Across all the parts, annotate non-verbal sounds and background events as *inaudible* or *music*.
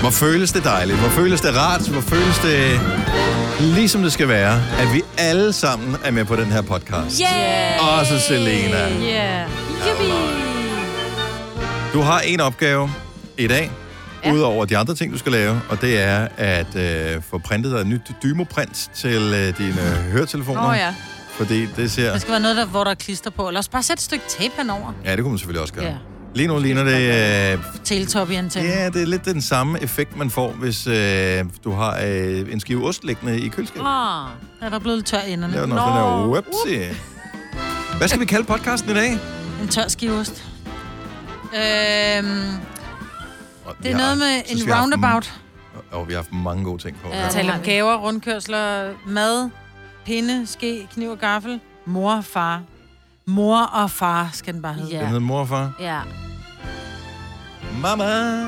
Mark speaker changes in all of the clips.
Speaker 1: Hvor føles det dejligt, hvor føles det rart, hvor føles det ligesom det skal være, at vi alle sammen er med på den her podcast.
Speaker 2: Yeah!
Speaker 1: Også Selena.
Speaker 2: Yeah. Yippie!
Speaker 1: Du har en opgave i dag, ja. udover de andre ting, du skal lave, og det er at øh, få printet dig et nyt dymoprint til øh, dine øh, høretelefoner.
Speaker 3: Åh, ja.
Speaker 1: Fordi det ser...
Speaker 3: Der skal være noget, der, hvor der er klister på. Eller også bare sæt et stykke tape henover.
Speaker 1: Ja, det kunne man selvfølgelig også gøre.
Speaker 3: Ja.
Speaker 1: Lige nu ligner det... Øh,
Speaker 3: Teletop i antennen.
Speaker 1: ja, det er lidt den samme effekt, man får, hvis øh, du har øh, en skive ost liggende i køleskabet.
Speaker 3: Åh, er der blevet lidt tør i enderne.
Speaker 1: Det er noget sådan her, whoopsie. Hvad skal vi kalde podcasten i dag?
Speaker 3: En tør skiveost. Øhm, det er noget med en roundabout.
Speaker 1: Og vi har haft mange gode ting på.
Speaker 3: Jeg taler om gaver, rundkørsler, mad, pinde, ske, kniv og gaffel. Mor og far. Mor og far skal den bare hedde.
Speaker 1: Den hedder mor og far.
Speaker 3: Ja.
Speaker 1: Mama.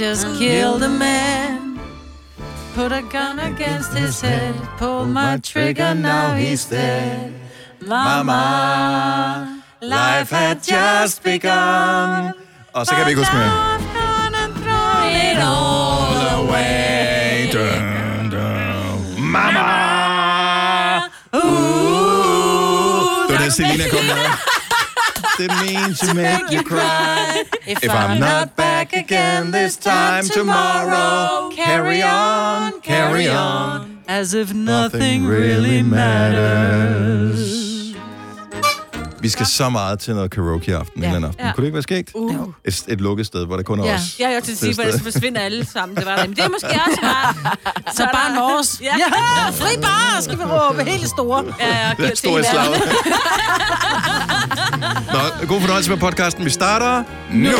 Speaker 3: Just kill the man. Put a gun against his head. Pull my trigger, now he's dead. Mama, life had just begun.
Speaker 1: Og så kan vi ikke huske mere.
Speaker 3: It all
Speaker 1: away. Dun, dun. Mama. Ooh. Det var det, Selena kom med. Didn't mean to make you cry.
Speaker 3: If,
Speaker 1: If I'm not back again this time tomorrow, carry on, carry on.
Speaker 3: As if
Speaker 1: Nothing really matters. Vi skal så meget til noget karaoke i aften, ja. en eller anden aften.
Speaker 2: Ja.
Speaker 1: Kunne det ikke være skægt?
Speaker 2: Uh.
Speaker 1: Et, et lukket sted, hvor der kun er
Speaker 2: Ja.
Speaker 1: os.
Speaker 2: Jeg er jo til at sige,
Speaker 1: Det er
Speaker 2: hvordan så
Speaker 1: stadig-
Speaker 2: forsvinder alle sammen. Det var der. Men det er måske også bare...
Speaker 3: *laughs* Så bare Norges.
Speaker 2: Ja.
Speaker 3: Ja, fri bar, skal vi råbe. Helt store.
Speaker 2: Ja, ja,
Speaker 1: Den store slag. Nå, god fornøjelse med podcasten. Vi starter nu.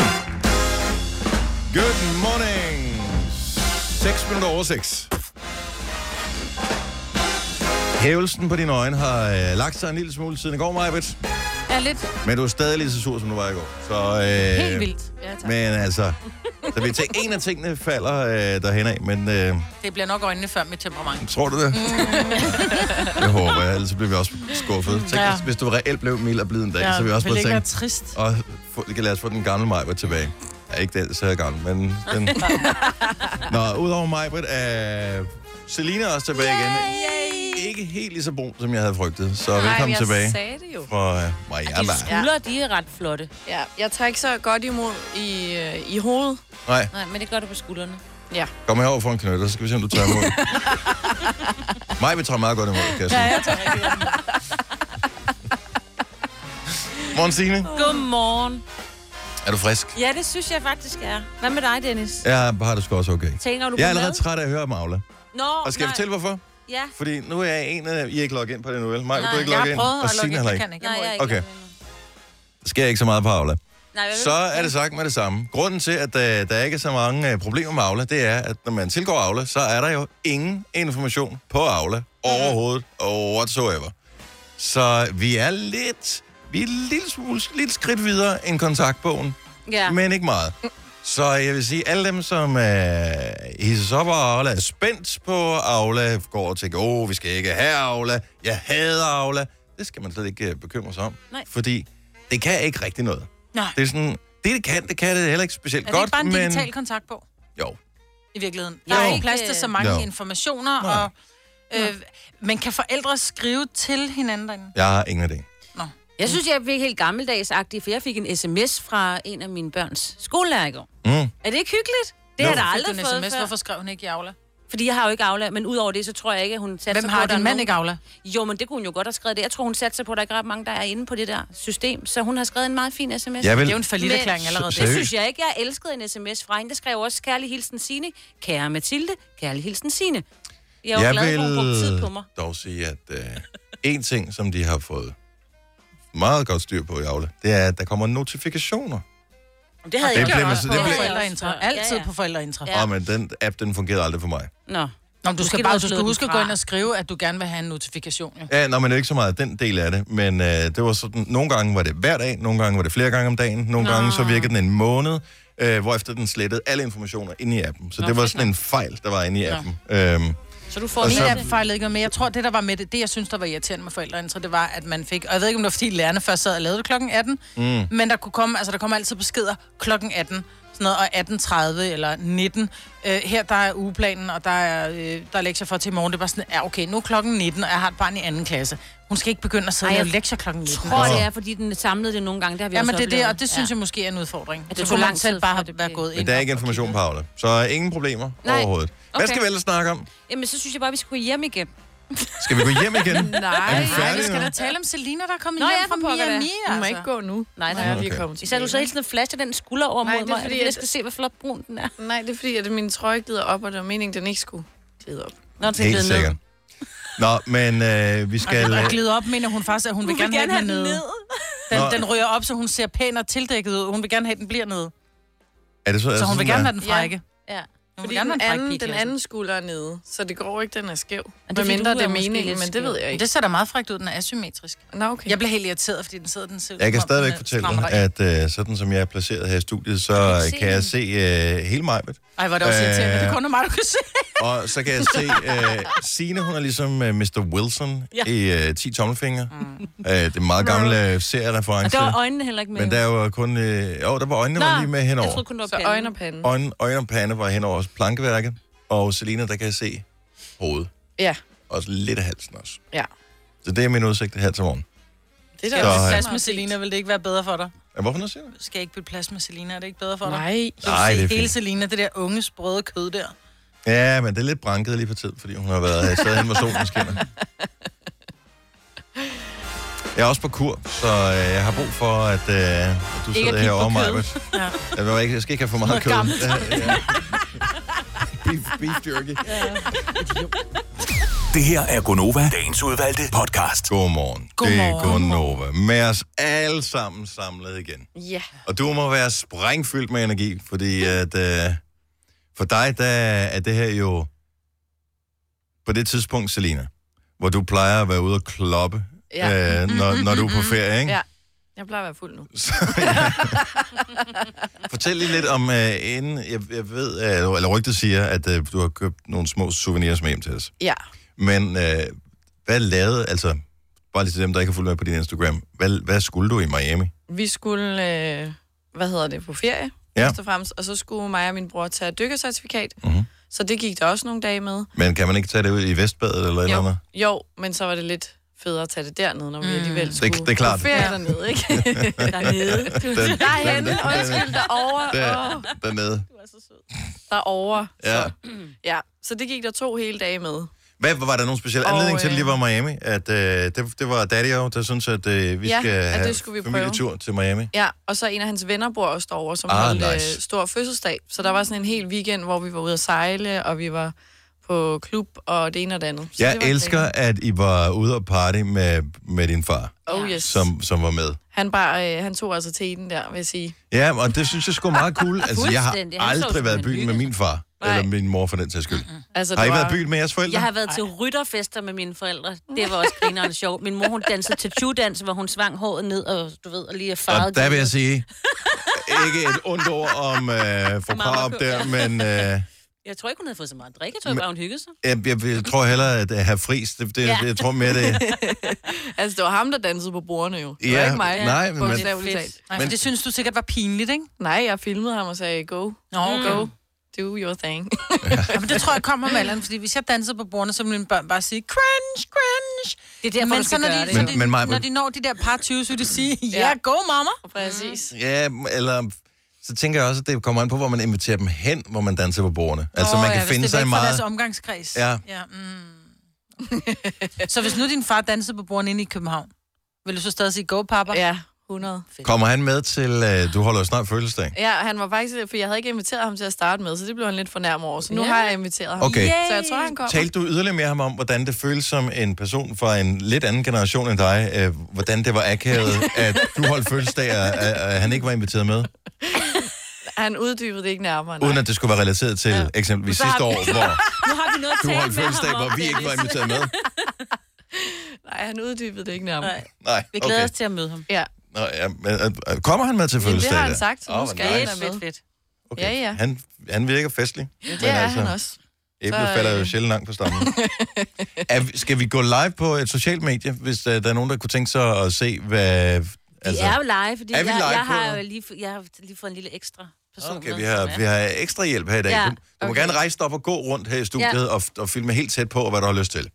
Speaker 1: Good morning. 6 minutter over 6. Hævelsen på dine øjne har øh, lagt sig en lille smule siden i går, Majbet.
Speaker 2: Ja, lidt.
Speaker 1: Men du er stadig lige så sur, som du var i går. Så, øh,
Speaker 2: Helt vildt. Ja, tak.
Speaker 1: Men altså, så vi tænker, en af tingene falder øh, derhen af, men øh,
Speaker 3: *laughs* Det bliver nok øjnene før mit temperament. Mm.
Speaker 1: tror du det? *laughs*
Speaker 2: Mm.
Speaker 1: Jeg håber, jeg, ellers bliver vi også skuffet. Tænk,
Speaker 3: Ja.
Speaker 1: ja. hvis du reelt blev mild og blid en dag, ja, så ville vi også
Speaker 3: vil
Speaker 1: bare
Speaker 3: ikke være
Speaker 1: tænke,
Speaker 3: trist.
Speaker 1: og få, lad os få den gamle Majbert tilbage. Ja, ikke den, så er jeg gammel, men
Speaker 3: *laughs*
Speaker 1: den... Nå, udover Majbert er Selina også tilbage igen. Ikke helt lige så brun, som jeg havde frygtet, så velkommen
Speaker 4: jeg
Speaker 1: tilbage
Speaker 4: sagde det jo.
Speaker 1: fra øh, Miami.
Speaker 3: Skuldre, de er ret flotte.
Speaker 4: Ja, jeg tager ikke så godt imod i, øh, i hovedet.
Speaker 1: Nej,
Speaker 3: Nej, men det gør du på skuldrene.
Speaker 4: Ja.
Speaker 1: kom herover for en knytter, så skal vi se, om du tager imod. Majbert tager meget godt imod, kan jeg sige.
Speaker 3: jeg tager
Speaker 1: Morgen, Signe.
Speaker 2: Godmorgen.
Speaker 1: Er du frisk?
Speaker 2: Ja, det synes jeg faktisk er. Hvad med dig, Dennis?
Speaker 1: Jeg har det sgu også okay.
Speaker 2: Tænker du
Speaker 1: Jeg er
Speaker 2: på mad?
Speaker 1: allerede træt af at høre om Aula.
Speaker 2: Nå,
Speaker 1: Og skal jeg
Speaker 2: nej.
Speaker 1: fortælle, hvorfor?
Speaker 2: Ja.
Speaker 1: Fordi nu er jeg en af... I er ikke logget ind på det nu, vel? Maja, du er
Speaker 3: Nej,
Speaker 1: ikke
Speaker 3: jeg
Speaker 1: logget
Speaker 3: har
Speaker 1: ind.
Speaker 3: prøvet
Speaker 1: Og
Speaker 3: at
Speaker 1: Signe
Speaker 3: logge ind,
Speaker 1: heller
Speaker 3: jeg
Speaker 1: ikke.
Speaker 3: kan ikke.
Speaker 2: Nej, jeg er ikke
Speaker 1: Okay.
Speaker 2: glad endnu.
Speaker 1: Der sker ikke så meget på Aula.
Speaker 2: Nej, jeg
Speaker 1: Så er det sagt med det samme. Grunden til, at der, der ikke er så mange øh, problemer med Aula, det er, at når man tilgår Aula, så er der jo ingen information på
Speaker 2: Mhm.
Speaker 1: Aula overhovedet, og whatsoever. Så vi er lidt... Vi er en lille, smule, lidt skridt videre end kontaktbogen.
Speaker 2: Ja. Mm.
Speaker 1: men ikke meget. Så jeg vil sige, alle dem, som øh, hisses op over Aula, er spændt på Aula, går og tænker, åh, vi skal ikke have Aula, jeg hader Aula. Det skal man slet ikke øh, bekymre sig om,
Speaker 2: Nej.
Speaker 1: fordi det kan ikke rigtig noget.
Speaker 3: Nej.
Speaker 1: Det er sådan, det det kan, det kan det heller ikke specielt
Speaker 3: Er det
Speaker 1: godt,
Speaker 3: ikke bare en
Speaker 1: men...
Speaker 3: digital kontaktbog?
Speaker 1: Jo.
Speaker 3: i virkeligheden. Der er
Speaker 1: Jo.
Speaker 3: ikke plads til så mange
Speaker 1: Jo.
Speaker 3: informationer,
Speaker 1: Nej.
Speaker 3: og øh, man kan forældre skrive til hinanden derinde.
Speaker 1: Jeg har ingen idé.
Speaker 5: Jeg synes, jeg blev helt gammeldagsagtig, for jeg fik en sms fra en af mine børns skolelærer i går.
Speaker 1: Mm.
Speaker 5: Er det ikke hyggeligt? Det
Speaker 1: Jo.
Speaker 5: har jeg da
Speaker 3: Fik du
Speaker 5: aldrig
Speaker 3: en
Speaker 5: fået
Speaker 3: sms?
Speaker 5: før.
Speaker 3: Hvorfor skrev hun ikke i Aula?
Speaker 5: Fordi jeg har jo ikke Aula, men udover det, så tror jeg ikke, at hun satte sig
Speaker 3: Hvem
Speaker 5: på,
Speaker 3: har
Speaker 5: at der
Speaker 3: din
Speaker 5: er
Speaker 3: mand
Speaker 5: nogen-
Speaker 3: ikke i Aula?
Speaker 5: Jo, men det kunne hun jo godt have skrevet det. Jeg tror, hun satte sig på, at der ikke er ret mange, der er inde på det der system. Så hun har skrevet en meget fin sms.
Speaker 1: Jeg vil...
Speaker 3: Det er jo en forlitterklæring
Speaker 1: Men-
Speaker 3: allerede.
Speaker 1: Så-
Speaker 5: Det
Speaker 1: seriøst?
Speaker 3: Det
Speaker 5: synes jeg ikke. Jeg elskede en sms fra hende. Der skrev også, kærlig hilsen Signe, kære Mathilde, kærlig hilsen Signe. Jeg var
Speaker 1: jeg
Speaker 5: glad, at hun brugte tid
Speaker 1: vil
Speaker 5: på mig.
Speaker 1: dog sige, at øh, en ting, som de har fået meget godt styr på i Aula, det er, at der kommer notifikationer.
Speaker 5: Det havde
Speaker 1: Det
Speaker 5: jeg
Speaker 1: blev man
Speaker 5: gjort også.
Speaker 1: så- det
Speaker 3: på
Speaker 1: blev-
Speaker 3: forældreintra. Altid på forældreintra.
Speaker 1: Ja. Oh, men den app, den fungerede aldrig for mig.
Speaker 5: Nå.
Speaker 3: Nå, men du skal
Speaker 5: Måske
Speaker 3: bare
Speaker 5: du
Speaker 3: du skal
Speaker 5: slår den
Speaker 3: huske at gå
Speaker 5: fra.
Speaker 3: ind og skrive, at du gerne vil have en notifikation. Jo.
Speaker 1: Ja, nå, men det er ikke så meget den del af det, men øh, det var sådan, nogle gange var det hver dag, nogle gange var det flere gange om dagen, nogle nå. gange så virkede den en måned, øh, hvorefter den slettede alle informationer inde i appen. Så nå, det var sådan en fejl, der var inde i appen. Øhm,
Speaker 5: Så du får
Speaker 1: Og
Speaker 3: Min
Speaker 5: lige
Speaker 1: så-
Speaker 3: app fejlede ikke noget, men jeg tror, det der var med det, det jeg synes, der var irriterende med forældreintra, det var, at man fik, og jeg ved ikke, om det var, fordi lærerne først sad og lavede det klokken 18, mm. men der kunne komme, altså der kom altid beskeder klokken 18, sådan noget, og 18.30 eller 19. Øh, her der er ugeplanen, og der er, øh, der er lektier for til i morgen. Det er bare sådan, ja okay, nu er klokken 19, og jeg har et barn i anden klasse. Hun skal ikke begynde at sidde
Speaker 5: Ej,
Speaker 3: og
Speaker 5: jeg
Speaker 3: lave lektier klokken 19.
Speaker 5: Jeg tror, det er, fordi den samlede det nogle gange. Det har vi
Speaker 3: Ja,
Speaker 5: også
Speaker 3: men det er det,
Speaker 5: oplevet.
Speaker 3: og det synes ja. jeg måske er en udfordring.
Speaker 5: det
Speaker 3: det så
Speaker 5: tog
Speaker 3: kunne man
Speaker 5: lang tid,
Speaker 3: selv bare
Speaker 5: før
Speaker 3: have
Speaker 5: det
Speaker 3: været
Speaker 5: blev-
Speaker 3: gået
Speaker 1: Men
Speaker 3: ind.
Speaker 1: der er ikke information, Paula. Så ingen problemer
Speaker 5: Nej.
Speaker 1: overhovedet. Hvad
Speaker 5: Okay.
Speaker 1: skal vi ellers snakke om?
Speaker 5: Ja. Jamen, så synes jeg bare, vi skal gå hjem igen.
Speaker 1: Skal vi gå hjem igen? Er
Speaker 3: Nej,
Speaker 1: vi
Speaker 3: nej, vi
Speaker 1: færdige
Speaker 3: skal
Speaker 1: nu?
Speaker 3: da tale om Selina, der er kommet
Speaker 5: Nå,
Speaker 3: hjem
Speaker 5: ja, for
Speaker 3: fra
Speaker 5: pokker da.
Speaker 3: Miami.
Speaker 4: Du må
Speaker 3: Altså.
Speaker 4: ikke gå nu.
Speaker 5: Nej,
Speaker 4: når
Speaker 5: nej.
Speaker 4: jeg lige
Speaker 1: Okay.
Speaker 4: er kommet
Speaker 5: Især du så hele tiden flasher den skulder over
Speaker 4: Nej,
Speaker 5: mod
Speaker 4: det er
Speaker 5: mig.
Speaker 4: fordi,
Speaker 5: fordi, jeg
Speaker 4: at-
Speaker 5: skal se, hvor flot brun den er.
Speaker 4: Nej, det er fordi, at min trøje glider op, og det var meningen, den ikke skulle glide op.
Speaker 5: Nå, den skal
Speaker 1: Helt
Speaker 5: glide ned.
Speaker 1: sikkert. Nå, men øh, vi skal...
Speaker 3: Og glide op, mener hun faktisk, at hun, hun vil gerne have den nede.
Speaker 1: Nå.
Speaker 3: Den, den ryger op, så hun ser pæn og tildækket ud. Hun vil gerne have, at den bliver nede.
Speaker 1: Er det så, er det
Speaker 3: Så hun
Speaker 1: sådan,
Speaker 3: vil gerne
Speaker 1: der?
Speaker 3: have den frække.
Speaker 5: Ja.
Speaker 3: Hun
Speaker 4: Fordi
Speaker 3: vil gerne
Speaker 4: den
Speaker 3: have en fræk
Speaker 4: anden,
Speaker 3: pige.
Speaker 4: den
Speaker 3: i klassen.
Speaker 4: anden skulder er nede, så det går ikke, den er skæv.
Speaker 5: er
Speaker 4: Men
Speaker 5: fordi,
Speaker 4: mindre
Speaker 5: du
Speaker 4: det
Speaker 5: er
Speaker 4: er
Speaker 5: måske lidt
Speaker 4: meningen, men det ved
Speaker 5: skæv.
Speaker 4: jeg
Speaker 3: Men
Speaker 4: ikke.
Speaker 3: det ser da meget frækt ud, den er asymmetrisk.
Speaker 4: Nå, okay.
Speaker 3: Jeg bliver helt irriteret, fordi den sidder, den ser ud,
Speaker 1: Jeg kan
Speaker 3: som om
Speaker 1: stadigvæk
Speaker 3: den, øh,
Speaker 1: fortælle
Speaker 3: strammer
Speaker 1: dig,
Speaker 3: dig ind.
Speaker 1: at øh, sådan som jeg er placeret her i studiet, så
Speaker 5: kan
Speaker 1: øh,
Speaker 5: ikke se
Speaker 1: kan jeg se øh, hele mig.
Speaker 3: Ej, var det også
Speaker 1: Øh,
Speaker 3: irriterende. Det er kun er mig, du kan se.
Speaker 1: Og så kan jeg se, øh, Signe, hun er ligesom øh, Mr. Wilson ja. i øh, 10 tommelfingre. Mm. Øh, det er en meget gammel øh,
Speaker 5: Og
Speaker 1: seriereference.
Speaker 5: der var øjnene heller ikke med.
Speaker 1: Men der var kun... Øh, jo, der var øjnene var lige med
Speaker 5: Jeg
Speaker 1: henover.
Speaker 5: troede kun, det var
Speaker 4: Så
Speaker 5: panden.
Speaker 4: øjne og pande.
Speaker 1: Øjne, øjne og pande var henover også plankeværket. Og Selina, der kan jeg se hovedet.
Speaker 4: Ja,
Speaker 1: Og lidt af halsen også.
Speaker 4: ja.
Speaker 1: Så det er min udsigt her til morgen.
Speaker 4: Det
Speaker 1: Så,
Speaker 4: er da også
Speaker 1: øh,
Speaker 3: Plads med Selina, vil det ikke være bedre for dig?
Speaker 1: Ja, hvorfor nu siger du det?
Speaker 3: Skal jeg ikke bytte plads med Selina? Er det ikke bedre for dig?
Speaker 4: Nej.
Speaker 3: Du
Speaker 1: Nej,
Speaker 3: Nej,
Speaker 1: det er
Speaker 3: det hele
Speaker 1: fint.
Speaker 3: Selina, det der unge, sprøde kød der.
Speaker 1: Ja, men det er lidt branket lige for tid, fordi hun har været her stadig hen, hvor solen skinner. Jeg er også på kur, så øh, jeg har brug for, at, øh, at du
Speaker 5: at
Speaker 1: sidder
Speaker 5: kigge
Speaker 1: her
Speaker 5: på
Speaker 1: over mig.
Speaker 5: kød.
Speaker 3: Ja.
Speaker 1: Jeg, vil ikke, jeg skal ikke have for meget
Speaker 5: Noget
Speaker 1: kød.
Speaker 5: gammelt.
Speaker 1: Ja,
Speaker 4: *laughs*
Speaker 1: ja. beef, beef jerky.
Speaker 6: Det her er Gonova, dagens udvalgte podcast.
Speaker 1: Godmorgen.
Speaker 3: Godmorgen.
Speaker 1: Det er Gunnova. Med os alle sammen samlet igen.
Speaker 4: Ja.
Speaker 1: Og du må være sprængfyldt med energi, fordi at, øh, for dig, der er det her jo på det tidspunkt, Selina, hvor du plejer at være ude og kloppe, ja.
Speaker 4: Ja. Mm,
Speaker 1: øh, når, når du er på ferie, ikke?
Speaker 4: Ja. Jeg plejer at være fuld nu.
Speaker 1: Så, *laughs* ja. Fortæl lige lidt om, øh, inden jeg, jeg ved, øh, eller rygtet siger, at øh, du har købt nogle små souvenirs med hjem til os.
Speaker 4: Ja.
Speaker 1: Men øh, hvad lavede, altså, bare lige til dem, der ikke har fulgt med på din Instagram, hvad, hvad skulle du i Miami?
Speaker 4: Vi skulle, øh, hvad hedder det, på ferie,
Speaker 1: Ja.
Speaker 4: ja. først og fremmest. Og så skulle mig og min bror tage dykkercertifikat.
Speaker 1: Mhm.
Speaker 4: Så det gik der også nogle dage med.
Speaker 1: Men kan man ikke tage det ud i Vestbadet eller et eller
Speaker 4: Jo,
Speaker 1: andet?
Speaker 4: jo, men så var det lidt federe at tage det dernede, når vi alligevel skulle
Speaker 1: Det- det er klart.
Speaker 4: på ferie dernede, ikke? *laughs*
Speaker 5: Dernede.
Speaker 1: Den-
Speaker 4: Derhenne,
Speaker 1: den- den-
Speaker 4: undskyld, derovre,
Speaker 1: Der,
Speaker 4: åh,
Speaker 1: dernede.
Speaker 4: derovre.
Speaker 1: Ja.
Speaker 4: Ja, så det gik der to hele dage med.
Speaker 1: Hvad var der nogen speciel
Speaker 4: Og,
Speaker 1: anledning til, at det
Speaker 4: øh,
Speaker 1: lige var Miami? At øh, det, det var Daddy jo, der synes at øh, vi
Speaker 4: Ja,
Speaker 1: skal
Speaker 4: at det
Speaker 1: have
Speaker 4: skulle vi prøve.
Speaker 1: familietur til Miami.
Speaker 4: Ja, og så en af hans venner bor også derovre, som
Speaker 1: Ah,
Speaker 4: ah, holdt
Speaker 1: nice.
Speaker 4: nice. stor fødselsdag. Så der var sådan en hel weekend, hvor vi var ude at sejle, og vi var på klub og det ene og det andet. Så
Speaker 1: Jeg
Speaker 4: det var
Speaker 1: elsker, at I var ude og party med, med din far,
Speaker 4: dejligt. Oh yes. Som...
Speaker 1: som, som var med.
Speaker 4: Han, bar, øh, han tog altså til den der, vil jeg sige.
Speaker 1: Ja, og det synes jeg sgu er meget cool. Altså, jeg har
Speaker 5: Fuldstændig. Han så ud
Speaker 1: aldrig
Speaker 5: som
Speaker 1: været i
Speaker 5: en
Speaker 1: byen med
Speaker 5: hyggelig.
Speaker 1: min far.
Speaker 4: Nej.
Speaker 1: Eller min mor for den sags skyld.
Speaker 4: Altså,
Speaker 1: Har I
Speaker 4: det var...
Speaker 1: været i byen med jeres forældre?
Speaker 5: Jeg har været til rytterfester med mine forældre. Det var også grineren sjov. Min mor, hun dansede til dans hvor hun svang håret ned, og du ved, og lige er
Speaker 1: Og
Speaker 5: farvet.
Speaker 1: der vil jeg
Speaker 3: *laughs*
Speaker 1: sige, ikke et ondt ord om øh, for op der, men... Øh,
Speaker 5: Jeg tror ikke, hun havde fået så meget drik. Jeg tror bare, hun hyggede sig.
Speaker 1: Jeg, jeg, jeg tror hellere, at øh, have fris, det, det, ja.
Speaker 5: Ja.
Speaker 1: jeg tror mere det.
Speaker 3: *laughs*
Speaker 4: Altså, det var ham, der dansede på bordene jo. Det
Speaker 1: Ja,
Speaker 4: var ikke mig.
Speaker 1: nej, men-
Speaker 4: bogstaveligt
Speaker 5: Fedt.
Speaker 4: talt.
Speaker 3: Nej, for det synes du sikkert var pinligt, ikke?
Speaker 4: Nej, jeg filmede ham og sagde, go,
Speaker 3: Nå, okay.
Speaker 4: go, do your thing. *laughs*
Speaker 3: Jamen, det tror jeg kommer med alderen, fordi hvis jeg danser på bordene, så vil mine børn bare sige, cringe, cringe.
Speaker 5: Det er derfor,
Speaker 3: Men
Speaker 5: du
Speaker 3: så
Speaker 5: skal
Speaker 3: når
Speaker 5: gøre
Speaker 3: de,
Speaker 5: det.
Speaker 3: så
Speaker 1: Men-
Speaker 3: de,
Speaker 1: men Maja-
Speaker 3: når de når de der par 20, så vil de sige, ja, yeah, go mamma.
Speaker 4: Præcis.
Speaker 1: Ja, eller så tænker jeg også, at det kommer an på, hvor man inviterer dem hen, hvor man danser på bordene. Altså,
Speaker 3: Åh,
Speaker 1: man kan
Speaker 3: ja, hvis
Speaker 1: finde
Speaker 3: det er
Speaker 1: sig i
Speaker 3: væk Fra
Speaker 1: meget...
Speaker 3: deres omgangskreds.
Speaker 1: Ja.
Speaker 3: ja mm. *laughs* så hvis nu din far dansede på bordene inde i København, vil du så stadig sige, go papa?
Speaker 4: Ja, 100.
Speaker 1: Kommer han med til... Øh, du holder jo snart fødselsdag.
Speaker 4: Ja, han var faktisk, for jeg havde ikke inviteret ham til at starte med, så det blev han lidt fornærmet over. Så nu
Speaker 3: Ja.
Speaker 4: har jeg inviteret ham.
Speaker 1: Okay.
Speaker 4: Så jeg tror, han kommer.
Speaker 1: Talte du yderligere med ham om, hvordan det føles som en person fra en lidt anden generation end dig? Øh, hvordan det var akavet, at du holdt fødselsdag, og og- og han ikke var inviteret med?
Speaker 4: Han uddybede det ikke nærmere. Ah, Nej.
Speaker 1: Uden at det skulle være relateret til ja. eksempelvis
Speaker 5: Så har vi-
Speaker 1: sidste år, hvor
Speaker 5: *laughs* Nu har vi noget at
Speaker 1: du
Speaker 5: tale
Speaker 1: holdt
Speaker 5: med
Speaker 1: fødselsdag,
Speaker 5: ham om,
Speaker 1: hvor vi ikke var
Speaker 5: Dennis.
Speaker 1: inviteret
Speaker 4: *laughs*
Speaker 1: med.
Speaker 4: Nej, han uddybede det ikke nærmere.
Speaker 5: Nej,
Speaker 1: Nej,
Speaker 5: Vi glæder
Speaker 1: okay.
Speaker 5: os til at møde ham.
Speaker 4: Ja,
Speaker 1: Nå, ja, men, øh, kommer han med til
Speaker 4: Jamen, det
Speaker 1: fødselsdag?
Speaker 4: har han
Speaker 1: der?
Speaker 4: sagt, så
Speaker 1: Åh,
Speaker 4: nu
Speaker 1: hvor
Speaker 4: skal
Speaker 1: nice.
Speaker 4: jeg
Speaker 5: Helt
Speaker 4: da med.
Speaker 5: fedt, fedt.
Speaker 1: Okay.
Speaker 4: Ja, ja.
Speaker 1: Han, han virker festlig. Ja,
Speaker 4: Det er han også.
Speaker 1: Æblet
Speaker 4: Så,
Speaker 1: falder jo
Speaker 4: øh,
Speaker 1: sjældent langt på stammen. øh, er, vi- skal vi gå live på et socialt medie, hvis uh, der er nogen, der kunne tænke sig at se, hvad
Speaker 5: Altså, vi er jo live, fordi
Speaker 1: er vi
Speaker 5: jeg,
Speaker 1: live
Speaker 5: jeg,
Speaker 1: på
Speaker 5: har
Speaker 1: nu?
Speaker 5: jo lige, f- jeg har lige fået en lille ekstra person.
Speaker 1: Okay,
Speaker 5: med,
Speaker 1: vi
Speaker 5: som er-
Speaker 1: har, vi har ekstra hjælp her i dag.
Speaker 5: Ja,
Speaker 1: Ja, okay. Du må
Speaker 5: okay.
Speaker 1: gerne rejse dig op og gå rundt her i studiet
Speaker 5: Ja.
Speaker 1: ja. og, f- og filme helt tæt på, hvad du har lyst til.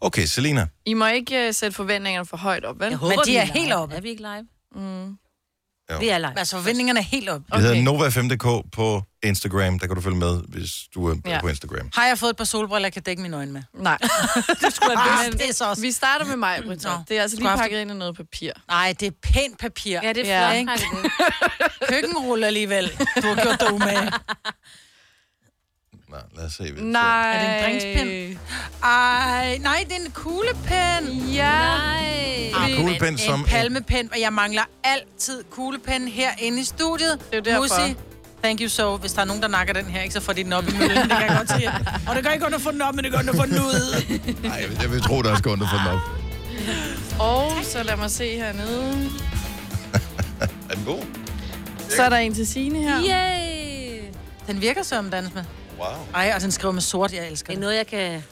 Speaker 1: Okay, Selina.
Speaker 4: I må ikke uh, sætte forventningerne for højt op, vel?
Speaker 5: Jeg
Speaker 4: Mm.
Speaker 3: Men
Speaker 5: håber,
Speaker 3: de
Speaker 5: vi
Speaker 3: er helt
Speaker 5: live.
Speaker 3: oppe.
Speaker 5: Er vi ikke live?
Speaker 1: Jo.
Speaker 5: Vi er live.
Speaker 3: Altså, forventningerne er helt op.
Speaker 1: Vi hedder Nova5.dk på Instagram. Der kan du følge med, hvis du er ja.
Speaker 4: Ja.
Speaker 1: på Instagram.
Speaker 3: Har jeg fået et par solbriller, jeg kan dække mine øjne med?
Speaker 4: Nej.
Speaker 3: Ah, det er så også...
Speaker 4: Vi starter med mig, Britta.
Speaker 3: Nå.
Speaker 4: Det er altså
Speaker 3: Skulle
Speaker 4: lige
Speaker 3: have
Speaker 4: pakket ind i noget papir.
Speaker 3: Nej, det er pænt papir.
Speaker 5: Ja, det er
Speaker 4: Ja,
Speaker 5: flot.
Speaker 4: ikke?
Speaker 5: Maja, det.
Speaker 3: *laughs* Køkkenrulle alligevel. Du har gjort dig umage.
Speaker 1: Nå, lad os se. hvad vi
Speaker 4: Nej.
Speaker 3: Er det en drinkspind? Ej, nej, det er en kuglepen. Ah,
Speaker 4: Ja.
Speaker 1: får. En kuglepen som...
Speaker 3: En palmepen, og jeg mangler altid kuglepen herinde i studiet.
Speaker 4: er jo derfor.
Speaker 3: Musi, thank you so. Hvis der er nogen, der nakker den her, ikke, så får de den op i møllen. Det kan jeg godt
Speaker 4: *laughs*
Speaker 3: sige. Og det gør ikke under at få den op, men det gør under at få den
Speaker 1: *laughs*
Speaker 3: ud.
Speaker 1: Nej, jeg, vil- jeg vil tro, der er skåret for den op.
Speaker 4: Og så lad mig se
Speaker 3: Øh,
Speaker 4: hernede.
Speaker 1: Er den god?
Speaker 4: Så er der en til Signe her. Yeah.
Speaker 5: Yay!
Speaker 3: Den virker som dans med.
Speaker 1: Wow.
Speaker 3: Ej, og den skriver med sort, jeg elsker
Speaker 5: Det er
Speaker 3: den.
Speaker 5: noget, jeg kan...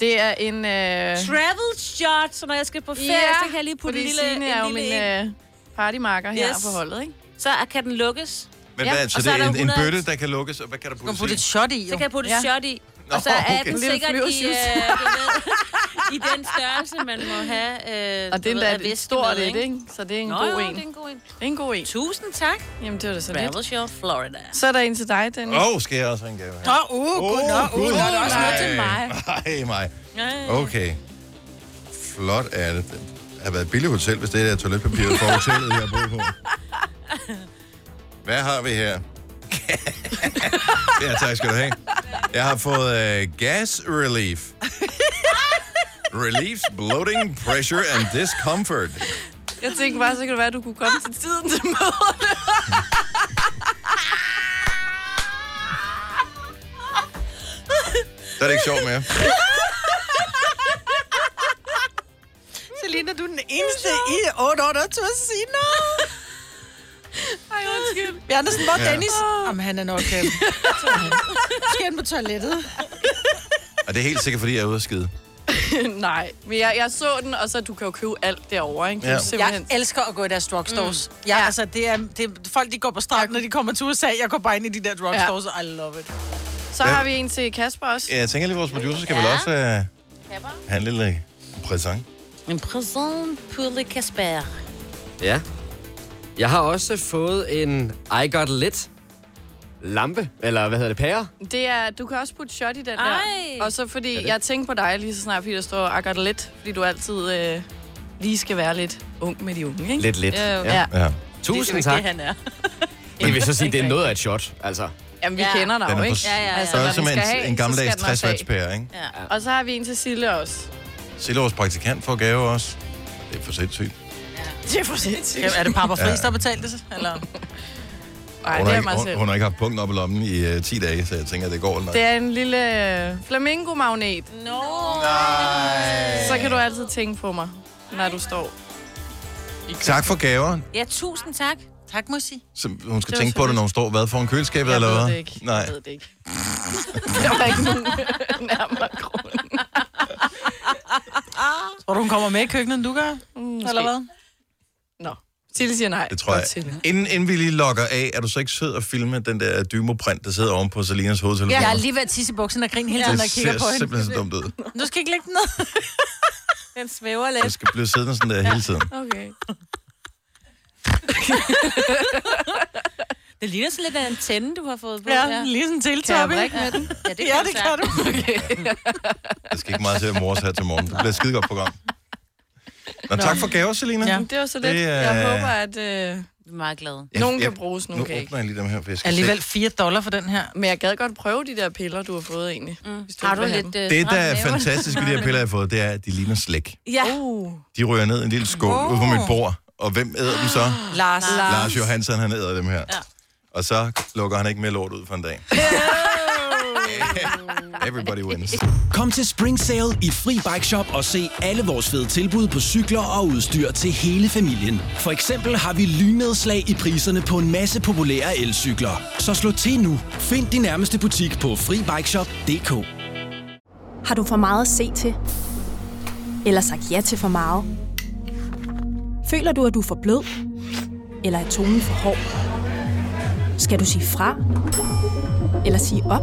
Speaker 4: Det er en... Øh...
Speaker 5: Travel shot, så når jeg skal på ferie,
Speaker 4: Ja,
Speaker 5: så kan jeg lige putte
Speaker 4: fordi
Speaker 5: en lille,
Speaker 4: Signe er jo
Speaker 5: en lille
Speaker 4: min
Speaker 5: en.
Speaker 4: øh, partymarker her
Speaker 5: Yes.
Speaker 4: på holdet, ikke?
Speaker 5: Så kan den lukkes.
Speaker 1: Men
Speaker 5: Ja,
Speaker 1: hvad,
Speaker 5: og
Speaker 1: så,
Speaker 5: så
Speaker 1: det
Speaker 5: er
Speaker 1: er
Speaker 5: der
Speaker 1: en, en
Speaker 5: 100
Speaker 1: bøtte, der kan lukkes, og hvad kan der
Speaker 3: Du kan
Speaker 1: puttes
Speaker 3: putte et
Speaker 1: i?
Speaker 3: shot i,
Speaker 5: Så
Speaker 3: jo.
Speaker 5: kan jeg putte
Speaker 4: Ja.
Speaker 5: et shot i.
Speaker 1: Nå,
Speaker 5: og så er
Speaker 1: okay.
Speaker 5: den
Speaker 4: Lille
Speaker 5: sikkert i, øh, du
Speaker 4: flyversus.
Speaker 5: ved, i den størrelse, man må have. Øh,
Speaker 4: Og det er
Speaker 5: du ved,
Speaker 4: endda
Speaker 5: af
Speaker 4: et
Speaker 5: væske
Speaker 4: stort
Speaker 5: med,
Speaker 4: et, ikke? Så det er en
Speaker 5: Nå,
Speaker 4: god
Speaker 5: jo,
Speaker 4: en.
Speaker 5: det er en god en.
Speaker 4: Det er en god en.
Speaker 5: Tusind tak.
Speaker 4: Jamen, det var da så lidt.
Speaker 5: Travel show Florida.
Speaker 4: Så er der en til dig, Dennis.
Speaker 1: Åh, oh, skal jeg også have en gave her?
Speaker 3: Nå, uh, gud, nå, uh, nå, der er også noget til mig.
Speaker 1: Nej, mig. Okay. Flot er det. Det har været et billigt hotel, hvis det er toiletpapiret fra hotellet, jeg har boet på. Hvad har vi
Speaker 4: *laughs*
Speaker 1: her? ja, tak skal du have. Jeg har fået uh, gas relief. Relieves bloating, pressure and discomfort.
Speaker 4: Jeg tænkte bare, så kan det være, at du kunne komme til tiden til *laughs* møderne.
Speaker 1: Så er det ikke sjovt mere.
Speaker 3: *laughs* Selina, du er den eneste i 8 år, der tør sige noget.
Speaker 4: Ej, undskyld.
Speaker 3: Bjarnesen, hvor er
Speaker 1: Ja.
Speaker 3: Dennis? Jamen, han er nok... Øh, skal han på toilettet?
Speaker 1: Og det er helt sikkert, fordi jeg er ude at skide.
Speaker 4: *laughs* Nej, men jeg, jeg så den, og så du kan jo købe alt derovre, ikke? Det er
Speaker 1: Ja.
Speaker 4: jo
Speaker 3: Jeg
Speaker 4: simpelthen...
Speaker 3: elsker at gå i deres drugstores. Mm. Ja, altså, det er, det er, folk, de går på stranden, når de kommer til USA. Jeg går bare ind i de der drugstores, ja. I love it.
Speaker 4: Så har vi en til Kasper også.
Speaker 1: Ja, Jeg tænker lige, vores producer skal ja. vel også uh, have en lille præsent.
Speaker 5: En prison pour le
Speaker 4: *laughs*
Speaker 5: Casper.
Speaker 7: Ja. Jeg har også fået en I Got Lit lampe, eller hvad hedder det, pære?
Speaker 4: Det er, du kan også putte shot i den
Speaker 5: Ej.
Speaker 4: der. Og så fordi, jeg tænkte på dig lige så snart, fordi der står akkurat lidt, fordi du altid øh, lige skal være lidt ung med de unge, ikke?
Speaker 7: Lidt lidt.
Speaker 4: Ja, jo.
Speaker 7: Ja.
Speaker 4: ja.
Speaker 1: Ja.
Speaker 7: Tusind
Speaker 4: Det
Speaker 7: tak.
Speaker 4: Det, han er.
Speaker 7: Men vil så sige, det er noget af et shot, altså.
Speaker 4: Jamen, vi
Speaker 5: Ja.
Speaker 4: kender dig
Speaker 1: Den
Speaker 4: jo,
Speaker 1: er på
Speaker 4: ikke?
Speaker 1: s- Ja,
Speaker 5: ja, ja.
Speaker 4: Altså, når
Speaker 1: Så
Speaker 4: den
Speaker 1: som en,
Speaker 4: skal have,
Speaker 1: en gammeldags
Speaker 4: så skal den også
Speaker 1: 60
Speaker 4: af.
Speaker 1: watts pære, ikke?
Speaker 4: Ja. Og så har vi en til Sille også.
Speaker 1: Sille, vores praktikant, får gave også. Det er for sindssygt.
Speaker 4: Det er for sindssygt.
Speaker 3: Er det Papa Friis, der betalte det? Eller?
Speaker 4: Nej,
Speaker 1: hun, har
Speaker 4: det er
Speaker 1: ikke,
Speaker 4: mig
Speaker 1: hun,
Speaker 4: selv.
Speaker 1: hun har ikke haft punkten op i lommen i uh, 10 dage, så jeg tænker, at det går nok.
Speaker 4: Det er en lille øh, flamingo-magnet.
Speaker 5: No.
Speaker 4: Så kan du altid tænke på mig, når du står.
Speaker 1: Tak for gaver.
Speaker 5: Ja, tusind tak.
Speaker 3: Tak, Musi.
Speaker 1: Så hun skal
Speaker 4: Det var
Speaker 1: tænke på det,
Speaker 4: sødt.
Speaker 1: når hun står hvad foran køleskabet,
Speaker 4: Jeg
Speaker 1: eller
Speaker 4: ved
Speaker 1: hvad?
Speaker 4: det ikke.
Speaker 1: Nej.
Speaker 4: Jeg ved det ikke. *laughs* Der var ikke
Speaker 5: *laughs*
Speaker 4: nogen nærmere grund.
Speaker 3: Tror du, hun kommer med i køkkenet, end du gør? Mm, eller hvad?
Speaker 4: Nå. Sille siger nej.
Speaker 1: Det tror jeg.
Speaker 4: Godt, Sille.
Speaker 1: Inden, inden vi lige logger af, er du så ikke sød at filme den der dymoprint, der sidder oven på Salinas hovedtelefon?
Speaker 3: Jeg er lige ved at tisse i bukserne og grine hele tiden, når
Speaker 1: det
Speaker 3: jeg kigger
Speaker 1: ser
Speaker 3: på hende.
Speaker 1: simpelthen så dumt ud.
Speaker 3: Du skal ikke lægge den
Speaker 4: *laughs*
Speaker 3: ned.
Speaker 5: Den svæver
Speaker 1: Jeg
Speaker 5: lidt.
Speaker 1: skal blive siddende sådan der hele tiden.
Speaker 4: Okay.
Speaker 5: Det ligner sådan lidt af en tænde, du har fået på.
Speaker 3: Ja, lige sådan en
Speaker 4: Kan jeg
Speaker 3: teletoppe.
Speaker 4: vrikke med den?
Speaker 5: ja det,
Speaker 3: Ja, det kan du.
Speaker 1: Jeg skal ikke meget til at morse her til morgen. Det bliver et skidegodt program. Nå, tak for gaver, Selina.
Speaker 3: Ja.
Speaker 1: Ja.
Speaker 4: Det var så lidt.
Speaker 1: Det er-
Speaker 4: Jeg håber, at øh,
Speaker 5: Vi er meget glade.
Speaker 4: nogen kan bruges,
Speaker 1: Nu
Speaker 4: nogen kan ikke.
Speaker 1: åbner jeg lige dem her, for jeg skal
Speaker 3: Alligevel 4 dollar for den her.
Speaker 4: Men jeg gad godt prøve de der piller, du har fået egentlig. Mm. Hvis
Speaker 5: Har
Speaker 4: ikke
Speaker 5: du
Speaker 4: vil have
Speaker 5: lidt... øh,
Speaker 1: se. Det, der er
Speaker 5: stramt mave?
Speaker 1: fantastisk ved de
Speaker 5: *laughs*
Speaker 1: her piller, jeg har fået, det er, at de ligner slik.
Speaker 5: Ja.
Speaker 4: dem. Uh,
Speaker 1: De ryger ned i en lille skål oh. ud på mit bord. Og hvem æder dem så?
Speaker 3: Lars.
Speaker 1: Lars Johansson, han æder dem her. Ja. Og så lukker han ikke mere lort ud for en dag. Everybody wins.
Speaker 6: Kom til Spring Sale i Fri Bike Shop og se alle vores fede tilbud på cykler og udstyr til hele familien. For eksempel har vi lynedslag i priserne på en masse populære elcykler. Så slå til nu. Find din nærmeste butik på FriBikeShop.dk
Speaker 8: Har du for meget at se til? Eller sagt ja til for meget? Føler du, at du er for blød? Eller er tonen for hård? Skal du sige fra? Eller sige op?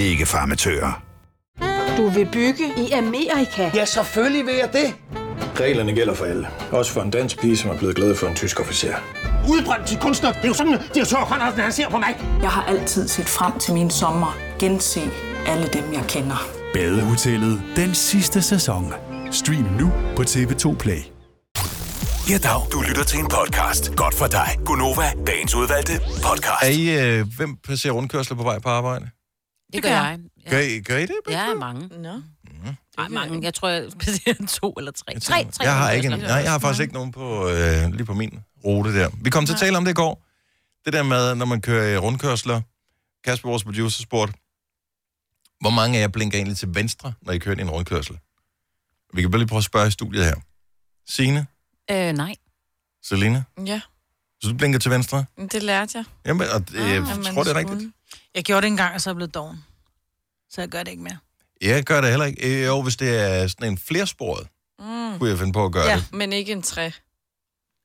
Speaker 9: Ikke farmatører.
Speaker 10: Du vil bygge i Amerika? Ja, selvfølgelig vil jeg det.
Speaker 11: Reglerne gælder for alle. Også for en dansk pige, som er blevet glad for en tysk officer.
Speaker 10: Udbrændt til kunstner. Det er jo sådan, at de har tørt, han ser på mig. Jeg har altid set frem til min sommer. Gense alle dem, jeg kender.
Speaker 12: Badehotellet den sidste sæson. Stream nu på TV2 Play.
Speaker 13: Ja, dag. Du lytter til en podcast. Godt for dig. Gunova, dagens udvalgte podcast.
Speaker 1: Er I, øh, hvem passerer rundkørsler på vej på arbejde?
Speaker 5: Det gør jeg.
Speaker 1: Gør I, gør I det?
Speaker 5: Ja, mange. Nå. Nej, mange. Jeg tror, jeg *laughs* passerer to eller tre.
Speaker 1: Jeg
Speaker 5: Tre, tre.
Speaker 1: Jeg har, ikke en,
Speaker 5: rundkørsler.
Speaker 1: nej, jeg har faktisk ikke nogen på, øh, lige på min rute der. Vi kom til at tale om det i går. Det der med, når man kører i rundkørsler. Kasper, vores producer, spurgte, hvor mange af jer blinker egentlig til venstre, når I kører ind i en rundkørsel? Vi kan bare lige prøve at spørge i studiet her. Signe,
Speaker 5: Øh, *laughs* nej.
Speaker 1: Selina,
Speaker 4: Ja,
Speaker 1: så du blinker til venstre?
Speaker 4: det lærte jeg.
Speaker 1: Jamen, og, øh, jeg
Speaker 4: at man
Speaker 1: tror, det er
Speaker 4: skulle.
Speaker 1: rigtigt.
Speaker 3: Jeg gjorde det engang, og så er jeg blevet doven. Så jeg gør det ikke mere.
Speaker 1: Jeg gør det heller ikke. Øh, Jo, hvis det er sådan en flersporet,
Speaker 4: Mm.
Speaker 1: kunne jeg finde på at gøre ja. det.
Speaker 4: Men ikke en træ.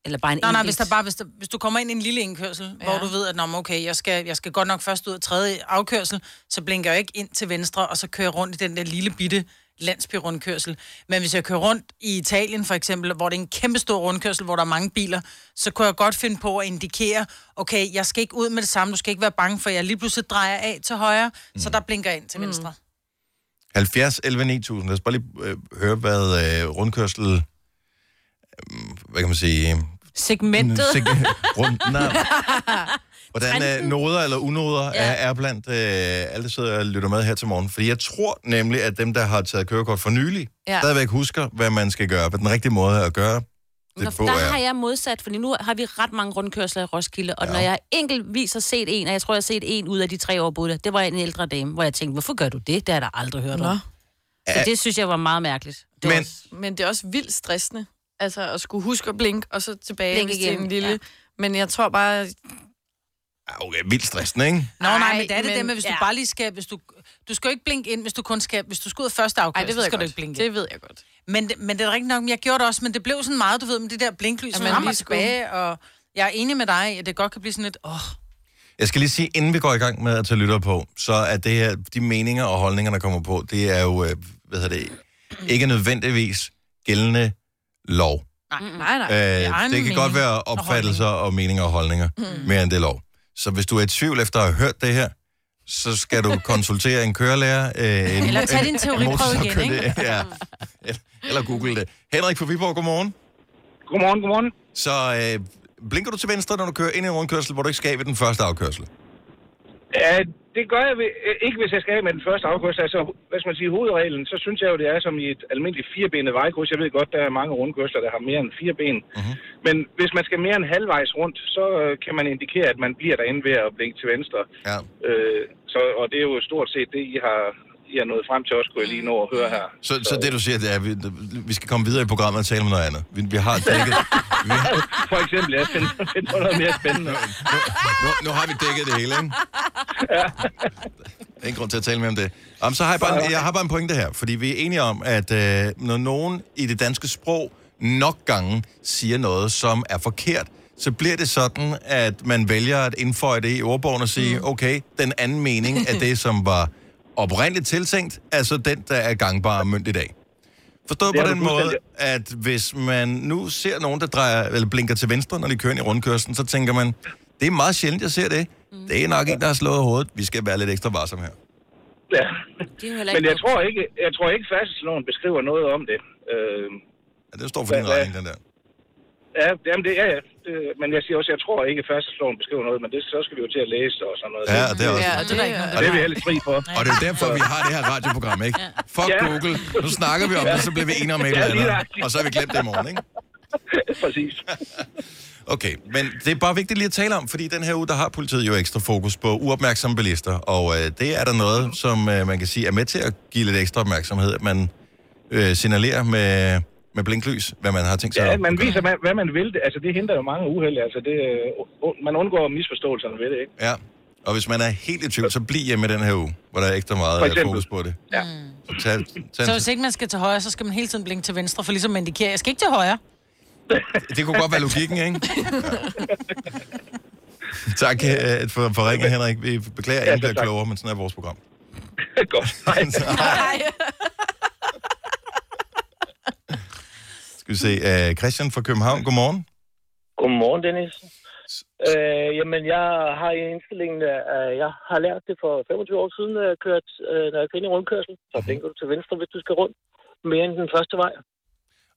Speaker 5: Eller bare en
Speaker 3: Nej, nej, hvis, der bare, hvis, der, hvis du kommer ind i en lille indkørsel, ja. hvor du ved, at nå, men okay, jeg skal, jeg skal godt nok først ud af tredje afkørsel, så blinker jeg ikke ind til venstre, og så kører jeg rundt i den der lille bitte landsbyrundkørsel. Men hvis jeg kører rundt i Italien for eksempel, hvor det er en kæmpe stor rundkørsel, hvor der er mange biler, så kunne jeg godt finde på at indikere, okay, jeg skal ikke ud med det samme, du skal ikke være bange for, jeg lige pludselig drejer af til højre, mm. så der blinker jeg ind til venstre.
Speaker 1: 70, 11, 9000. Lad os bare lige øh, høre, hvad øh, rundkørsel... Øh, hvad kan man sige?
Speaker 2: Segmentet.
Speaker 1: Seg- *laughs* rund,
Speaker 5: *laughs*
Speaker 1: nej, hvordan øh,
Speaker 2: Trenden.
Speaker 1: noder eller unoder ja. er, er blandt øh, alle, der sidder og lytter med her til morgen. Fordi jeg tror nemlig, at dem, der har taget kørekort for nylig, ja.
Speaker 5: Ja.
Speaker 1: stadigvæk husker, hvad man skal gøre, hvad den rigtige måde at gøre det på
Speaker 5: der
Speaker 1: er.
Speaker 5: har jeg modsat, fordi nu har vi ret mange rundkørsler i Roskilde, og ja. når jeg enkeltvis har set en, og jeg tror, jeg har set en ud af de tre år på det, det var en ældre dame, hvor jeg tænkte, hvorfor gør du det? Det har jeg da aldrig hørt om. Så
Speaker 4: Ja.
Speaker 5: det synes jeg var meget mærkeligt. Det var
Speaker 4: Men... Men det er også vildt stressende. Altså at skulle huske at blinke, og så tilbage
Speaker 5: Blink
Speaker 4: Blink hvis det er
Speaker 5: igen,
Speaker 4: en lille...
Speaker 5: ja.
Speaker 4: Ja. Men jeg tror bare,
Speaker 1: Okay, vildt stressende, ikke?
Speaker 3: Nå, nej,
Speaker 4: Ej,
Speaker 3: men det er det
Speaker 4: men-
Speaker 3: der med, hvis ja. du
Speaker 4: ja.
Speaker 3: bare lige skal... Hvis du, du skal jo ikke blinke ind, hvis du kun skal... Hvis du skal ud af første afkørsel,
Speaker 4: Ej, det ved
Speaker 3: så
Speaker 4: jeg
Speaker 3: skal du
Speaker 4: godt.
Speaker 3: ikke blinke
Speaker 4: Det ved jeg godt.
Speaker 3: Men, det- men det er rigtigt nok, men jeg gjorde det også, men det blev sådan meget, du ved, med det der blinklys,
Speaker 4: At
Speaker 3: som
Speaker 4: man
Speaker 3: rammer
Speaker 4: lige skulle-
Speaker 3: tilbage, og jeg er enig med dig, at det godt kan blive sådan lidt, åh, oh,
Speaker 1: Jeg skal lige sige, inden vi går i gang med at tage lytter på, så er det her, de meninger og holdninger, der kommer på, det er jo, øh, hvad hedder det, ikke nødvendigvis gældende lov.
Speaker 3: nej,
Speaker 4: nej, Ah, nej.
Speaker 1: Øh, det kan godt være opfattelser og meninger og holdninger, mm. mere end det er lov. Så hvis du er i tvivl efter at have hørt det her, så skal du konsultere en kørelærer. Øh, en,
Speaker 3: Eller tage din
Speaker 1: en-
Speaker 3: teoriprøve
Speaker 1: en motorcykel-
Speaker 3: igen, ikke?
Speaker 1: *laughs* Ja. Eller google det. Henrik fra Viborg, godmorgen.
Speaker 14: Godmorgen, godmorgen.
Speaker 1: Så øh, blinker du til venstre, når du kører ind i en rundkørsel, hvor du ikke skal ved den første afkørsel?
Speaker 14: Ja, det gør jeg ved- øh, ikke, hvis jeg skal af med den første afkørsel. Altså, hvad skal man sige, hovedreglen, så synes jeg jo, det er som i et almindeligt firebenet vejkryds. Jeg ved godt, der er mange rundkørsler, der har mere end fire ben. Uh-huh. Men hvis man skal mere end halvvejs rundt, så øh, kan man indikere, at man bliver derinde ved at blinke til venstre.
Speaker 1: Ja.
Speaker 14: Øh, så, og det er jo stort set det, I har, I har nået frem til også, kunne jeg lige nå at høre her.
Speaker 1: Så, så det, du siger, det er, at vi, vi skal komme videre i programmet og tale om noget andet. Vi, vi har dækket... Vi har...
Speaker 14: For eksempel, jeg finder, finder noget mere spændende.
Speaker 1: Nu, nu, nu har vi dækket det hele, ikke? Ja. Ingen grund til at tale mere om det. Om, så har jeg, bare en, jeg har bare en pointe her, fordi vi er enige om, at øh, når nogen i det danske sprog nok gange siger noget, som er forkert, så bliver det sådan, at man vælger at indføje det i ordbogen og
Speaker 14: Mm.
Speaker 1: sige, okay, den anden mening af det, som var oprindeligt tiltænkt, altså den, der er gangbar og mønt i dag. Forstået
Speaker 14: Det er
Speaker 1: på
Speaker 14: du
Speaker 1: den måde,
Speaker 14: fuldstændig.
Speaker 1: at hvis man nu ser nogen, der drejer, eller blinker til venstre, når de kører ind i rundkørslen, så tænker man, det er meget sjældent, jeg ser det.
Speaker 14: Mm.
Speaker 1: Det er nok en, der har slået hovedet. Vi skal være lidt ekstra varsomme her.
Speaker 14: Ja.
Speaker 5: Det er jo
Speaker 14: Men jeg tror ikke, jeg tror ikke færdselsloven beskriver noget om det. Øh,
Speaker 1: Ja, det står for din
Speaker 14: Hvad-
Speaker 1: regning, den der.
Speaker 14: Ja, jamen det, ja, ja. Det, men jeg siger også, jeg tror ikke, at færdselsloven beskriver noget, men det, så skal vi jo til at læse og sådan noget.
Speaker 1: Ja, det er også- Ja,
Speaker 14: det,
Speaker 1: det er der ikke
Speaker 14: det,
Speaker 1: noget,
Speaker 14: og det er vi
Speaker 1: der-
Speaker 14: helst fri for.
Speaker 1: Og det er jo derfor, vi har det her radioprogram, ikke? Fuck
Speaker 14: Ja.
Speaker 1: Google. Nu snakker vi om det, så bliver vi enige om et
Speaker 14: Ja,
Speaker 1: eller
Speaker 14: lige
Speaker 1: andet.
Speaker 14: nøjagtigt.
Speaker 1: Og så har vi glemt det i morgen, ikke?
Speaker 14: *laughs* Præcis.
Speaker 1: *laughs* Okay, men det er bare vigtigt lige at tale om, fordi den her uge, der har politiet jo ekstra fokus på uopmærksomme bilister, og øh, det er der noget, som øh, man kan sige er med til at give lidt ekstra opmærksomhed, at man øh, signalerer med, med blinklys, hvad man har tænkt sig.
Speaker 14: Ja,
Speaker 1: at
Speaker 14: man
Speaker 1: gøre.
Speaker 14: viser, hvad, hvad man vil. Det- Altså, det hindrer jo mange uheld. Altså, det, øh, u- man undgår misforståelserne ved det, ikke?
Speaker 1: Ja, og hvis man er helt i tvivl, så bliv hjemme den her uge, hvor der er ekstra
Speaker 14: For
Speaker 1: meget øh,
Speaker 14: eksempel.
Speaker 1: fokus på det.
Speaker 3: Ja.
Speaker 1: Så tag,
Speaker 3: Så
Speaker 1: tag,
Speaker 3: hvis ikke man skal til højre, så skal man hele tiden blinke til venstre, for ligesom at indikere, jeg skal ikke til højre.
Speaker 1: det kunne godt være logikken,
Speaker 3: *laughs*
Speaker 1: ikke? Tak øh, for, for ringen, Henrik. Vi beklager, at ingen bliver klogere, men sådan er vores program. *laughs* Godt.
Speaker 15: Nej.
Speaker 1: Skal vi se. øh, Christian fra København, godmorgen.
Speaker 16: Godmorgen, Dennis. Øh, jamen, jeg har i indstillingen, øh, jeg har lært det for 25 år siden, når jeg kørte, øh, når jeg kørte ind i rundkørsel. Så blinker du til venstre, hvis du skal rundt mere end den første vej.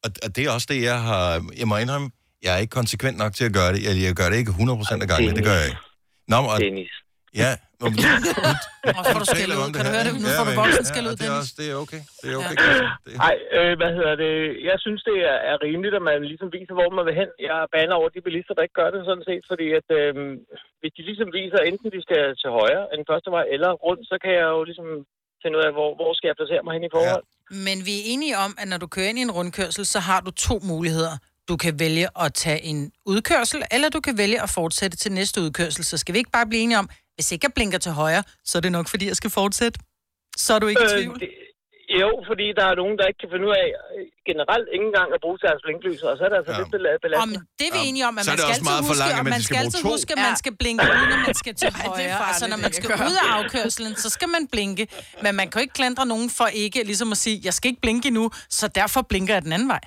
Speaker 1: Og, og det er også det, jeg har... Jeg må indrømme, jeg er ikke konsekvent nok til at gøre det. Jeg, jeg gør det ikke 100% af gangen, det gør jeg ikke. Nå, men, og,
Speaker 16: Dennis.
Speaker 1: Ja, nå, *laughs* men,
Speaker 3: Og så får du skæld ud. Kan du høre det? Nu får du voksen skæld ud, Dennis.
Speaker 1: Det er okay. Det er
Speaker 16: okay. Nej, øh, hvad hedder det? Jeg synes, det er, er rimeligt, at man ligesom viser, hvor man vil hen. Jeg baner over de bilister, der ikke gør det sådan set, fordi at, øh, hvis de ligesom viser, enten de skal til højre end første vej, eller rundt, så kan jeg jo ligesom finde ud af, hvor, hvor skal jeg placere mig hen i forhold.
Speaker 3: Men vi er enige om, at når du kører ind i en rundkørsel, så har du to muligheder. Du kan vælge at tage en udkørsel, eller du kan vælge at fortsætte til næste udkørsel. Så skal vi ikke bare blive enige om, hvis ikke jeg blinker til højre, så er det nok, fordi jeg skal fortsætte. Så er du ikke i tvivl.
Speaker 16: Øh, det, jo, fordi der er nogen, der ikke kan finde ud af øh, generelt ikke engang at bruge deres blinklyser, og så er det altså ja. lidt bela- belastende. Om
Speaker 3: Det er vi enige om, at man skal altid huske, og man skal altid huske, at man skal blinke, uden at man skal
Speaker 4: *laughs*
Speaker 3: til
Speaker 4: det er
Speaker 3: højre.
Speaker 4: farligt,
Speaker 3: altså, når
Speaker 4: det
Speaker 3: man
Speaker 4: kan
Speaker 3: skal
Speaker 4: gøre.
Speaker 3: ud af afkørselen, så skal man blinke. Men man kan jo ikke klandre nogen for ikke ligesom at sige, jeg skal ikke blinke endnu, så derfor blinker jeg den anden vej.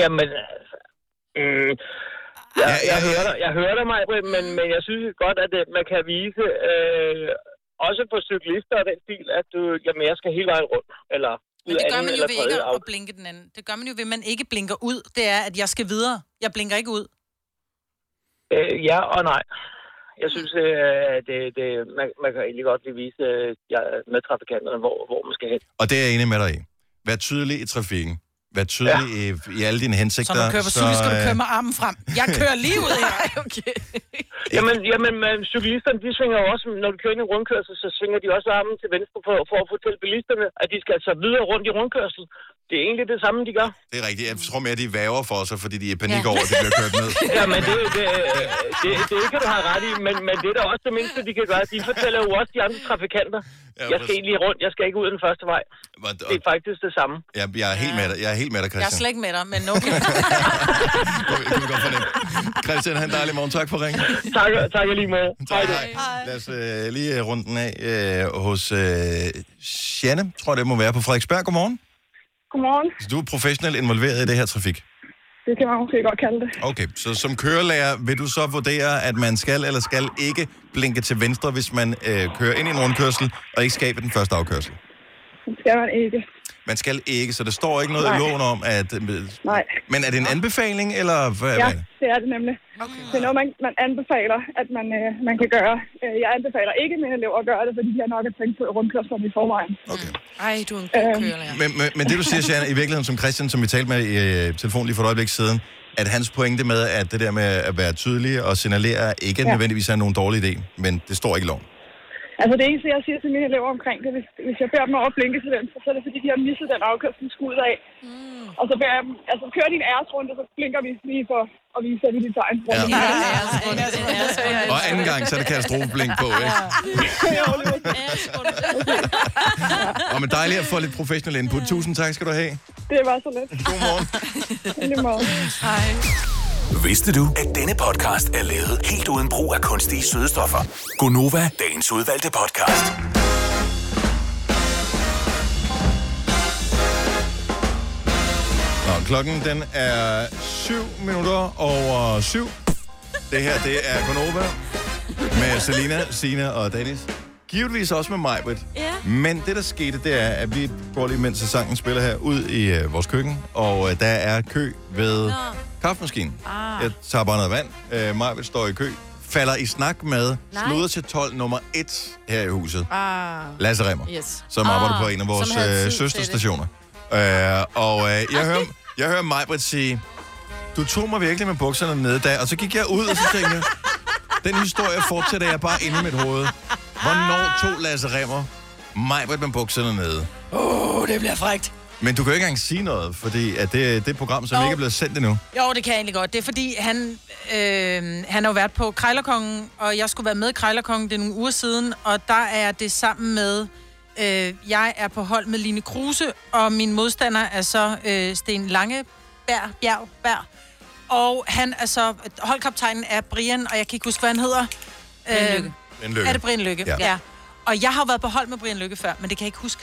Speaker 16: Jamen, altså, mm, jeg, ja, jeg, hører dig, jeg hører dig, Maj, men, men jeg synes godt, at øh, man kan vise, øh, også på cyklister og den stil, at du, jamen, jeg skal hele vejen rundt, eller ud
Speaker 3: Men det
Speaker 16: af
Speaker 3: gør
Speaker 16: anden
Speaker 3: man jo
Speaker 16: eller
Speaker 3: ved
Speaker 16: tredje
Speaker 3: ikke
Speaker 16: af.
Speaker 3: at blinke den anden. Det gør man jo ved, at man ikke blinker ud. Det er, at jeg skal videre. Jeg blinker ikke ud.
Speaker 16: Øh, ja og nej. Jeg
Speaker 3: Mm.
Speaker 16: synes, øh, det, det, man, man kan egentlig godt lige vise øh, jeg- med trafikanterne, hvor, hvor man skal hen.
Speaker 1: Og det er jeg enig med dig i. Vær tydelig i trafikken. Vær tydelig ja. i, i alle dine hensigter.
Speaker 3: Så når du kører på cykel, skal du køre med armen frem. Jeg kører lige ud her. okay.
Speaker 16: Jamen, jamen men cyklisterne, de svinger jo også, når du kører ind i rundkørsel, så svinger de også armen til venstre for, for at fortælle bilisterne, at de skal altså videre rundt i rundkørsel. Det er egentlig det samme, de gør.
Speaker 1: Det er rigtigt. Jeg tror mere, de væver for sig, fordi de er i panik over, at de bliver kørt ned.
Speaker 16: *laughs* Ja, men det, det, det, det, det kan du have ret i, men, men det er da også det mindste, de kan gøre. De fortæller jo også de andre trafikanter,
Speaker 1: Ja,
Speaker 16: jeg skal
Speaker 1: præcis.
Speaker 16: egentlig rundt, jeg skal ikke ud af den første vej. Det er faktisk det samme.
Speaker 1: Jeg, jeg, er helt med dig. Jeg er helt med dig,
Speaker 3: Jeg er
Speaker 1: Christian.
Speaker 3: slet ikke med dig, men *laughs* okay.
Speaker 1: Christian, han dejlig morgen. Tak for ringen.
Speaker 16: Tak, *laughs* tak lige måde. Hej.
Speaker 1: Lad os øh, lige øh, runde den af øh, hos øh, Janne, tror jeg det må være, på Frederiksberg. Godmorgen.
Speaker 17: Godmorgen.
Speaker 1: Så du er professionelt involveret i det her trafik.
Speaker 17: Det kan man måske godt kalde det.
Speaker 1: Okay, så som kørelærer vil du så vurdere, at man skal eller skal ikke blinke til venstre, hvis man øh, kører ind i en rundkørsel og ikke skaber den første afkørsel?
Speaker 17: Det skal man ikke.
Speaker 1: Man skal ikke, så der står ikke noget
Speaker 17: Nej.
Speaker 1: i loven om, at... øh,
Speaker 17: Nej.
Speaker 1: Men er det en anbefaling, eller hvad?
Speaker 17: Ja,
Speaker 1: hvad?
Speaker 17: det er det nemlig. Okay. Det er noget, man, man anbefaler, at man, øh, man kan gøre. Øh, Jeg anbefaler ikke mine elever at gøre det, fordi de har nok at tænke på i rundkørslerne i forvejen. Øh,
Speaker 1: Okay.
Speaker 4: Ej, du er en god øhm,
Speaker 1: Men, men, men det du siger, Sian, i virkeligheden som Christian, som vi talte med i øh, telefonen lige for et øjeblik siden, at hans pointe med, at det der med at være tydelig og signalere, ikke ja.
Speaker 17: Ja.
Speaker 1: nødvendigvis er nogen dårlig idé, men det står ikke i loven.
Speaker 17: Altså det eneste, jeg siger til mine elever omkring det, hvis, hvis jeg beder dem om at blinke til venstre, så er det fordi, de har misset den afkørsel, de skulle ud af. Mm. Og så beder jeg dem, altså kør din æresrunde, så blinker vi lige for at vise, at vi er dit tegn.
Speaker 1: Ja.
Speaker 17: Ja.
Speaker 4: altså-
Speaker 1: Og anden gang, så er det katastrofeblink på, ikke? Og men dejligt at få lidt professionel input. Tusind tak skal du have.
Speaker 17: Det var så let.
Speaker 18: *laughs*
Speaker 1: Godmorgen.
Speaker 17: Godmorgen. Hej.
Speaker 13: Vidste du, at denne podcast er lavet helt uden brug af kunstige sødestoffer? Gonova, dagens udvalgte podcast.
Speaker 1: Nå, klokken den er 7 minutter over 7. Det her, det er Gonova med Selina, Sina og Dennis. Givetvis også med Majbrit.
Speaker 15: Ja.
Speaker 1: Men det, der skete, det er, at vi går lige, mens sangen spiller her, ud i øh, vores køkken, og øh, der er kø ved Nå. kaffemaskinen.
Speaker 15: Ah.
Speaker 1: Jeg tager bare noget vand. Øh, Majbrit står i kø, falder i snak med
Speaker 15: Nej.
Speaker 1: sluder til 12 nummer 1 her i huset.
Speaker 4: Ah.
Speaker 1: Lasse Remmer,
Speaker 4: Yes.
Speaker 1: som
Speaker 4: Ah,
Speaker 1: arbejder på en af vores
Speaker 4: som havde tid
Speaker 1: øh,
Speaker 4: til det. Ah,
Speaker 1: søsterstationer. Øh, og øh, jeg hører, jeg hører Majbrit sige, du tog mig virkelig med bukserne nede der, og så gik jeg ud, og så tænkte jeg, den historie fortsætter jeg bare inde i mit hoved. Hvornår tog Lasse Remmer mig med bukserne nede?
Speaker 3: Åh, oh, det bliver frægt.
Speaker 1: Men du kan jo ikke engang sige noget, fordi at det, det er et program, som
Speaker 3: Jo.
Speaker 1: ikke er blevet sendt endnu.
Speaker 3: Jo, det kan jeg egentlig godt. Det er fordi, han, øh, han har jo været på Krejlerkongen, og jeg skulle være med i Krejlerkongen, det er nogle uger siden, og der er det sammen med, øh, jeg er på hold med Line Kruse, og min modstander er så øh, Sten Lange, Bær, Bjerg, Bær. Og han er så, holdkaptajnen er Brian, og jeg kan ikke huske, hvad han hedder. Øh,
Speaker 1: Brian Lykke. Brian Lykke.
Speaker 3: Er det Brian Lykke?
Speaker 1: Ja.
Speaker 3: Ja. ja. Og jeg har jo været på hold med Brian Lykke før, men det kan jeg ikke huske.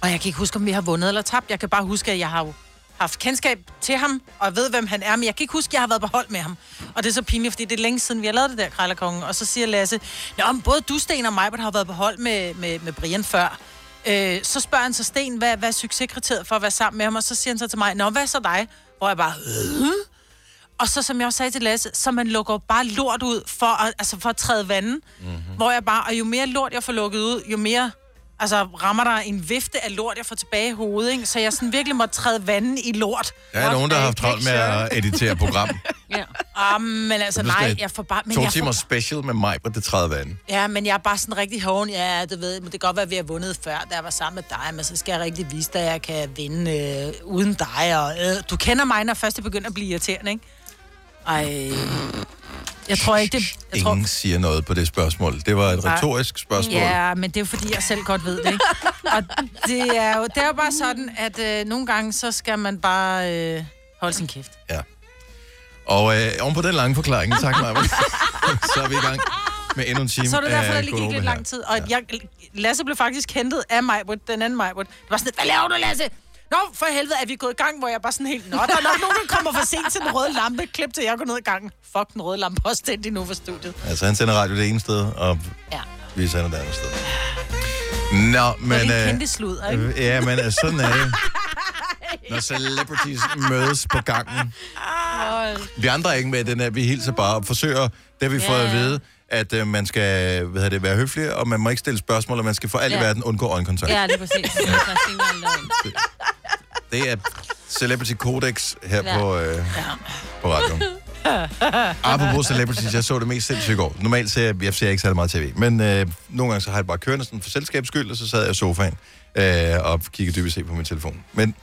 Speaker 3: Og jeg kan ikke huske, om vi har vundet eller tabt. Jeg kan bare huske, at jeg har jo haft kendskab til ham, og jeg ved, hvem han er, men jeg kan ikke huske, at jeg har været på hold med ham. Og det er så pinligt, fordi det er længe siden, vi har lavet det der, Krejlerkongen. Og så siger Lasse, Nå, men både du, Sten og mig, har været på hold med, med, med Brian før. Øh, så spørger han så Sten, hvad, hvad er succeskriteriet for at være sammen med ham? Og så siger han så til mig, Nå, hvad så dig? Hvor jeg bare, øh? Og så, som jeg også sagde til Lasse, så man lukker jo bare lort ud for at, altså for at træde vandet.
Speaker 1: Mhm.
Speaker 3: Mm-hmm. Hvor jeg bare, og jo mere lort jeg får lukket ud, jo mere altså, rammer der en vifte af lort, jeg får tilbage i hovedet. Ikke? Så jeg sådan virkelig må træde vandet i lort.
Speaker 1: Der er nogen, der har haft travlt med at editere
Speaker 3: *laughs*
Speaker 1: program.
Speaker 3: Ah, men altså,
Speaker 1: Det bliver
Speaker 3: nej,
Speaker 1: sådan et
Speaker 3: jeg får bare... Men
Speaker 1: to
Speaker 3: jeg
Speaker 1: timer
Speaker 3: får,
Speaker 1: special med mig på det 30 vand.
Speaker 3: ja, men jeg er bare sådan rigtig hoven. Ja, det ved jeg, men det kan godt være, at vi har vundet før, da jeg var sammen med dig, men så skal jeg rigtig vise dig, at jeg kan vinde øh, uden dig. Og, øh, du kender mig, når først det begynder at blive irriterende, ikke? Ej, jeg tror ikke, det... Jeg tror,
Speaker 1: Ingen siger noget på det spørgsmål. Det var et
Speaker 3: Nej.
Speaker 1: retorisk spørgsmål.
Speaker 3: Ja, men det er jo fordi, jeg selv godt ved det, ikke? Og det er jo, det er jo bare sådan, at øh, nogle gange, så skal man bare øh, holde sin kæft.
Speaker 1: Og øh, oven på den lange
Speaker 3: *laughs*
Speaker 1: forklaring, tak mig, så er vi i gang med endnu en time.
Speaker 3: Så er det derfor,
Speaker 1: af
Speaker 3: der lige gik
Speaker 1: Gonova
Speaker 3: lidt
Speaker 1: her.
Speaker 3: lang tid. Og jeg, Lasse blev faktisk hentet af mig, den anden mig. Det var sådan, hvad laver du, Lasse? Nå, for helvede er vi gået i gang, hvor jeg bare sådan helt, nå, der er nok nogen, der kommer for sent til den røde lampe. Klip til, jeg går ned i gangen. Fuck, den røde lampe er også tændt endnu for studiet.
Speaker 1: Altså, han sender radio det ene sted, og
Speaker 3: Ja.
Speaker 1: vi sender det andet sted. Nå, men...
Speaker 3: det er en
Speaker 1: øh,
Speaker 3: kendte sludder, ikke?
Speaker 1: øh, Ja, men øh, sådan
Speaker 3: *laughs*
Speaker 1: er det. Når celebrities mødes på gangen. Vi andre er ikke med i den her. Vi hilser bare og forsøger, det har vi fået at vide, at øh, man skal hvad hedder det, være høflig, og man må ikke stille spørgsmål, og man skal for alt i
Speaker 5: Ja.
Speaker 1: verden undgå øjenkontakt.
Speaker 5: Ja, det er præcis. Jeg tager fingeren derhen.
Speaker 1: Det er Celebrity Codex her
Speaker 5: Ja.
Speaker 1: på, øh, på radioen. Apropos celebrities, jeg så det mest sindssygt i går. Normalt ser jeg, jeg ser ikke særlig meget tv, men øh, nogle gange så har jeg det bare kørende sådan for selskabs skyld, og så sad jeg i sofaen øh, og kiggede dybest set på min telefon. Men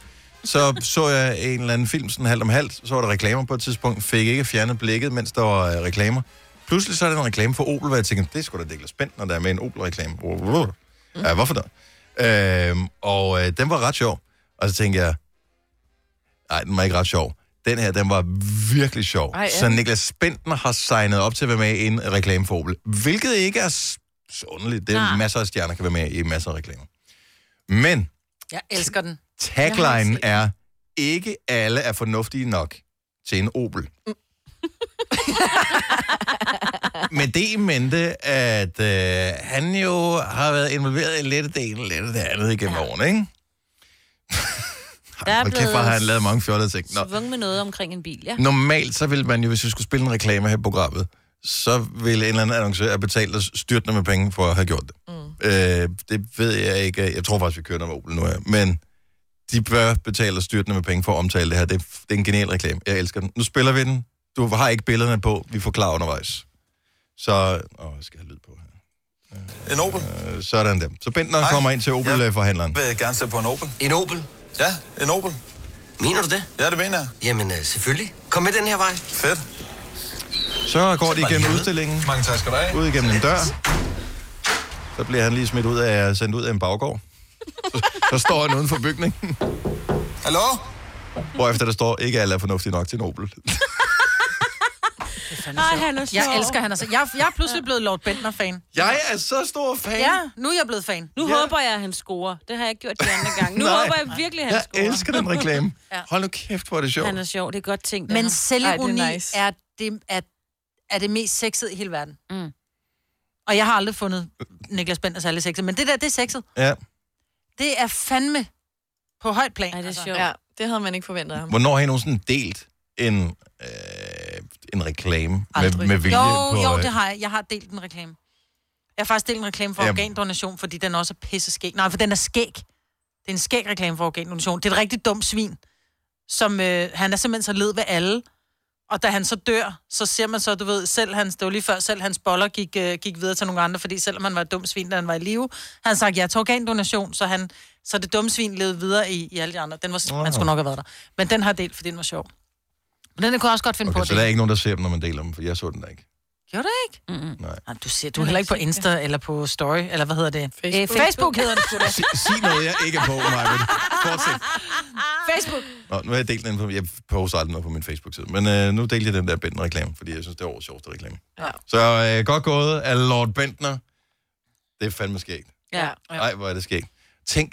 Speaker 1: så så jeg en eller anden film sådan halvt om halvt, så var der reklamer på et tidspunkt, fik ikke fjernet blikket, mens der var øh, reklamer. Pludselig så er der en reklame for Opel, hvor jeg tænker, det skulle sgu da Niklas Bent, når der er med en Opel-reklame. Ja, hvorfor da? Øhm, og øh, den var ret sjov. Og så tænkte jeg, nej, den var ikke ret sjov. Den her, den var virkelig sjov.
Speaker 13: Ej, ja.
Speaker 1: Så Niklas Bentner har signet op til at være med i en reklame for Opel. Hvilket ikke er s- så underligt. Det er
Speaker 3: Nej.
Speaker 1: masser af stjerner, kan være med i masser af reklamer. Men
Speaker 3: Jeg elsker den.
Speaker 1: taglinen er, ikke alle er fornuftige nok til en Opel.
Speaker 3: *laughs*
Speaker 1: Med det i mente, at øh, han jo har været involveret i lidt det ene, lidt det andet igennem ja. årene, ikke?
Speaker 5: Der er
Speaker 1: Hold kæft, hvor har han lavet mange fjollede ting. Nå.
Speaker 5: svung med noget omkring en bil, ja.
Speaker 1: Normalt så ville man jo, hvis vi skulle spille en reklame her i programmet, så ville en eller anden annoncør have betalt os styrtende med penge for at have gjort det. Mm. Øh, det ved jeg ikke. Jeg tror faktisk, vi kører noget med Opel nu her. Men de bør betale os styrtende med penge for at omtale det her. Det er, det er en genial reklame. Jeg elsker den. Nu spiller vi den. Du har ikke billederne på. Vi forklarer undervejs. Så... Åh, jeg skal have lyd på her. En Opel? Øh, sådan der. Så Bentner kommer ind til Opel-forhandleren.
Speaker 15: Jeg vil gerne se på en Opel. En Opel? Ja, en Opel. Mener du det? Ja, det mener jeg. Jamen, øh, selvfølgelig. Kom med den her vej. Fedt.
Speaker 1: Så går de
Speaker 15: var
Speaker 1: igennem
Speaker 15: det
Speaker 1: udstillingen.
Speaker 15: Mange tak skal du have.
Speaker 1: Ud igennem en dør. Så bliver han lige smidt ud af, sendt ud af en baggård. Så, så står han uden for bygningen. Hallo? Hvorefter der står, ikke alle er fornuftige nok til en Opel.
Speaker 3: Nej, han er Jeg elsker han. Altså. Jeg, jeg er pludselig blevet Lord Bentner-fan.
Speaker 1: Jeg er så stor fan.
Speaker 3: Ja, nu er jeg blevet fan.
Speaker 5: Nu håber jeg, at han scorer. Det har jeg ikke gjort de andre gange. Nu
Speaker 1: *laughs* Nej.
Speaker 5: håber jeg virkelig, at han
Speaker 1: Jeg
Speaker 5: scorer.
Speaker 1: elsker den reklame.
Speaker 5: Ja.
Speaker 1: Hold nu kæft, hvor er det sjovt.
Speaker 5: Han er sjov, det er godt tænkt.
Speaker 3: Men
Speaker 5: selvironi
Speaker 3: selvironi er, nice. er, det, er, er det mest sexede i hele verden. Mm. Og jeg har aldrig fundet Niklas Bender særlig sexet, men det der, det er sexet.
Speaker 1: Ja.
Speaker 3: Det er fandme på højt plan. Ej, det er altså.
Speaker 4: Ja, det havde man ikke forventet af ham.
Speaker 1: Hvornår har I nogensinde delt en, øh, en reklame med, med vilje?
Speaker 3: jo,
Speaker 1: på,
Speaker 3: jo,
Speaker 1: øh,
Speaker 3: det har jeg. Jeg har delt en reklame. Jeg har faktisk delt en reklame for
Speaker 1: Ja.
Speaker 3: ja. organdonation, fordi den også er pisse skæg. Nej, for den er skæg. Det er en skæg reklame for organdonation. Det er et rigtig dumt svin, som øh, han er simpelthen så led ved alle. Og da han så dør, så ser man så, du ved, selv hans, det var lige før, selv hans boller gik, øh, gik videre til nogle andre, fordi selvom han var et dumt svin, da han var i live, han sagde, ja, til organdonation, så, han, så det dumme svin levede videre i, i alle de andre. Den var,
Speaker 1: Nå.
Speaker 3: man skulle nok have været der. Men den har jeg delt, fordi den var sjov. Men den kunne jeg også godt finde
Speaker 1: Okay,
Speaker 3: på.
Speaker 1: så der er ikke nogen, der ser dem, når man deler dem, for jeg så den da ikke.
Speaker 3: Gjorde det ikke?
Speaker 1: Mm. Nej.
Speaker 3: Du, ser, du er heller ikke på Insta eller på Story, eller hvad hedder det? Facebook, Facebook. Facebook hedder det. sgu da.
Speaker 1: sig, sig noget, jeg ikke er på, Marvind. Fortsæt.
Speaker 3: Facebook.
Speaker 1: Nå, nu har jeg delt den, på- jeg poster aldrig noget på min Facebook-side, men øh, nu delte jeg den der Bentner-reklame, fordi jeg synes, det er årets sjoveste reklame.
Speaker 3: Ja.
Speaker 1: Så øh, godt gået af Lord Bentner. Det er fandme skægt.
Speaker 3: Ja.
Speaker 1: Nej, hvor er det skægt. Tænk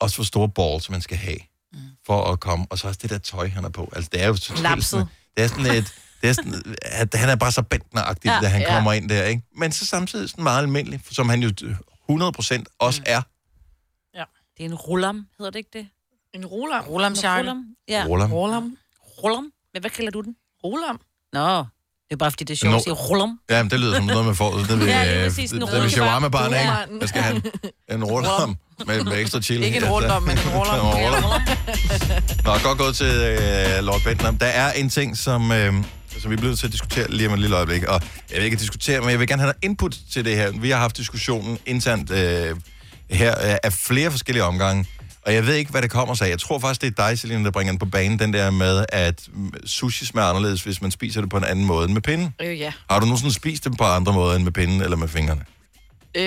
Speaker 1: også, hvor store balls man skal have
Speaker 3: Mm.
Speaker 1: for at komme. Og så også det der tøj, han er på. Altså, det er jo totalt
Speaker 3: Lapset.
Speaker 1: sådan- Det er sådan et... Det er sådan, at han er bare så bentneragtig,
Speaker 3: Ja,
Speaker 1: ja, da han
Speaker 3: ja.
Speaker 1: ja. kommer ind der, ikke? Men så samtidig sådan meget almindelig, som han jo 100% også
Speaker 3: Mm.
Speaker 1: er.
Speaker 3: Ja.
Speaker 5: Det er en rullam, hedder det ikke det?
Speaker 4: En rullam?
Speaker 5: Rullamsjakke. Ja.
Speaker 1: Rullam.
Speaker 4: Rullam.
Speaker 5: Rullam. Men hvad kalder du den?
Speaker 4: Rullam.
Speaker 5: Nå, det er bare fordi, det er sjovt at sige rullam.
Speaker 1: Ja, men det lyder som noget, man får. Det
Speaker 5: *laughs*
Speaker 1: vil,
Speaker 5: Ja,
Speaker 1: ja,
Speaker 5: lige
Speaker 1: øh, det
Speaker 5: præcis. En
Speaker 1: vil,
Speaker 5: rulle-
Speaker 1: vil shawarma barn
Speaker 5: Rulleren.
Speaker 1: af. Jeg skal have en, en rullam med, med ekstra chili.
Speaker 4: Ikke en
Speaker 1: Ja,
Speaker 4: rullam,
Speaker 1: der-
Speaker 4: men
Speaker 1: *laughs*
Speaker 4: en rullam.
Speaker 1: der er Nå, godt gået til øh, Lord Bentner. Der er en ting, som, øh, som vi bliver nødt til at diskutere lige om et lille øjeblik. Og jeg vil ikke diskutere, men jeg vil gerne have noget input til det her. Vi har haft diskussionen internt øh, her øh, af flere forskellige omgange. Og jeg ved ikke, hvad det kommer sig af. Jeg tror faktisk, det er dig, Selina, der bringer den på banen, den der med, at mm, sushi smager anderledes, hvis man spiser det på en anden måde end med pinden.
Speaker 4: Øh, ja.
Speaker 1: Har du nogensinde spist dem på andre måder end med pinden eller med fingrene?
Speaker 4: Øh,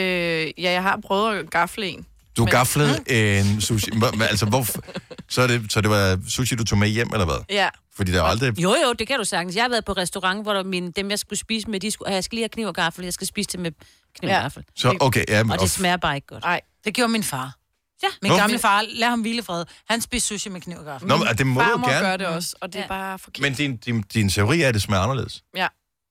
Speaker 4: ja, jeg har prøvet at gafle en.
Speaker 1: Du men... gaflede en sushi. Hva- hva- altså, hvorfor? Så, er det, så det var sushi, du tog med hjem, eller hvad?
Speaker 5: Ja.
Speaker 1: Fordi der er aldrig...
Speaker 5: Jo, jo, det kan du sagtens. Jeg har været på restaurant, hvor der min, dem, jeg skulle spise med, de skulle, "Ah, jeg skal lige have kniv og gaffel, jeg skal spise det med kniv og
Speaker 3: Ja.
Speaker 5: gaffel.
Speaker 1: Så, okay, ja, men-
Speaker 5: og det smager bare ikke godt.
Speaker 4: Nej,
Speaker 3: det gjorde min far.
Speaker 5: Ja.
Speaker 3: Min
Speaker 1: Nå.
Speaker 3: gamle far, lad ham hvile i fred. Han spiser sushi med kniv og gaffel.
Speaker 1: Nå, men ah, det må du
Speaker 4: Farmor
Speaker 1: gerne.
Speaker 4: gør det også, og det er bare forkert.
Speaker 1: Men din, din, din teori er, at det smager anderledes.
Speaker 4: Ja.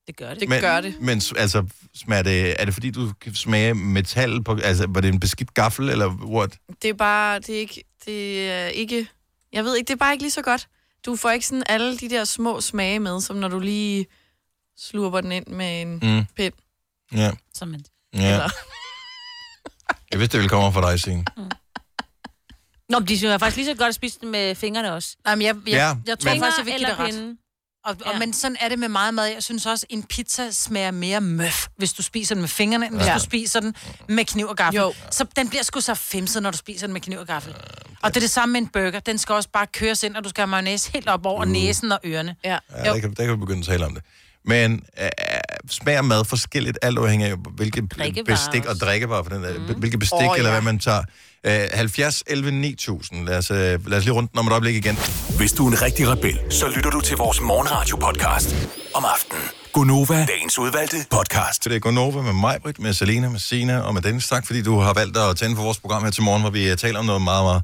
Speaker 5: Det gør det.
Speaker 4: Det
Speaker 1: men,
Speaker 4: gør det.
Speaker 1: Men s- altså, smager det, er det fordi, du kan smage metal på... Altså, var det en beskidt gaffel, eller what?
Speaker 4: Det er bare, det er ikke, det er ikke, jeg ved ikke, det er bare ikke lige så godt. Du får ikke sådan alle de der små smage med, som når du lige slurper den ind med en
Speaker 1: Mm.
Speaker 4: mm. pind.
Speaker 1: Ja.
Speaker 5: Som en...
Speaker 1: ja.
Speaker 4: Eller-
Speaker 1: Jeg vidste, det ville komme fra dig, Signe.
Speaker 5: Nå, men de synes faktisk lige så godt at spise den med fingrene også.
Speaker 3: Nej, men jeg, jeg,
Speaker 1: Ja,
Speaker 3: jeg tror
Speaker 1: men-
Speaker 3: faktisk, jeg vil give
Speaker 5: Eller
Speaker 3: dig ret.
Speaker 5: pinde.
Speaker 3: Og, og,
Speaker 5: Ja.
Speaker 3: Men sådan er det med meget mad. Jeg synes også, en pizza smager mere møf, hvis du spiser den med fingrene, end hvis
Speaker 5: Ja.
Speaker 3: du spiser den med kniv og gaffel. Jo. Så den bliver sgu så femset, når du spiser den med kniv og gaffel. Og det er det samme med en burger. Den skal også bare køres ind, og du skal have mayonnaise helt op over
Speaker 1: Uh.
Speaker 3: næsen og ørerne.
Speaker 4: Ja.
Speaker 1: Ja, der kan, der kan vi begynde at tale om det. Men øh, smager mad forskelligt, alt afhængig af, hvilket
Speaker 13: Drikkevarer
Speaker 1: bestik og
Speaker 13: også.
Speaker 1: drikkevarer, for den der, mm. hvilket bestik
Speaker 13: Åh,
Speaker 1: oh,
Speaker 13: ja.
Speaker 1: eller hvad man tager. Øh, 70, 11, 9000. Lad os, øh, lad os lige runde den om et øjeblik igen.
Speaker 13: Hvis du er en rigtig rebel, så lytter du til vores morgenradio-podcast om aftenen. Gunova, dagens udvalgte podcast.
Speaker 1: Det er Gonova med mig, Britt, med Selena, med Sina og med Dennis. Tak, fordi du har valgt at tænde for vores program her til morgen, hvor vi øh, taler om noget meget, meget,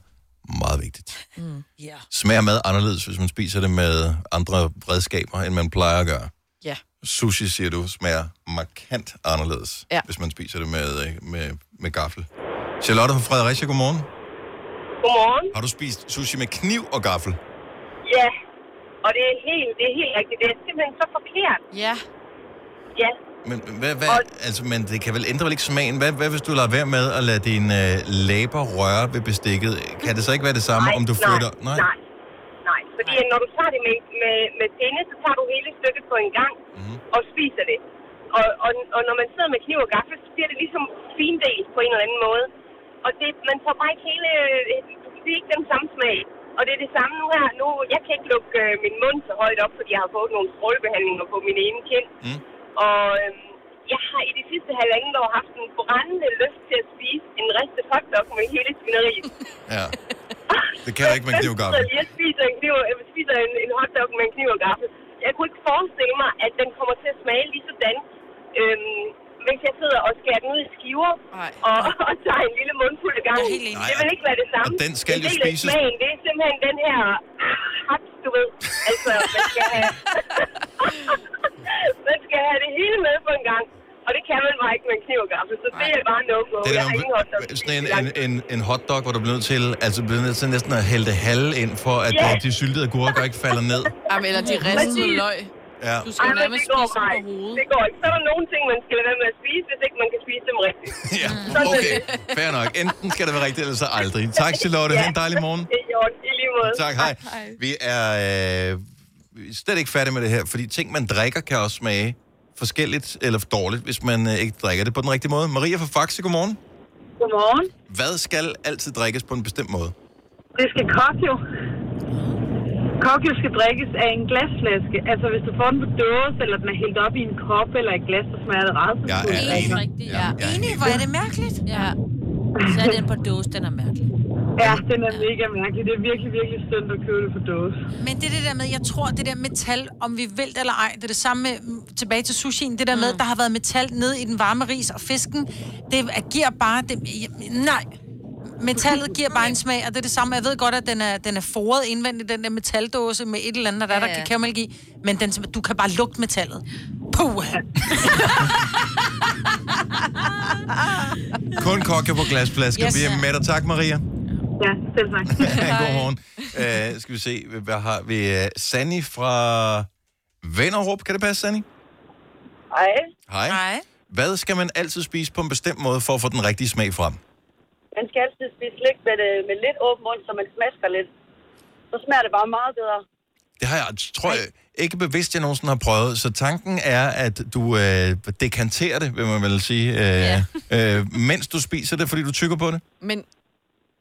Speaker 1: meget vigtigt.
Speaker 3: Mm.
Speaker 5: Yeah.
Speaker 1: Smager mad anderledes, hvis man spiser det med andre redskaber, end man plejer at gøre.
Speaker 4: Ja.
Speaker 1: Sushi, siger du, smager markant anderledes,
Speaker 4: Ja.
Speaker 1: hvis man spiser det med, øh, med, med gaffel. Charlotte fra Fredericia, godmorgen.
Speaker 19: Godmorgen.
Speaker 1: Har du spist sushi med kniv og gaffel?
Speaker 19: Ja, og det er helt, det er helt rigtigt. Det er simpelthen så forkert.
Speaker 4: Ja.
Speaker 19: Ja,
Speaker 1: Men, hvad, hvad, altså, men det kan vel ændre vel ikke smagen? Hvad, hvad hvis du lader være med at lade dine øh, læber røre ved bestikket? Kan det så ikke være det samme, om du flytter?
Speaker 19: nej, nej. Nej, fordi når du tager det med, med, med pinde, så tager du hele stykket på en gang
Speaker 1: Mhm.
Speaker 19: mm. og spiser det. Og, og, og når man sidder med kniv og gaffel, så bliver det ligesom findelt på en eller anden måde. Og det, man får bare ikke hele... Det er ikke den samme smag. Og det er det samme nu her. Nu, jeg kan ikke lukke øh, min mund så højt op, fordi jeg har fået nogle strålebehandlinger på min ene kind.
Speaker 1: Mm.
Speaker 19: Og øhm, jeg har i de sidste halvandet år haft en brændende lyst til at spise en ristet hotdog med hele svineriet.
Speaker 1: *laughs* Ja. Det kan du ikke med kniv og gaffel.
Speaker 19: Så *laughs* jeg spiser en, kniv, jeg spiser en, en hotdog med en kniv og gaffel. Jeg kunne ikke forestille mig, at den kommer til at smage lige sådan, øhm, hvis jeg sidder og skærer den ud i skiver og, *laughs* og tager en lille mundfuld af gangen. Det vil ikke være det samme.
Speaker 1: og den skal
Speaker 19: En
Speaker 1: jo
Speaker 19: del af
Speaker 1: spises-
Speaker 19: Smagen, det er simpelthen den her haks, du ved. Altså, man skal have...
Speaker 1: *laughs*
Speaker 19: man skal have det hele med på en gang. Og det kan man bare ikke med en kniv og gaffel, så det er bare no-go.
Speaker 1: Det er
Speaker 19: Jeg
Speaker 1: der,
Speaker 19: har ingen hotdog.
Speaker 1: sådan en, en, en, en hotdog, hvor du bliver nødt til, altså bliver nødt til næsten at hælde det halve ind, for at
Speaker 19: Ja.
Speaker 1: yeah. de syltede agurker ikke falder ned.
Speaker 4: Jamen, eller de ristede
Speaker 19: Præcis.
Speaker 4: løg.
Speaker 1: Ja.
Speaker 4: Du skal
Speaker 19: Ej,
Speaker 4: jo
Speaker 19: men
Speaker 4: nærmest
Speaker 19: det går
Speaker 4: spise dem
Speaker 19: bare
Speaker 4: på
Speaker 19: ikke.
Speaker 4: hovedet.
Speaker 19: Det går ikke. Så er der nogle ting, man skal lade være med at spise, hvis ikke man kan spise dem rigtigt.
Speaker 1: *laughs* ja,
Speaker 19: Sådan er
Speaker 1: okay.
Speaker 19: det.
Speaker 1: Fair nok. Enten skal det være rigtigt, eller så aldrig. Tak, Charlotte. Ha' en dejlig morgen.
Speaker 19: Det er i orden. I lige lige måde.
Speaker 1: Tak, *laughs* hej. Vi er øh, slet ikke færdige med det her, fordi ting, man drikker, kan også smage forskelligt eller dårligt, hvis man øh, ikke drikker det på den rigtige måde. Maria fra Faxe, godmorgen.
Speaker 19: Godmorgen.
Speaker 1: Hvad skal altid drikkes på en bestemt måde?
Speaker 20: Det skal kogt jo. Kogt jo skal drikkes af en glasflaske. Altså hvis du får den på dåse, eller den er hældt op i en kop eller et glas, så smager det ret.
Speaker 1: Jeg er enig.
Speaker 5: Ja.
Speaker 3: Enig, hvor er det mærkeligt.
Speaker 5: Ja. Så er den på dåse, den er mærkelig.
Speaker 20: Ja, den er mega mærkelig. Det er virkelig, virkelig synd at købe det på dåse.
Speaker 3: Men det er det der med, jeg tror, det der metal, om vi vælter eller ej, det er det samme med, m, tilbage til sushien, det der
Speaker 2: Mm.
Speaker 3: med, der har været metal nede i den varme ris og fisken, det giver bare, det, jeg- nej, metallet giver bare en smag, og det er det samme. Jeg ved godt, at den er, den er foret indvendigt, den der metaldåse med et eller andet, der, er
Speaker 2: Ja,
Speaker 3: der ja,
Speaker 2: ja.
Speaker 3: ja. kan i, men den, du kan bare lugte metallet. Puh!
Speaker 1: Kun kokke på glasflasker.
Speaker 3: Yes.
Speaker 1: Yes. Vi er med dig. Tak, Maria.
Speaker 20: Ja, selv
Speaker 1: *laughs*
Speaker 20: tak.
Speaker 1: Godmorgen. Uh, skal vi se, hvad har vi? Uh, Sanni fra Vennerup. Kan det passe, Sanni?
Speaker 21: Hej.
Speaker 1: Hej. Hej. Hvad skal man altid spise på en bestemt måde for at få den rigtige smag frem?
Speaker 21: Man skal altid spise slik med, øh, med lidt åben mund, så man smasker lidt. Så smager det bare meget bedre.
Speaker 1: Det har jeg, tror jeg, ikke bevidst, jeg nogensinde har prøvet. Så tanken er, at du øh, dekanterer det, vil man vel sige, øh, ja. *laughs* øh, mens du spiser det, fordi du tykker på det.
Speaker 4: Men...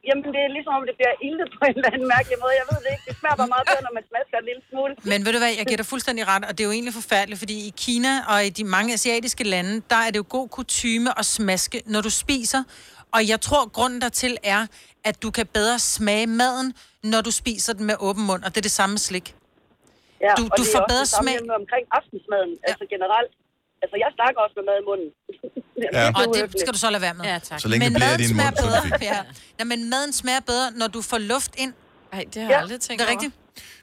Speaker 21: Jamen, det er ligesom, om det bliver iltet på en eller anden mærkelig måde. Jeg ved det ikke. Det smager bare meget bedre, når man smasker en lille smule.
Speaker 3: Men ved du hvad, jeg giver dig fuldstændig ret, og det er jo egentlig forfærdeligt, fordi i Kina og i de mange asiatiske lande, der er det jo god kutyme at smaske, når du spiser. Og jeg tror, grunden dertil er, at du kan bedre smage maden, når du spiser den med åben mund, og det er det samme med slik.
Speaker 21: Ja,
Speaker 3: Du-
Speaker 21: og
Speaker 3: du
Speaker 21: det er
Speaker 3: får
Speaker 21: også
Speaker 3: bedre
Speaker 21: det samme
Speaker 3: smag.
Speaker 21: hjemme omkring aftensmaden, ja. altså generelt.
Speaker 3: *laughs*
Speaker 21: Altså, jeg snakker også med mad i munden.
Speaker 3: Ja. Og det skal du så lade være med. Ja, tak.
Speaker 21: Så længe det bliver i din mund, så er det
Speaker 3: bedre. Ja. Ja, men maden smager bedre, når du får luft ind.
Speaker 4: Nej, det har jeg aldrig tænkt
Speaker 3: Det er rigtigt.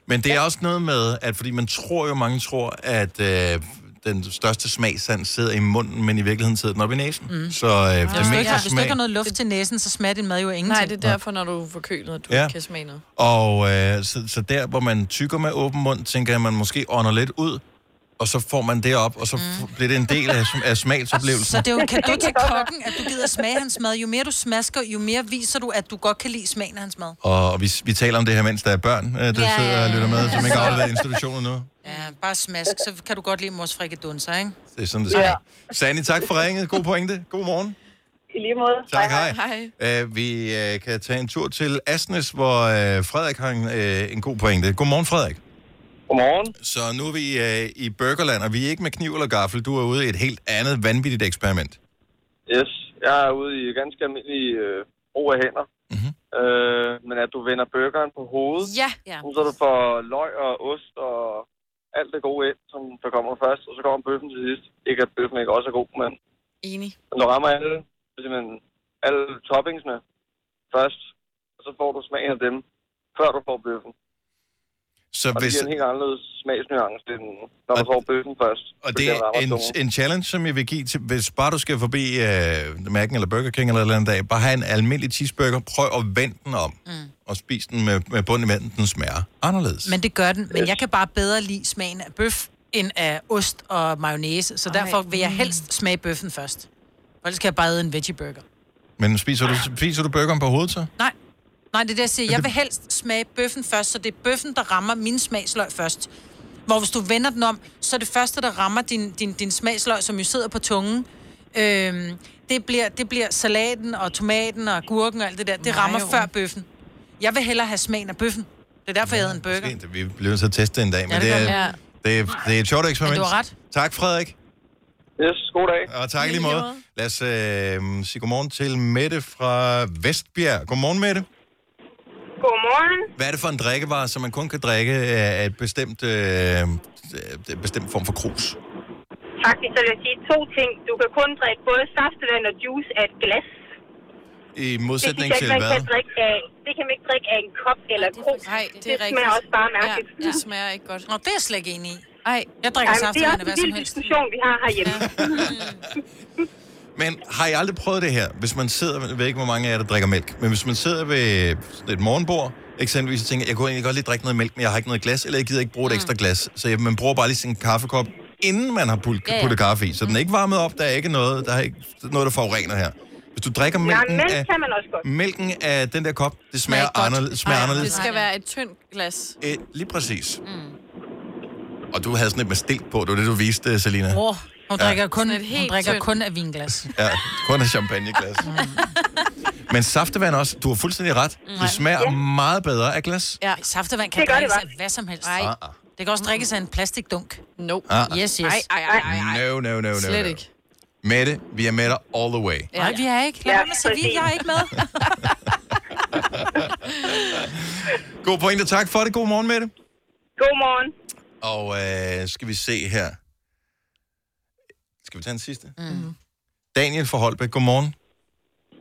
Speaker 1: Men det er også noget med, at fordi man tror jo, mange tror, at øh, den største smagsand sidder i munden, men i virkeligheden sidder den op i næsen. Mm. Så øh, ja.
Speaker 3: Hvis
Speaker 1: det
Speaker 3: du, ikke
Speaker 1: meste
Speaker 3: har, hvis du ikke
Speaker 1: smag...
Speaker 3: har noget luft til næsen, så smager din mad jo ingenting.
Speaker 4: Nej, det er derfor, når du er forkølet, at du
Speaker 1: Ja.
Speaker 4: ja. kan smage noget.
Speaker 1: Og øh, så, så der, hvor man tykker med åben mund, tænker jeg, at man måske ånder lidt ud, og så får man det op, og så mm. bliver det en del af, af smagsoplevelsen.
Speaker 3: Så det er jo en *laughs* kado til kokken, at du gider smage hans mad. Jo mere du smasker, jo mere viser du, at du godt kan lide smagen af hans mad.
Speaker 1: Og vi, vi taler om det her, mens der er børn, øh, der
Speaker 3: Ja,
Speaker 1: ja,
Speaker 3: ja,
Speaker 1: sidder og lytter med, som ikke har afleveret i institutionen nu.
Speaker 3: Ja, bare smask, så kan du godt lide mors frikadunser, ikke?
Speaker 1: Det er sådan, det skal. Ja. Sani, tak for ringet. God pointe. God morgen.
Speaker 21: I lige måde.
Speaker 1: Tak, hej. Uh, vi uh, kan tage en tur til Asnes, hvor uh, Frederik har en, uh, en god pointe. Godmorgen, Frederik.
Speaker 22: Godmorgen.
Speaker 1: Så nu er vi uh, i Burgerland, og vi er ikke med kniv eller gaffel. Du er ude i et helt andet vanvittigt eksperiment.
Speaker 22: Yes, jeg er ude i ganske almindelig øh, brug af hænder.
Speaker 1: Mhm.
Speaker 22: Mm-hmm. Øh, men at du vender burgeren på hovedet,
Speaker 4: Ja.
Speaker 5: ja.
Speaker 22: så du får løg og ost og alt det gode ind, som der kommer først, og så kommer bøffen til sidst. Ikke at bøffen ikke også er god, men
Speaker 4: Enig.
Speaker 22: når du rammer alle, simpelthen alle toppingsene først, og så får du smagen af dem, før du får bøffen.
Speaker 1: Så
Speaker 22: og det
Speaker 1: hvis-
Speaker 22: giver en helt anderledes smagsnuance, end når du får bøffen først.
Speaker 1: Og
Speaker 22: fordi
Speaker 1: det
Speaker 22: den rammer
Speaker 1: er en,
Speaker 22: tungen.
Speaker 1: en challenge, som jeg vil give til, hvis bare du skal forbi uh, Mac'en eller Burger King eller et eller andet dag, bare have en almindelig cheeseburger, prøv at vende den om, mm. og spis den med, med bunden i vandet, den smager anderledes.
Speaker 3: Men det gør den. Men jeg kan bare bedre lide smagen af bøf, end af ost og mayonnaise. Så derfor vil jeg helst smage bøffen først. For ellers kan jeg bare æde en veggieburger.
Speaker 1: Men spiser du, spiser du burgeren på hovedet så?
Speaker 3: Nej. Nej, det er det, jeg siger. Jeg vil helst smage bøffen først, så det er bøffen, der rammer min smagsløg først. Hvor hvis du vender den om, så er det første, der rammer din, din, din smagsløg, som jo sidder på tungen, øhm, det, bliver, det bliver salaten og tomaten og gurken og alt det der. Det rammer
Speaker 2: Mayoen.
Speaker 3: før bøffen. Jeg vil hellere have smagen af bøffen. Det er derfor, jeg æder en burger.
Speaker 1: Vi bliver nødt til at teste det en dag, men
Speaker 3: Ja,
Speaker 1: ja,
Speaker 3: det
Speaker 1: det,
Speaker 3: gør
Speaker 1: er, det, er, det er et sjovt eksperiment.
Speaker 3: Men du har ret.
Speaker 1: Tak, Frederik.
Speaker 22: Yes, god dag.
Speaker 1: Og tak i
Speaker 22: I
Speaker 1: lige
Speaker 22: lige
Speaker 1: måde. Lad os øh, sige godmorgen til Mette fra Vestbjerg. Godmorgen, Mette.
Speaker 21: Godmorgen.
Speaker 1: Hvad er det for en drikkevare, som man kun kan drikke øh, af et bestemt, øh, øh, bestemt form for krus?
Speaker 19: Faktisk så vil jeg sige to ting. Du kan kun drikke både saftevand og juice af et glas.
Speaker 1: I
Speaker 19: Det synes
Speaker 1: modsætning
Speaker 19: jeg
Speaker 1: til
Speaker 19: ikke, man
Speaker 1: hvad?
Speaker 19: kan drikke af. Det kan man ikke drikke af en kop eller en krog. Nej, det,
Speaker 4: er
Speaker 19: smager
Speaker 4: rigtigt.
Speaker 19: også bare mærkeligt.
Speaker 4: Ja, det smager ikke godt.
Speaker 3: Nå, det er jeg slet ikke enig i.
Speaker 4: Ej,
Speaker 3: jeg drikker
Speaker 19: Ej, men det er
Speaker 3: saftevand af
Speaker 19: også
Speaker 3: hvad
Speaker 19: en
Speaker 3: som
Speaker 19: vild
Speaker 3: helst.
Speaker 19: diskussion, vi har herhjemme.
Speaker 1: Men har I aldrig prøvet det her? Hvis man sidder, jeg ved ikke, hvor mange af jer, der drikker mælk, men hvis man sidder ved sådan et morgenbord, eksempelvis, og tænker, jeg kunne egentlig godt lige drikke noget mælk, men jeg har ikke noget glas, eller jeg gider ikke bruge et ekstra glas. Så jeg, man bruger bare lige sin kaffekop, inden man har puttet,
Speaker 13: Ja,
Speaker 1: ja,
Speaker 13: ja.
Speaker 1: ja. puttet kaffe i. Så den er ikke varmet op, der er ikke noget, der er ikke noget, der forurener her. Hvis du drikker
Speaker 4: Ja,
Speaker 1: mælken,
Speaker 4: mælk
Speaker 1: af,
Speaker 4: kan man også godt.
Speaker 1: mælken af den der kop, det smager anderledes. Smager
Speaker 4: Nej,
Speaker 1: anderledes.
Speaker 4: det skal være et tyndt glas.
Speaker 1: Æ, lige præcis.
Speaker 4: Mm.
Speaker 1: Og du havde sådan et med stilk på, det var det, du viste, Selina.
Speaker 3: Bror, hun
Speaker 1: Ja.
Speaker 3: drikker, kun,
Speaker 4: Sådan et
Speaker 3: hun
Speaker 4: helt
Speaker 3: drikker
Speaker 4: tyndt.
Speaker 3: kun af vinglas.
Speaker 1: Ja, kun af champagneglas.
Speaker 3: Mm.
Speaker 1: Men saftevand også, du har fuldstændig ret. Det smager meget bedre af glas.
Speaker 3: Ja. Saftevand kan
Speaker 4: Det gør det
Speaker 3: drikkes
Speaker 4: bare.
Speaker 3: af hvad som helst. Nej. Det kan også drikkes af en plastikdunk.
Speaker 4: No.
Speaker 1: Ah.
Speaker 3: Yes, yes.
Speaker 4: Ej, ej, ej, ej.
Speaker 1: No, no, no, no.
Speaker 3: Slet
Speaker 1: no.
Speaker 3: ikke.
Speaker 1: Mette, vi er med dig all the way.
Speaker 3: Nej, vi er ikke. Lad
Speaker 21: Ja,
Speaker 3: være med at sige, vi jeg er ikke med.
Speaker 4: *laughs*
Speaker 1: God pointe, tak for det. God morgen, Mette.
Speaker 21: Godmorgen.
Speaker 1: Og øh, skal vi se her. Skal vi tage en sidste? Mm. Daniel fra Holbæk, godmorgen.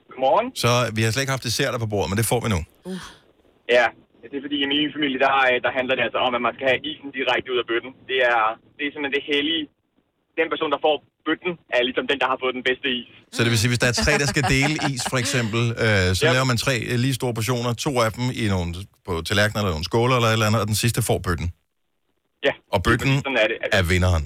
Speaker 7: Godmorgen.
Speaker 1: Så vi har slet ikke haft desserter på bordet, men det får vi nu.
Speaker 7: Ja, det er fordi i min familie, der, øh, der handler det altså om, at man skal have isen direkte ud af bøtten. Det er, det er simpelthen det hellige. Den person, der får bøtten, er ligesom den, der har fået den bedste is.
Speaker 1: Så det vil sige, hvis der er tre, der skal dele is, for eksempel, øh, så laver man tre øh, lige store portioner, to af dem i nogle, på tallerkener eller nogle skåler eller et eller andet, og den sidste får bøtten.
Speaker 7: Ja.
Speaker 1: Og bøtten
Speaker 7: Sådan er det.
Speaker 1: er vinderen.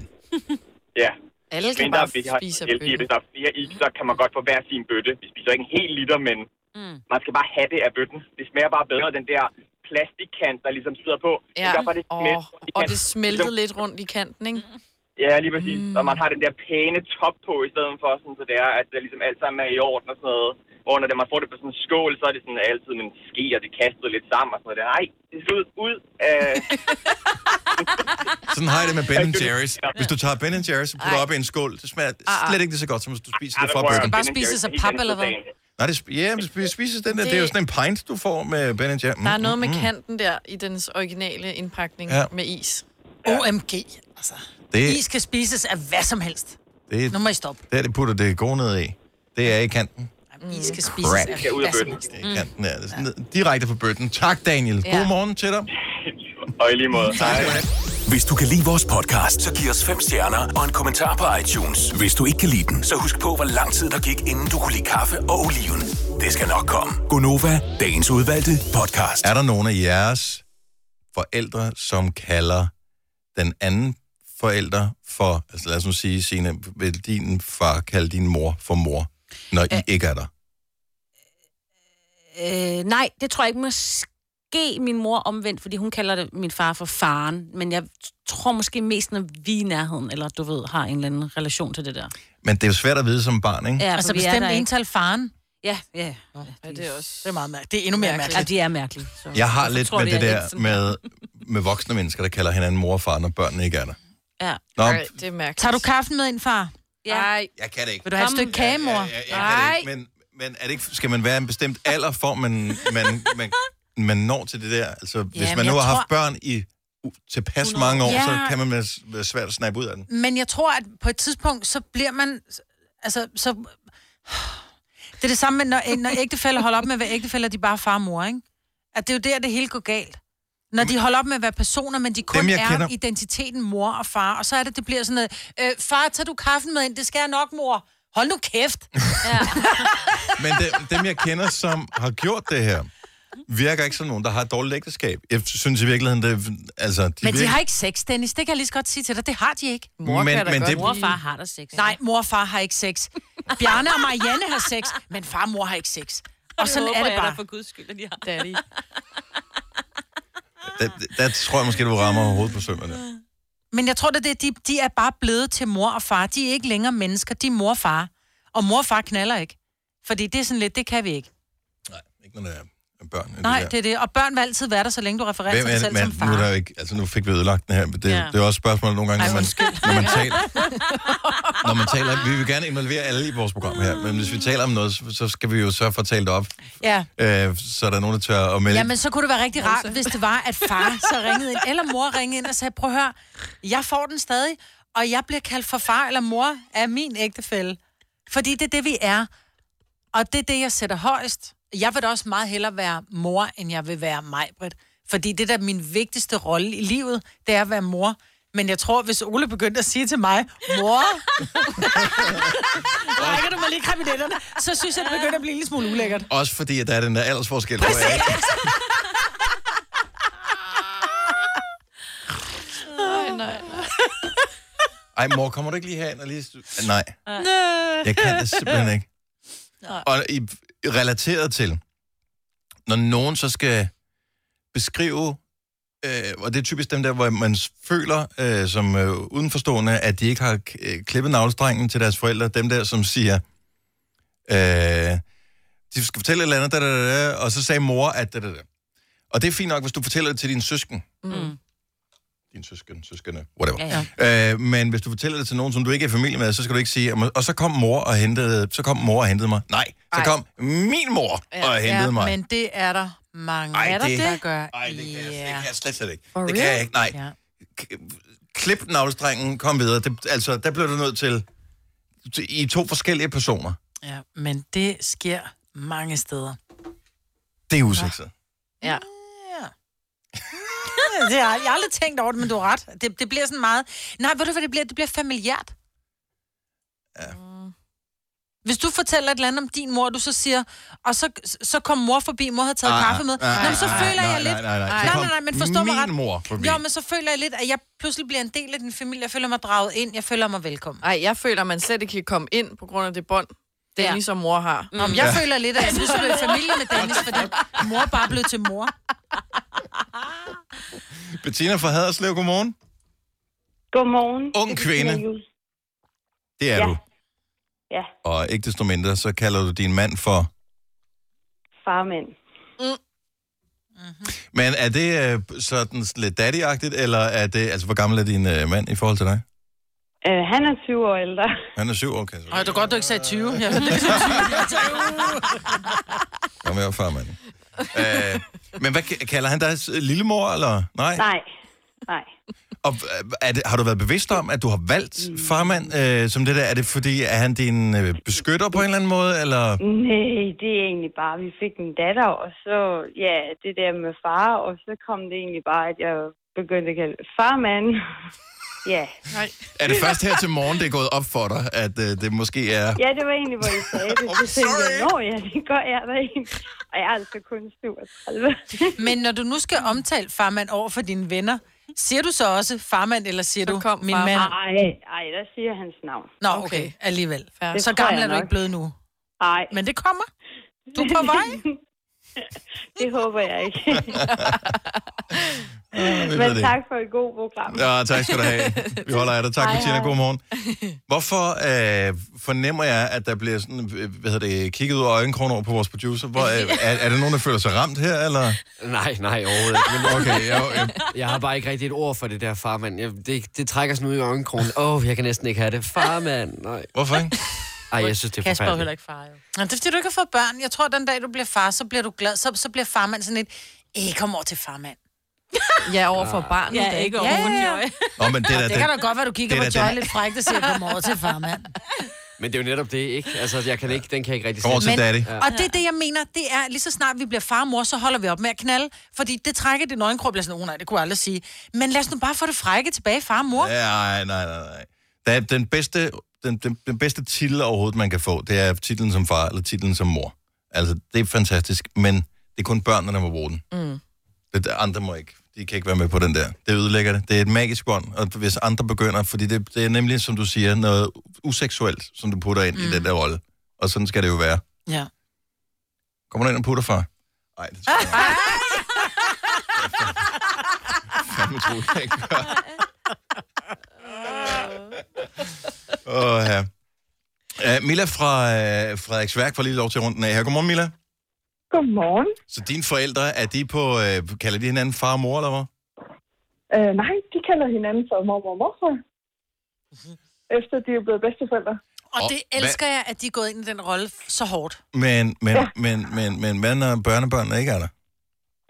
Speaker 7: Ja.
Speaker 4: Alle
Speaker 7: kan bare spise bøtte. Hvis der er flere is, så kan man godt få hver sin bøtte. Vi spiser ikke en hel liter, men mm. man skal bare have det af bøtten. Det smager bare bedre, den der plastikkant, der ligesom sidder på.
Speaker 4: Ja,
Speaker 7: Det gør bare, det
Speaker 4: og,
Speaker 7: smelter i
Speaker 4: og
Speaker 7: kanten.
Speaker 4: det
Speaker 7: Ligesom-
Speaker 4: smeltede lidt rundt i kanten, ikke?
Speaker 7: Ja, lige præcis. Mm. Og man har den der pæne top på, i stedet for, sådan, så det er, at det ligesom alt sammen er i orden og sådan noget. Hvor når det, man får det på sådan en skål, så er det sådan altid med en ske, og det kaster lidt sammen og sådan noget. Nej, det skal ud, ud af...
Speaker 1: Sådan har jeg det med Ben Jerry's. Hvis du tager Ben Jerry's og putter op i en skål, det smager
Speaker 7: Ah, ah.
Speaker 1: slet ikke lige så godt, som hvis du spiser
Speaker 7: Ej,
Speaker 1: det
Speaker 7: men
Speaker 1: fra
Speaker 7: prøv at
Speaker 1: bøtten.
Speaker 7: høre, Skal bare Ben spises Jerry's af er helt pap, andet eller hvad? dagen.
Speaker 1: Nej, det, sp- ja, men det spises den der. Det... det er jo sådan en pint, du får med Ben Mm, Jerry's.
Speaker 4: Der er noget med kanten der i dens originale indpakning
Speaker 1: Ja.
Speaker 4: ja. med is.
Speaker 3: OMG, altså.
Speaker 1: Det-
Speaker 3: Is kan spises af hvad som helst.
Speaker 1: Det,
Speaker 3: Nu må I stoppe.
Speaker 1: Det er det putter det gode ned i. Det er i kanten.
Speaker 3: Is kan spises
Speaker 1: Crack.
Speaker 3: af
Speaker 1: Det er ud af
Speaker 3: hvad som
Speaker 1: bøtten.
Speaker 3: helst.
Speaker 1: Det er
Speaker 7: Mm.
Speaker 1: i kanten, ja. Det er sådan ned- direkte fra bøtten. Tak, Daniel. God morgen. til dig.
Speaker 7: og i lige måde.
Speaker 1: Tak skal du
Speaker 13: Hvis du kan lide vores podcast, så giv os fem stjerner og en kommentar på iTunes. Hvis du ikke kan lide den, så husk på, hvor lang tid der gik, inden du kunne lide kaffe og oliven. Det skal nok komme.
Speaker 1: Gonova, dagens udvalgte podcast. Er der nogen af jeres forældre, som kalder den anden forælder for, altså lad os nu sige, Signe, vil din far kalde din mor for mor, når I ikke er der?
Speaker 5: Øh, nej, det tror jeg ikke måske min mor omvendt, fordi hun kalder det min far for faren. Men jeg tror måske mest, når vi er i nærheden, eller du ved, har en eller anden relation til det der.
Speaker 1: Men det er jo svært at vide som barn, ikke?
Speaker 5: Ja,
Speaker 3: Altså
Speaker 5: for vi er
Speaker 3: bestemt
Speaker 5: der ikke.
Speaker 3: ental faren.
Speaker 5: Ja, ja.
Speaker 3: ja det er også det er meget mærkeligt. Det er endnu mere mærkeligt.
Speaker 5: Ja, de er mærkelige. Så.
Speaker 1: Jeg har
Speaker 5: så
Speaker 1: lidt
Speaker 5: tror
Speaker 1: med
Speaker 5: vi,
Speaker 1: det
Speaker 5: jeg er
Speaker 1: der
Speaker 5: lidt sådan-
Speaker 1: med, med voksne mennesker, der kalder hinanden mor og far, når børnene ikke er der.
Speaker 5: Ja.
Speaker 1: Nå.
Speaker 4: Ej, det er mærkeligt.
Speaker 3: Tager du kaffen med ind, far?
Speaker 5: Ja.
Speaker 4: Ej.
Speaker 1: Jeg kan det ikke.
Speaker 3: Vil du have et
Speaker 1: Kom.
Speaker 3: stykke kage, mor?
Speaker 1: Ja, ja, ja, jeg kan det ikke, men, men er det ikke, skal man være en bestemt alder, for man, man, man, man når til det der? Altså, hvis
Speaker 3: men
Speaker 1: man nu
Speaker 3: jeg
Speaker 1: har haft
Speaker 3: tror-
Speaker 1: børn i u- tilpas mange år, så
Speaker 3: Ja.
Speaker 1: kan man være s- være svært at snappe ud af den.
Speaker 3: Men jeg tror, at på et tidspunkt, så bliver man... Altså, så... *sighs* Det er det samme med,
Speaker 5: *laughs*
Speaker 3: når, når ægtefælder holder op med at være ægtefælder, de er bare far og mor, ikke? At det er jo der, det hele går galt. Når de holder op med at være personer, men de kun
Speaker 5: Dem, jeg
Speaker 3: er
Speaker 5: kender-
Speaker 3: identiteten mor og far, og så er det, det bliver sådan noget, øh, far, tager du kaffen med ind? Det skal jeg nok, mor. Hold nu kæft.
Speaker 1: Men de, dem, jeg kender, som har gjort det her, virker ikke som nogen, der har et dårligt ægteskab. Jeg synes i virkeligheden, det, altså, de
Speaker 3: Men de
Speaker 1: virker-
Speaker 3: har ikke sex, Dennis. Det kan jeg lige så godt sige til dig. Det har de ikke.
Speaker 1: Mor Men- kan da men godt det-
Speaker 5: Mor og far har der sex.
Speaker 3: Nej, mor og far har ikke sex. Bjarne og Marianne har sex, men far og mor har ikke sex. Og sådan er det
Speaker 5: jeg
Speaker 3: bare.
Speaker 5: da for guds skyld, at de har.
Speaker 4: Daddy.
Speaker 1: der, der tror jeg måske, du rammer hovedet på sømmerne.
Speaker 3: Men jeg tror, det er det, de, de er bare blevet til mor og far. De er ikke længere mennesker, de er mor og far. Og mor og far knaller ikke. Fordi det er sådan lidt, det kan vi ikke.
Speaker 1: Ikke når det er børn. eller
Speaker 3: Nej,
Speaker 1: der.
Speaker 3: det er det. Og børn vil altid være der, så længe du refererer til
Speaker 1: Hvem
Speaker 3: dig
Speaker 1: er det,
Speaker 3: selv
Speaker 1: man,
Speaker 3: som far.
Speaker 1: nu, er der jo ikke, altså, nu fik vi ødelagt den her, men det,
Speaker 3: Ja.
Speaker 1: ja. det er også et spørgsmål nogle gange, når man, når man taler. når man taler, vi vil gerne involvere alle i vores program her, men hvis vi taler om noget, så- så skal vi jo sørge for at tale det op,
Speaker 3: *laughs* Ja.
Speaker 1: øh, så er der nogen, der tør at melde.
Speaker 3: Ja, men så kunne det være rigtig rart, hvis det var, at far så ringede ind, eller mor ringede ind og sagde, prøv at høre, jeg får den stadig, og jeg bliver kaldt for far eller mor af min ægtefælle. Fordi det er det, vi er. Og det er det, jeg sætter højst. Jeg vil da også meget hellere være mor, end jeg vil være Majbrit. Fordi det, der er min vigtigste rolle i livet, det er at være mor. Men jeg tror, hvis Ole begyndte at sige til mig, mor, rækker du mig lige kriminetterne, så synes jeg, det begynder at blive en lille smule ulækkert.
Speaker 1: Også fordi, at der er den der aldersforskel. hvor jeg-
Speaker 3: Præcis!
Speaker 4: Nej, nej, nej.
Speaker 1: Ej, mor, kommer du ikke lige herind og lige... stu- Nej, jeg kan det simpelthen ikke. Og i, relateret til, når nogen så skal beskrive, øh, og det er typisk dem der, hvor man s- føler øh, som øh, udenforstående, at de ikke har k- øh, klippet navlestrengen til deres forældre, dem der, som siger, øh, de skal fortælle et eller andet, da, da, da, da, og så sagde mor, at da, da, da. Og det er fint nok, hvis du fortæller det til dine søsken.
Speaker 6: Mm.
Speaker 1: Din søsken, søskende, whatever. Øh, men hvis du fortæller det til nogen, som du ikke er i familie med, så skal du ikke sige, "Jamen, og så kom mor og hentede, så kom mor og hentede mig. Nej, så
Speaker 3: Ej.
Speaker 1: kom min mor og hentede
Speaker 3: ja,
Speaker 1: mig.
Speaker 3: men det er der mange,
Speaker 1: Ej,
Speaker 3: er der
Speaker 1: det-
Speaker 3: der gør.
Speaker 1: Ej, det kan, jeg, det kan jeg slet, slet ikke.
Speaker 3: For
Speaker 1: det kan jeg
Speaker 3: real?
Speaker 1: ikke, nej.
Speaker 3: Ja.
Speaker 1: K- Klip navlestrengen, kom videre. Det, altså, der blev du nødt til, til- i to forskellige personer.
Speaker 3: Ja, men det sker mange steder.
Speaker 1: Det er usikset.
Speaker 3: Ja. ja. det har jeg, jeg har aldrig tænkt over det, men du har ret. Det, det bliver sådan meget... Nej, ved du hvad det bliver? Det bliver familiært. Mm.
Speaker 1: Ja.
Speaker 3: Hvis du fortæller et eller andet om din mor, du så siger, og så, så kom mor forbi, mor havde taget
Speaker 1: Ah,
Speaker 3: kaffe med.
Speaker 1: ah, ah,
Speaker 3: Nå, men så
Speaker 1: ah,
Speaker 3: føler
Speaker 1: nej,
Speaker 3: jeg
Speaker 1: nej,
Speaker 3: lidt...
Speaker 1: nej, nej. Så
Speaker 3: nej,
Speaker 1: kom
Speaker 3: nej, nej, men forstå mig
Speaker 1: min
Speaker 3: ret.
Speaker 1: mor forbi.
Speaker 3: Jo, men så føler jeg lidt, at jeg pludselig bliver en del af din familie. Jeg føler mig draget ind. Jeg føler mig velkommen.
Speaker 4: Nej, jeg føler, at man slet ikke kan komme ind på grund af det bånd, det er ja. Mm. som mor har.
Speaker 3: Nå, men jeg Ja. føler lidt, at jeg nu skal være i familie med Dennis, fordi mor bare blev til mor.
Speaker 1: Bettina fra Haderslev, godmorgen.
Speaker 23: Godmorgen.
Speaker 1: Ung kvinde. Det er
Speaker 23: Ja.
Speaker 1: du.
Speaker 23: Ja,
Speaker 1: Og ikke desto mindre, så kalder du din mand for...
Speaker 23: farmand. Mm.
Speaker 1: Men er det øh, sådan lidt daddyagtigt, eller er det... Altså, hvor gammel er din øh, mand i forhold til dig?
Speaker 23: Øh, han er 20 år ældre.
Speaker 1: Han er syv år, kan jeg
Speaker 3: Ej, det er godt, du ikke sagde 20. Jeg hørte ikke sagde 20. Jeg sagde, uh.
Speaker 1: Kom her, farmand. øh, men hvad k- kalder han dig? s- Lillemor, eller? Nej.
Speaker 23: Nej, nej.
Speaker 1: Og øh, er det, har du været bevidst om, at du har valgt
Speaker 23: Mm.
Speaker 1: farmand øh, som det der? Er det fordi, er han din øh, beskytter på en eller anden måde, eller...
Speaker 23: Nej, det er egentlig bare, vi fik en datter, og så, ja, det der med far, og så kom det egentlig bare, at jeg begyndte at kalde
Speaker 1: *laughs*
Speaker 23: farmand. ja. Nej.
Speaker 1: Er det først her til morgen, det er gået op for dig, at øh, det måske er...
Speaker 23: Ja, det var egentlig, hvor I sagde
Speaker 1: *laughs*
Speaker 23: det. Så tænkte jeg, nå ja, det gør jeg da ikke. Og jeg er altså kun 37.
Speaker 3: Men når du nu skal omtale farmand over for dine venner, siger du så også farmand, eller siger du min mand?
Speaker 23: Ej, ej, der siger hans navn.
Speaker 3: Nå, okay, okay. alligevel.
Speaker 23: Det
Speaker 3: Så
Speaker 23: tror
Speaker 3: gammel
Speaker 23: jeg
Speaker 3: er du
Speaker 23: nok.
Speaker 3: ikke blevet nu.
Speaker 23: Nej.
Speaker 3: Men det kommer. Du er på vej.
Speaker 23: *laughs* det håber jeg ikke.
Speaker 1: Ah, ved
Speaker 23: Men
Speaker 1: det.
Speaker 23: tak for et godt program.
Speaker 1: Ja, tak skal du have. Vi holder af dig. Tak,
Speaker 23: Hej,
Speaker 1: Bettina.
Speaker 23: hej.
Speaker 1: God morgen. Hvorfor øh, fornemmer jeg, at der bliver sådan, øh, hvad hedder det, kigget ud af øjenkrogen over på vores producer? Hvor, øh, er, er det nogen, der føler sig ramt her, eller?
Speaker 24: Nej, nej, overhovedet ikke. Men
Speaker 1: Okay, jeg, jeg,
Speaker 24: jeg har bare ikke rigtig et ord for det der farmand. Jeg, det, det trækker sådan ud i øjenkrogen. Åh, oh, jeg kan næsten ikke have det. Farmand, nej.
Speaker 1: Hvorfor ikke?
Speaker 24: Ej, jeg synes, det er
Speaker 3: Kasper er jo heller
Speaker 24: forfærdeligt.
Speaker 3: ikke far, jo. Nå, det er fordi, du ikke har fået børn. Jeg tror, den dag, du bliver far, så bliver du glad. Så, så bliver farmand sådan et, æh, kom over til farmand.
Speaker 4: Ja, over for barnet.
Speaker 3: Ja,
Speaker 4: da.
Speaker 3: ikke over for Joy.
Speaker 1: Nå, men det, der,
Speaker 3: Det, det kan da godt være, du kigger
Speaker 24: det
Speaker 3: på
Speaker 24: er da
Speaker 3: Joy
Speaker 24: den-
Speaker 3: lidt frækt og siger, kom over til farmand.
Speaker 24: Men det er jo netop det, ikke? Altså, jeg kan ikke, den kan jeg ikke rigtig
Speaker 1: Kom over til
Speaker 24: slippe.
Speaker 1: daddy.
Speaker 24: Ja.
Speaker 3: Og det er det, jeg mener, det er, lige så snart vi bliver far og mor, så holder vi op med at knalde, fordi det trækker det nøgenkrog, bliver sådan, oh, nej, det kunne jeg aldrig sige. Men lad os nu bare få det frække tilbage, far og mor.
Speaker 1: Nej, nej, nej, nej. Der er den bedste, den, den, den bedste titel overhovedet, man kan få, det er titlen som far eller titlen som mor. Altså, det er fantastisk, men det er kun børnene, der må bruge den.
Speaker 4: Mm.
Speaker 1: Det, andre må ikke. De kan ikke være med på den der. Det ødelægger det. Det er et magisk bånd, og hvis andre begynder, fordi det, det er nemlig, som du siger, noget useksuelt, som du putter ind mm. i den der rolle. Og sådan skal det jo være.
Speaker 3: Ja.
Speaker 1: Kommer du ind og putter far? Nej, det tror jeg ikke. Fandme troede jeg ikke.
Speaker 10: *laughs*
Speaker 1: Åh, ja. Uh, Mila fra uh, Frederiks Værk får lige lov til runden af her. Godmorgen, Mila.
Speaker 18: Godmorgen.
Speaker 1: Så dine forældre, er de på, uh, kalder de hinanden far og mor, eller hvad?
Speaker 18: Øh, nej, de kalder hinanden for mormor og morfar.
Speaker 1: Mhm.
Speaker 18: Efter de er blevet bedsteforældre.
Speaker 3: Og
Speaker 1: Og
Speaker 3: det
Speaker 1: hvad-
Speaker 3: elsker jeg, at de er gået ind i den rolle så hårdt.
Speaker 1: Men, men,
Speaker 18: Ja.
Speaker 1: ja. men, men, men, hvad når børnebørnene ikke er der?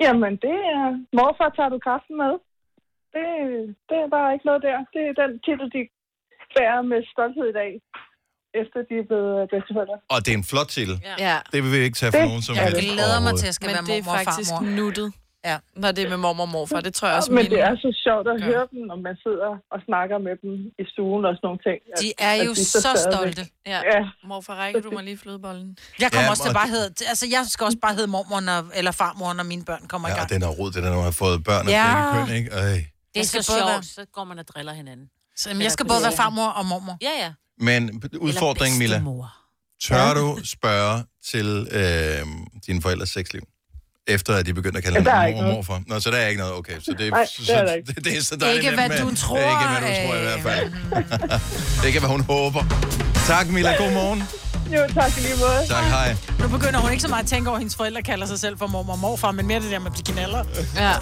Speaker 18: Jamen, det er... Morfar tager du kaffen med. Det, det er bare ikke noget der. Det er den titel, de bærer med stolthed i dag. Efter de er blevet øh, bedsteforældre.
Speaker 1: Og det er en flot titel. Ja.
Speaker 4: Ja.
Speaker 1: Det vil vi ikke tage for
Speaker 18: Det
Speaker 1: nogen som
Speaker 4: jeg
Speaker 1: helst
Speaker 4: glæder mig til
Speaker 1: overhovedet.
Speaker 4: at skal
Speaker 3: Men
Speaker 4: være
Speaker 3: det er
Speaker 4: mormor og
Speaker 3: faktisk
Speaker 4: farmor. nuttet.
Speaker 3: Ja.
Speaker 4: Når det er med mormor og morfar, det tror jeg også,
Speaker 18: Men
Speaker 4: mine-
Speaker 18: det er så sjovt at høre dem, når man sidder og snakker med dem i stuen og sådan nogle ting.
Speaker 3: De
Speaker 18: At-
Speaker 3: er
Speaker 18: at
Speaker 3: jo
Speaker 18: står
Speaker 3: så
Speaker 18: stadigvæk-
Speaker 3: stolte.
Speaker 4: Ja.
Speaker 18: ja.
Speaker 4: Morfar, rækker du mig lige flødebollen?
Speaker 3: Jeg kommer
Speaker 1: Ja,
Speaker 3: ja, også til
Speaker 1: og-
Speaker 3: bare hedde, altså jeg skal også bare hedde mormor når, eller farmor, når mine børn
Speaker 18: Oh
Speaker 3: kommer i
Speaker 1: Ja,
Speaker 3: gang.
Speaker 1: og den er rod, det der, når man har fået børn af
Speaker 3: Ja.
Speaker 1: begge køn, ikke? Øj.
Speaker 5: Det er
Speaker 3: Jeg skal
Speaker 5: så
Speaker 3: både
Speaker 5: sjovt,
Speaker 3: være-
Speaker 5: så går man og driller hinanden.
Speaker 3: Så, jamen, jeg skal både være farmor og mormor.
Speaker 5: Ja, ja.
Speaker 1: Men udfordringen, Mila, Tør du spørge til øh, dine forældres sexliv? Efter at de begyndte at kalde
Speaker 18: Ja, der er
Speaker 1: hinanden
Speaker 18: ikke
Speaker 1: mor og
Speaker 18: noget.
Speaker 1: morfar. Nå, så der er ikke noget. Okay, så det,
Speaker 18: Nej,
Speaker 1: så,
Speaker 18: det er der ikke.
Speaker 1: det, *laughs* det er så
Speaker 18: Det er
Speaker 1: dejligt.
Speaker 18: ikke,
Speaker 1: nemt
Speaker 18: hvad du
Speaker 1: med-
Speaker 18: tror, øh.
Speaker 1: Det er ikke, hvad du tror i hvert fald. *laughs* det er ikke, hvad hun håber. Tak, Mila. God
Speaker 18: *laughs*
Speaker 1: morgen.
Speaker 3: Jo, tak i lige måde.
Speaker 1: Tak, hej.
Speaker 3: Nu begynder hun ikke så meget at tænke over, at hendes forældre kalder sig selv for mormor og morfar, men mere det der med at blive knaller.
Speaker 4: Ja.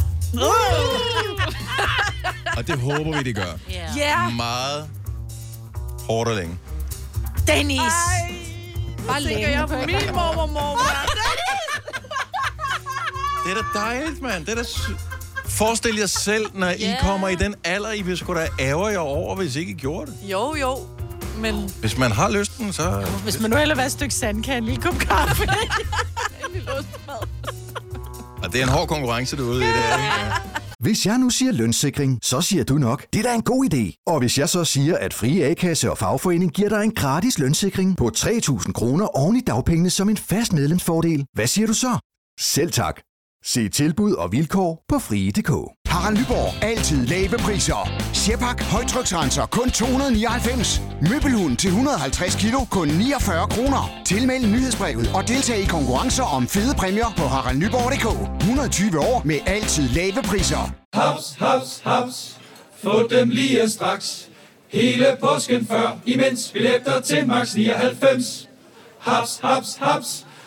Speaker 1: Og det håber vi, de gør.
Speaker 3: Ja.
Speaker 1: Meget hårdt og længe.
Speaker 3: Dennis!
Speaker 4: Bare
Speaker 3: længe.
Speaker 4: lægger jeg på min mormor og mormor.
Speaker 1: Det er da dejligt, mand. Det er da sy- Forestil jer selv, når yeah. I
Speaker 4: Ja.
Speaker 1: kommer i den alder, I vil sgu da ærger jer over, hvis ikke I gjorde det.
Speaker 4: Jo, jo. Men
Speaker 1: Hvis man har lysten, så...
Speaker 3: Hvis man nu hellere vil have et stykke sandkage, en lille kop kaffe.
Speaker 1: Og det er en hård konkurrence, du er ude i det. er det ikke? *laughs*
Speaker 6: Hvis jeg nu siger lønssikring, så siger du nok, det er da en god idé. Og hvis jeg så siger, at Frie A-kasse og fagforening giver dig en gratis lønssikring på 3.000 kroner oven i dagpengene som en fast medlemsfordel, hvad siger du så? Selv tak. Se tilbud og vilkår på frie.dk.
Speaker 8: Harald Nyborg. Altid lave priser. Sjehpak. Højtryksrenser. Kun 299. Møbelhund til 150 kilo. Kun 49 kroner. Tilmeld nyhedsbrevet og deltag i konkurrencer om fede præmier på haraldnyborg.dk. 120 år med altid lave priser.
Speaker 9: Haps, haps, haps. Få dem lige straks. Hele påsken før, imens billetter til max 99. Haps, haps, haps.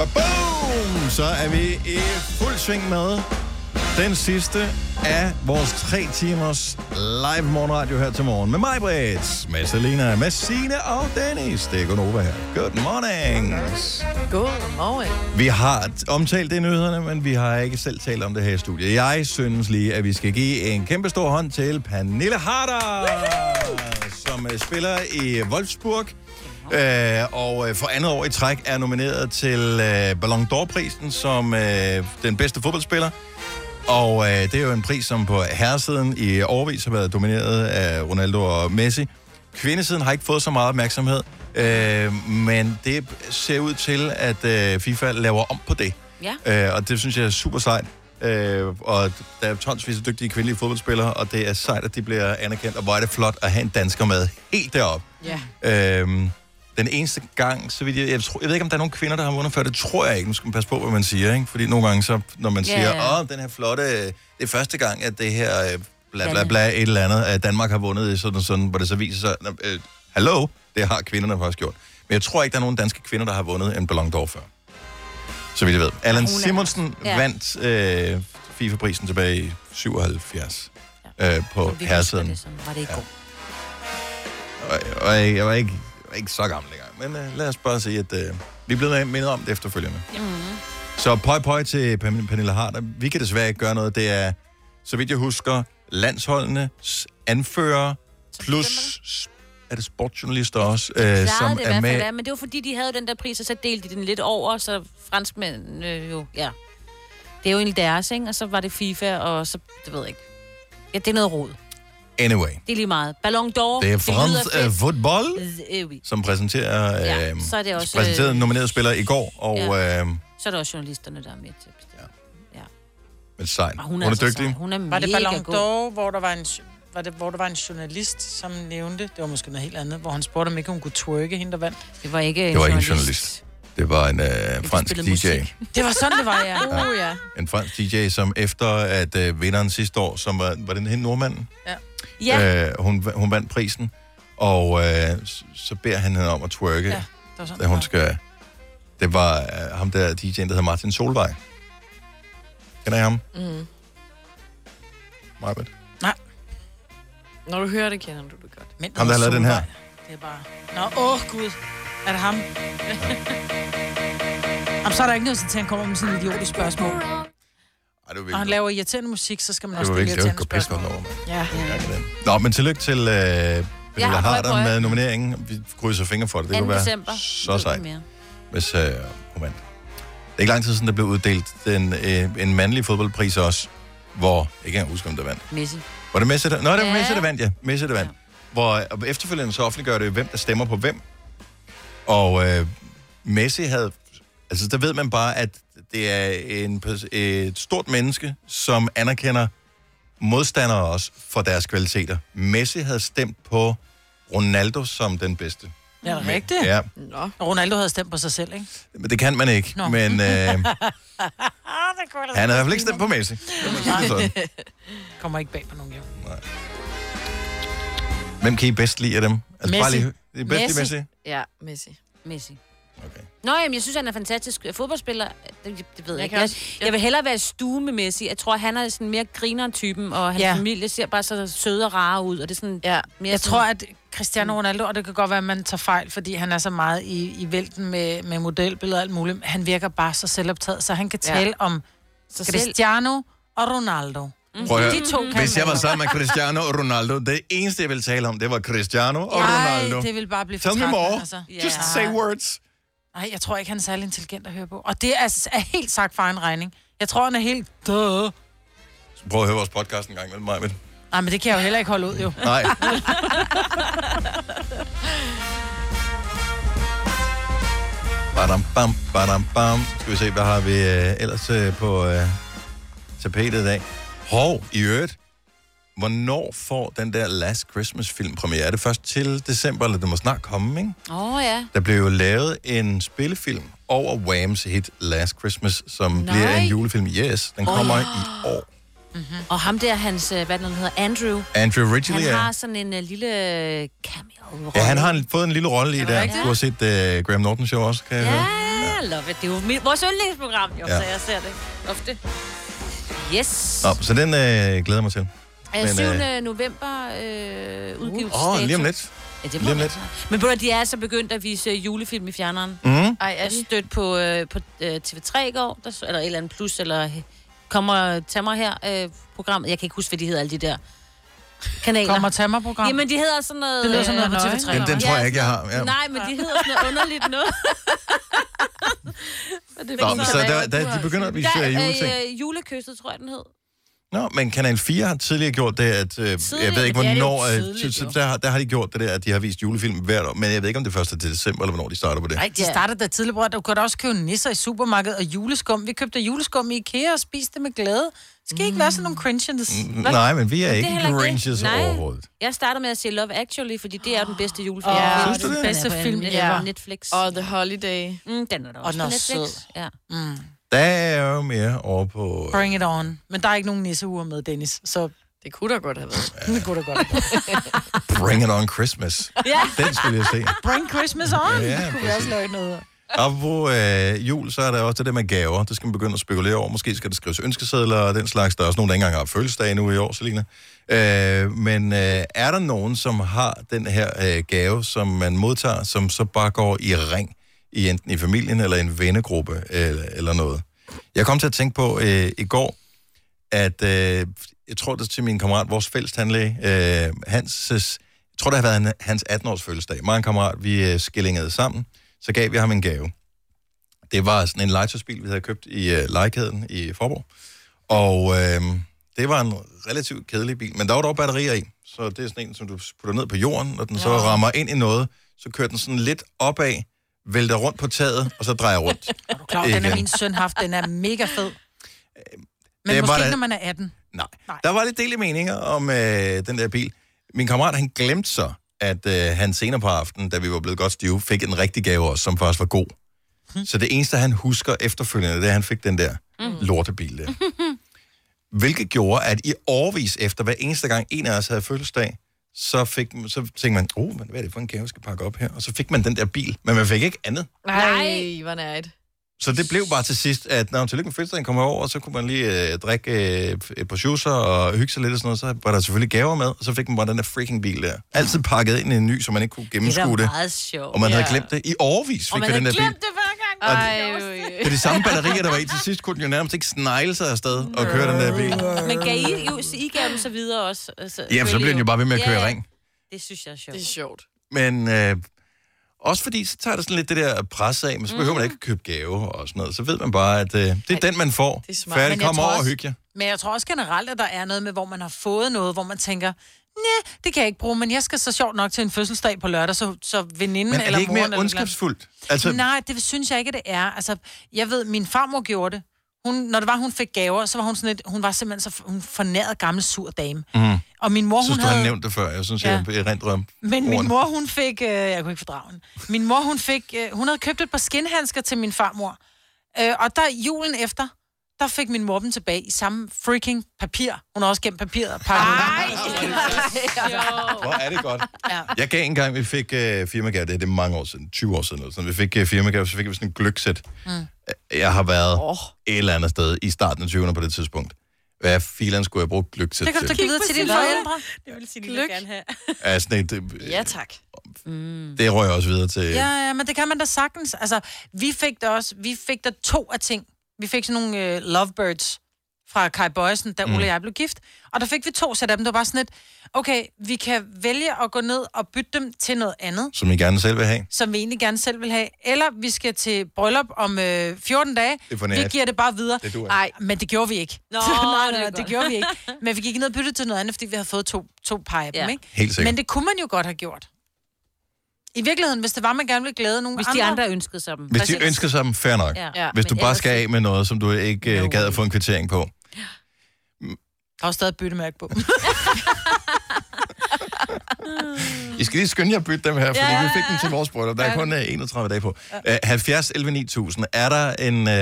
Speaker 1: Og boom! Så er vi i fuld sving med den sidste af vores tre timers live morgenradio her til morgen. Med mig, Brits, med Selina, med Signe og Dennis. Det er Gunova her. Good morning.
Speaker 4: God morgen.
Speaker 1: Vi har t- omtalt det i nyhederne, men vi har ikke selv talt om det her i studiet. Jeg synes lige, at vi skal give en kæmpe stor hånd til Pernille Harder, som øh, spiller i Wolfsburg. Øh, og øh, for andet år i træk er nomineret til øh, Ballon d'Or-prisen som øh, den bedste fodboldspiller. Og øh, det er jo en pris, som på herresiden i årvis har været domineret af Ronaldo og Messi. Kvindesiden har ikke fået så meget opmærksomhed, øh, men det ser ud til, at øh, FIFA laver om på det.
Speaker 5: Ja.
Speaker 1: Øh, og det synes jeg er super sejt. Øh, og der er tonsvis af dygtige kvindelige fodboldspillere, og det er sejt, at de bliver anerkendt. Og hvor er det flot at have en dansker med helt deroppe.
Speaker 3: Ja.
Speaker 1: Øhm, den eneste gang, så vidt jeg, jeg, tror, jeg ved ikke, om der er nogen kvinder, der har vundet før, det tror jeg ikke. Nu skal man passe på, hvad man siger, ikke? Fordi nogle gange, så, når man
Speaker 13: Ja,
Speaker 1: siger,
Speaker 13: ja.
Speaker 1: åh, den her flotte, øh, det er første gang, at det her øh, bla bla bla, et eller andet, at Danmark har vundet i sådan og sådan, hvor det så viser sig, "Nå, øh, hallo, det har kvinderne faktisk gjort. Men jeg tror ikke, der er nogen danske kvinder, der har vundet en Ballon d'Or før. Så vidt jeg ved. Allan
Speaker 13: Hun er-
Speaker 1: Simonsen
Speaker 13: Ja.
Speaker 1: ja. vandt øh, FIFA-prisen tilbage i 77 øh, på herresiden.
Speaker 5: Var det ikke ja.
Speaker 1: Og- og jeg, jeg, var ikke, jeg var ikke så gammel engang. Men øh, lad os bare sige, at øh, vi er blevet mindet om det efterfølgende.
Speaker 5: Mm.
Speaker 1: Så pøj pøj til Pam- Pernille Harder. Vi kan desværre ikke gøre noget. Det er, så vidt jeg husker, landsholdenes anfører plus er det sportsjournalister også, øh,
Speaker 5: Klarede
Speaker 1: som
Speaker 5: det i
Speaker 1: er
Speaker 5: hvert
Speaker 1: med.
Speaker 5: fald, ja, men det var fordi, de havde jo den der pris, og så delte de den lidt over, så franskmændene øh, jo, ja. Det er jo egentlig deres, ikke? Og så var det FIFA, og så, det ved jeg ikke. Ja, det er noget rod.
Speaker 1: Anyway,
Speaker 5: Det er lige meget. Ballon d'Or.
Speaker 1: det er
Speaker 5: lyder
Speaker 1: France øh,
Speaker 5: fedt.
Speaker 1: Football,
Speaker 5: Øh, oui.
Speaker 1: som præsenterer, øh,
Speaker 5: Ja, så er det også, øh,
Speaker 1: præsenterede nominerede spillere i går, og
Speaker 5: ja.
Speaker 1: ja. øh,
Speaker 5: Så er der også journalisterne, der er med til. at bestemme.
Speaker 1: men sejt.
Speaker 5: Og
Speaker 1: Hun er, hun er
Speaker 5: altså
Speaker 1: dygtig.
Speaker 5: sej. Hun er mega
Speaker 3: Var det Ballon
Speaker 5: god.
Speaker 3: d'Or, hvor der var en var det, hvor der var en journalist, som nævnte, det var måske noget helt andet, hvor han spurgte, om ikke hun kunne twerke hende, der vandt.
Speaker 5: Det var ikke
Speaker 1: Det var ikke en journalist. Det var en øh, fransk DJ.
Speaker 3: Det var sådan, det var, ja.
Speaker 1: Ja.
Speaker 5: *laughs* Oh,
Speaker 3: Uh, ja.
Speaker 1: En fransk DJ, som efter at øh, vinderen sidste år, som var, var den hende nordmanden,
Speaker 3: Ja.
Speaker 1: øh, hun, hun vandt prisen, og øh, s- så beder han hende om at twerke, ja,
Speaker 3: var sådan,
Speaker 1: da hun skal... Det var øh, ham der DJ'en, der hedder Martin Solvej. Kender I ham?
Speaker 4: Mm.
Speaker 1: Marbet.
Speaker 4: Når du hører det, kender du det godt.
Speaker 1: Ham, der har lavet den her.
Speaker 3: Det er bare... Nå, åh gud, er det ham? Jamen, så er der ikke noget til, at han kommer med sådan et idiotisk spørgsmål.
Speaker 1: Ej, det var
Speaker 3: Og han
Speaker 1: virkelig,
Speaker 3: laver irriterende musik, så skal man
Speaker 1: det
Speaker 3: også
Speaker 1: var
Speaker 3: stille
Speaker 1: virkelig, det
Speaker 3: irriterende
Speaker 1: var pisse godt over.
Speaker 3: Ja.
Speaker 1: Nå, men tillykke til øh, Pernille
Speaker 5: har
Speaker 1: har
Speaker 5: høje
Speaker 1: der
Speaker 5: brøjer.
Speaker 1: med nomineringen. Vi krydser fingre for det. Det
Speaker 5: 2.
Speaker 1: kunne være
Speaker 5: december.
Speaker 1: så sejt, hvis øh, hun vandt. Det er ikke lang tid siden, der blev uddelt den, øh, en mandlig fodboldpris også, hvor, jeg kan ikke engang huske, om der vandt.
Speaker 5: Messi.
Speaker 1: Var det Messi, der... Nå, det var
Speaker 5: Ja.
Speaker 1: ja. Messi, der vandt, ja. Messi, der vandt. Ja. Hvor og efterfølgende så offentliggør det, hvem der stemmer på hvem. Og øh, Messi havde... Altså, der ved man bare, at det er en, pers- et stort menneske, som anerkender modstandere også for deres kvaliteter. Messi havde stemt på Ronaldo som den bedste.
Speaker 3: Ja, det er rigtigt.
Speaker 1: Ja.
Speaker 3: Nå. Og Ronaldo havde stemt på sig selv, ikke?
Speaker 1: Men det kan man ikke. Nå.
Speaker 3: *laughs*
Speaker 1: Men øh, *laughs* han havde i hvert fald ikke stemt på Messi. Det må jeg sige sådan.
Speaker 3: Kommer ikke bag på nogen, jo.
Speaker 1: Hvem kan I bedst lide af dem? Altså,
Speaker 5: Messi.
Speaker 1: lige, det er bedst Messi. Messi.
Speaker 5: Ja, Messi. Messi. Okay. Nå, jamen, jeg synes, han er en fantastisk Øh, fodboldspiller. øh, Det, det ved jeg,
Speaker 4: Jeg
Speaker 5: ikke.
Speaker 4: kan
Speaker 5: Jeg,
Speaker 4: også-
Speaker 5: jeg, vil hellere være i stue med Messi. Jeg tror, han er sådan mere grineren-typen, og hans
Speaker 3: Ja.
Speaker 5: ja. familie ser bare så søde og rare ud, og det er sådan
Speaker 4: ja.
Speaker 5: mere
Speaker 3: Jeg
Speaker 5: sådan,
Speaker 3: tror, at Cristiano Ronaldo, og det kan godt være, at man tager fejl, fordi han er så meget i, i vælten med, med modelbilleder og alt muligt, han virker bare så selvoptaget, så han kan
Speaker 5: Ja.
Speaker 3: tale ja. om
Speaker 5: Sig selv. Mhm.
Speaker 3: Cristiano og Ronaldo.
Speaker 1: Prøv at høre.
Speaker 3: Mm. De to kan
Speaker 1: Hvis jeg var
Speaker 3: man.
Speaker 1: sammen med Cristiano og Ronaldo, det eneste, jeg ville tale om, det var Cristiano og Ronaldo.
Speaker 3: Ej, det vil bare blive for
Speaker 1: Tell me
Speaker 3: trættende,
Speaker 1: more. Just say words.
Speaker 3: Nej, jeg tror ikke, han er særlig intelligent at høre på. Og det er, altså er helt sagt for en regning. Jeg tror, han er helt død.
Speaker 1: Prøv at høre vores podcast en gang imellem mig. Men...
Speaker 3: Nej, men det kan jeg jo heller ikke holde ud, jo. *laughs*
Speaker 1: Nej. Badam, bam, badam, bam. Skal vi se, hvad har vi øh, ellers øh, på øh, tapetet i dag? Hov, i øvrigt. Hvornår får den der Last Christmas-film premiere? Er det først til december, eller det må snart komme, ikke?
Speaker 5: Åh, oh, ja.
Speaker 1: Der blev jo lavet en spillefilm over Whams hit Last Christmas, som
Speaker 5: Nej.
Speaker 1: Nej. bliver en julefilm. Yes, den kommer
Speaker 5: Åh.
Speaker 1: oh. i år.
Speaker 5: Mm-hmm. Og ham der, hans, øh, hvad den hedder, Andrew.
Speaker 1: Andrew Ridgely
Speaker 5: Han
Speaker 1: er...
Speaker 5: har sådan en uh, lille øh, cameo
Speaker 1: Ja, han har en, fået en lille rolle
Speaker 5: Er
Speaker 1: i det
Speaker 5: det
Speaker 1: der.
Speaker 5: rigtigt?
Speaker 1: Du har set uh, Graham Norton Show også, kan jeg høre.
Speaker 5: Ja, Ah, love it. Det er jo mit, vores yndlingsprogram, jo,
Speaker 1: Ja.
Speaker 5: ja. så jeg ser det ofte. Yes.
Speaker 1: Nå, så den øh, glæder jeg mig til.
Speaker 5: Men, 7.
Speaker 1: øh,
Speaker 5: Øh... november øh, udgivelsesdato.
Speaker 1: Åh, lige om lidt.
Speaker 5: Ja, det må
Speaker 1: lige om
Speaker 5: man
Speaker 1: lidt.
Speaker 5: Men bror, de er altså begyndt at vise øh, julefilm i fjerneren.
Speaker 1: Mhm. Ej,
Speaker 5: Ej, jeg stødte på, øh, på øh, TV3 i går, der, så- eller et eller andet plus, eller øh, kommer og tag mig her øh, programmet. Jeg kan ikke huske, hvad de hedder, alle de der kanaler.
Speaker 3: Kommer og tag mig program.
Speaker 5: Jamen, de hedder sådan noget...
Speaker 3: Det lyder som noget
Speaker 5: øh,
Speaker 3: på
Speaker 5: nøje.
Speaker 3: TV3.
Speaker 1: Den, den tror jeg ikke, jeg har.
Speaker 5: Ja.
Speaker 1: Ja.
Speaker 5: Nej, men de hedder sådan noget underligt noget. *laughs* Og det er
Speaker 1: Nå,
Speaker 5: fordi,
Speaker 1: men
Speaker 5: er
Speaker 1: så der-
Speaker 5: lavet-
Speaker 1: der- de begynder at vise,
Speaker 5: Der,
Speaker 1: øh, juleting.
Speaker 5: Øh, julekysset, tror jeg, den hed.
Speaker 1: Nå, men Kanal 4 har tidligere gjort det, at... Øh, jeg ved ikke,
Speaker 5: Ja, det er jo
Speaker 1: hvornår... Øh,
Speaker 5: tidligt,
Speaker 1: så- så der, har- der har de gjort det der, at de har vist julefilm hvert år. Men jeg ved ikke, om det er 1. december, eller hvornår de starter på det.
Speaker 3: Nej, de startede da tidligere, bror. Du kunne da også købe nisser i supermarkedet og juleskum. Vi købte juleskum i IKEA og spiste det med glæde. Skal I ikke være sådan nogle cringes?
Speaker 1: Mm, nej, men vi er
Speaker 5: Men det
Speaker 1: ikke
Speaker 5: heller ikke det.
Speaker 1: grinches
Speaker 5: Nej.
Speaker 1: overhovedet.
Speaker 5: Jeg starter med at se Love Actually, fordi det er den bedste julefilm.
Speaker 4: Ja,
Speaker 5: Jeg
Speaker 4: Synes du
Speaker 5: den
Speaker 4: det?
Speaker 5: er
Speaker 4: bedste
Speaker 5: på en-
Speaker 4: film
Speaker 5: den er
Speaker 4: ever.
Speaker 5: på Netflix.
Speaker 4: Og The Holiday.
Speaker 5: Mm, den er der
Speaker 4: også
Speaker 5: også
Speaker 4: på
Speaker 5: på
Speaker 4: Netflix.
Speaker 5: Netflix. Ja. Mm.
Speaker 1: Der er jo mere over på...
Speaker 3: Bring it on. Men der er ikke nogen nisseuger med, Dennis. Så
Speaker 4: det kunne da godt have været.
Speaker 3: *laughs* det kunne da godt have
Speaker 4: *laughs*
Speaker 1: Bring it on Christmas.
Speaker 3: Ja.
Speaker 1: Den skulle jeg se.
Speaker 3: været. Bring Christmas on.
Speaker 1: Ja,
Speaker 3: det kunne vi
Speaker 1: præcis.
Speaker 3: også lave noget af.
Speaker 1: Apropos øh, jul, så er der også det der med gaver. Det skal man begynde at spekulere over. Måske skal der skrives ønskesedler og den slags. Der er også nogen, der ikke engang har fødselsdag nu i år, Selina. Øh, men øh, er der nogen, som har den her øh, gave, som man modtager, som så bare går i ring i enten i familien eller i en vennegruppe eller, eller noget? Jeg kom til at tænke på øh, i går, at øh, jeg tror det er til min kammerat, vores fælles tandlæge, øh, hans, øh, jeg tror det har været han- hans 18-års fødselsdag. Mig og en kammerat, vi øh, skillingede sammen, så gav vi ham en gave. Det var sådan en legetøjsbil, vi havde købt i øh, legekæden i Forborg. Og øh, det var en relativt kedelig bil, men der var dog batterier i. Så det er sådan en, som du putter ned på jorden, og den så rammer ind i noget, så kører den sådan lidt opad, vælter rundt på taget, og så drejer rundt.
Speaker 3: Er du klar, over, den er
Speaker 1: Igen.
Speaker 3: min søn haft. Den er mega fed. *laughs* Men
Speaker 1: det
Speaker 3: måske
Speaker 1: var
Speaker 3: ikke,
Speaker 1: da-
Speaker 3: når man er 18.
Speaker 1: Nej. Der var lidt delte meninger om øh, den der bil. Min kammerat, han glemte så, at øh, han senere på aftenen, da vi var blevet godt stive, fik en rigtig gave også, som faktisk var god.
Speaker 3: Hm.
Speaker 1: Så det eneste, han husker efterfølgende, det er, at han fik den der mm. lortebil der. Hvilket gjorde, at i årvis efter, hver eneste gang en af os havde fødselsdag, så, fik, så tænkte man, oh, men hvad er det for en gave, jeg skal pakke op her? Og så fik man den der bil, men man fik ikke andet.
Speaker 4: Nej, hvor nært.
Speaker 1: Så det blev bare til sidst, at når tillykke med fødselsdagen kommer over, så kunne man lige øh, drikke øh, et par juicer og hygge sig lidt og sådan noget. Så var der selvfølgelig gaver med, og så fik man bare den der freaking bil der. Altid pakket ind i en ny, så man ikke kunne gennemskue det.
Speaker 5: Det er da meget sjovt.
Speaker 1: Og man havde
Speaker 5: Ja.
Speaker 1: glemt det. I overvis
Speaker 5: Og
Speaker 1: fik
Speaker 5: man
Speaker 1: vi den der
Speaker 5: havde
Speaker 1: bil.
Speaker 5: glemt det hver gang.
Speaker 1: Og-
Speaker 5: Ej,
Speaker 1: På de samme batterier, der var i til sidst, kunne den jo nærmest ikke snegle sig afsted og køre den der bil.
Speaker 5: Men gav I, jo, så I gav dem så videre også. Altså,
Speaker 4: øh,
Speaker 1: Ja, så bliver den jo bare ved med at køre i ring.
Speaker 5: Det synes jeg er sjovt.
Speaker 4: Det er sjovt.
Speaker 1: Men øh, også fordi, så tager det sådan lidt det der pres af, men så
Speaker 3: Mm.
Speaker 1: behøver man ikke købe gave og sådan noget. Så ved man bare, at øh, det er den, man får.
Speaker 3: Det er smart.
Speaker 1: Færdig,
Speaker 3: Men jeg
Speaker 1: kom
Speaker 3: tror
Speaker 1: over og
Speaker 3: også-
Speaker 1: hygge jer.
Speaker 3: Men jeg tror også generelt, at der er noget med, hvor man har fået noget, hvor man tænker, nej, det kan jeg ikke bruge, men jeg skal så sjovt nok til en fødselsdag på lørdag, så, så veninden
Speaker 1: Men er
Speaker 3: eller
Speaker 1: det ikke
Speaker 3: moren
Speaker 1: mere
Speaker 3: eller
Speaker 1: ondskabsfuldt?
Speaker 3: Altså...
Speaker 1: Altså,
Speaker 3: Nej, det synes jeg ikke, det er. Altså, jeg ved, min farmor gjorde det. Hun, når det var, hun fik gaver, så var hun sådan lidt, hun var simpelthen så hun fornærede gammel sur dame.
Speaker 1: Mm.
Speaker 3: Og min mor,
Speaker 1: synes,
Speaker 3: hun
Speaker 1: du
Speaker 3: havde...
Speaker 1: har nævnt det før. Jeg synes,
Speaker 3: Ja.
Speaker 1: jeg erindrer om
Speaker 3: Men min
Speaker 1: ordene.
Speaker 3: mor, hun fik... Øh, jeg kunne ikke fordrage hende. Min mor, hun fik... Øh, hun havde købt et par skinhandsker til min farmor. Øh, og der julen efter, der fik min mor dem tilbage i samme freaking papir. Hun har også gemt papiret og pakket
Speaker 1: Hvor er det godt.
Speaker 3: Ja.
Speaker 1: Jeg gav engang, vi fik øh, firmagave, det er det er mange år siden, 20 år siden, eller sådan. vi fik øh, firmagave, så fik vi sådan en gløksæt.
Speaker 3: Mm.
Speaker 1: Jeg har været oh. et eller andet sted i starten af 20'erne på det tidspunkt. Hvad filen skulle jeg bruge et gløksæt
Speaker 3: Det kan du da
Speaker 1: til?
Speaker 3: give videre til dine forældre. Det vil sige,
Speaker 4: Gløk.
Speaker 3: gerne have.
Speaker 1: Ja, sådan et, øh,
Speaker 3: Ja, tak.
Speaker 1: det røg jeg også videre til.
Speaker 3: Mm. Ja, ja, men det kan man da sagtens. Altså, vi fik da også, vi fik da to af ting. Vi fik sådan nogle øh, lovebirds fra Kai Bøjsen, da Ole
Speaker 5: Mm.
Speaker 3: og jeg blev gift. Og der fik vi to sæt af dem. Det var bare sådan et, okay, vi kan vælge at gå ned og bytte dem til noget andet,
Speaker 1: Som I gerne selv vil have.
Speaker 3: som vi egentlig gerne selv vil have. Eller vi skal til bryllup om øh, 14 dage.
Speaker 1: er for
Speaker 3: vi
Speaker 1: nært.
Speaker 3: giver det bare videre.
Speaker 1: Det duer ikke.
Speaker 3: Nej, men det gjorde vi ikke. *laughs*
Speaker 5: Nå,
Speaker 3: nej,
Speaker 5: det er
Speaker 3: nej, det,
Speaker 5: godt.
Speaker 3: gjorde vi ikke. Men vi gik ned og byttede til noget andet, fordi vi havde fået to, to par af dem,
Speaker 5: Ja.
Speaker 3: ikke?
Speaker 5: Helt sikkert.
Speaker 3: Men det kunne man jo godt have gjort. I virkeligheden, hvis det var, man gerne ville glæde nogle
Speaker 5: Hvis
Speaker 3: andre.
Speaker 5: de andre ønskede sig dem.
Speaker 1: Hvis de ønsker sig dem, fair nok.
Speaker 3: Ja. Ja,
Speaker 1: Hvis du
Speaker 3: men
Speaker 1: bare
Speaker 3: ellers-
Speaker 1: skal af med noget, som du ikke øh, gad at få en kvittering på.
Speaker 3: Der er jo stadig et byttemærke på.
Speaker 1: I skal lige skynde jer at bytte dem her, fordi
Speaker 3: Ja.
Speaker 1: vi fik dem til vores bryllup. Der er kun øh, 31 dage på. Øh, 70 11 9000. Er der, en, øh,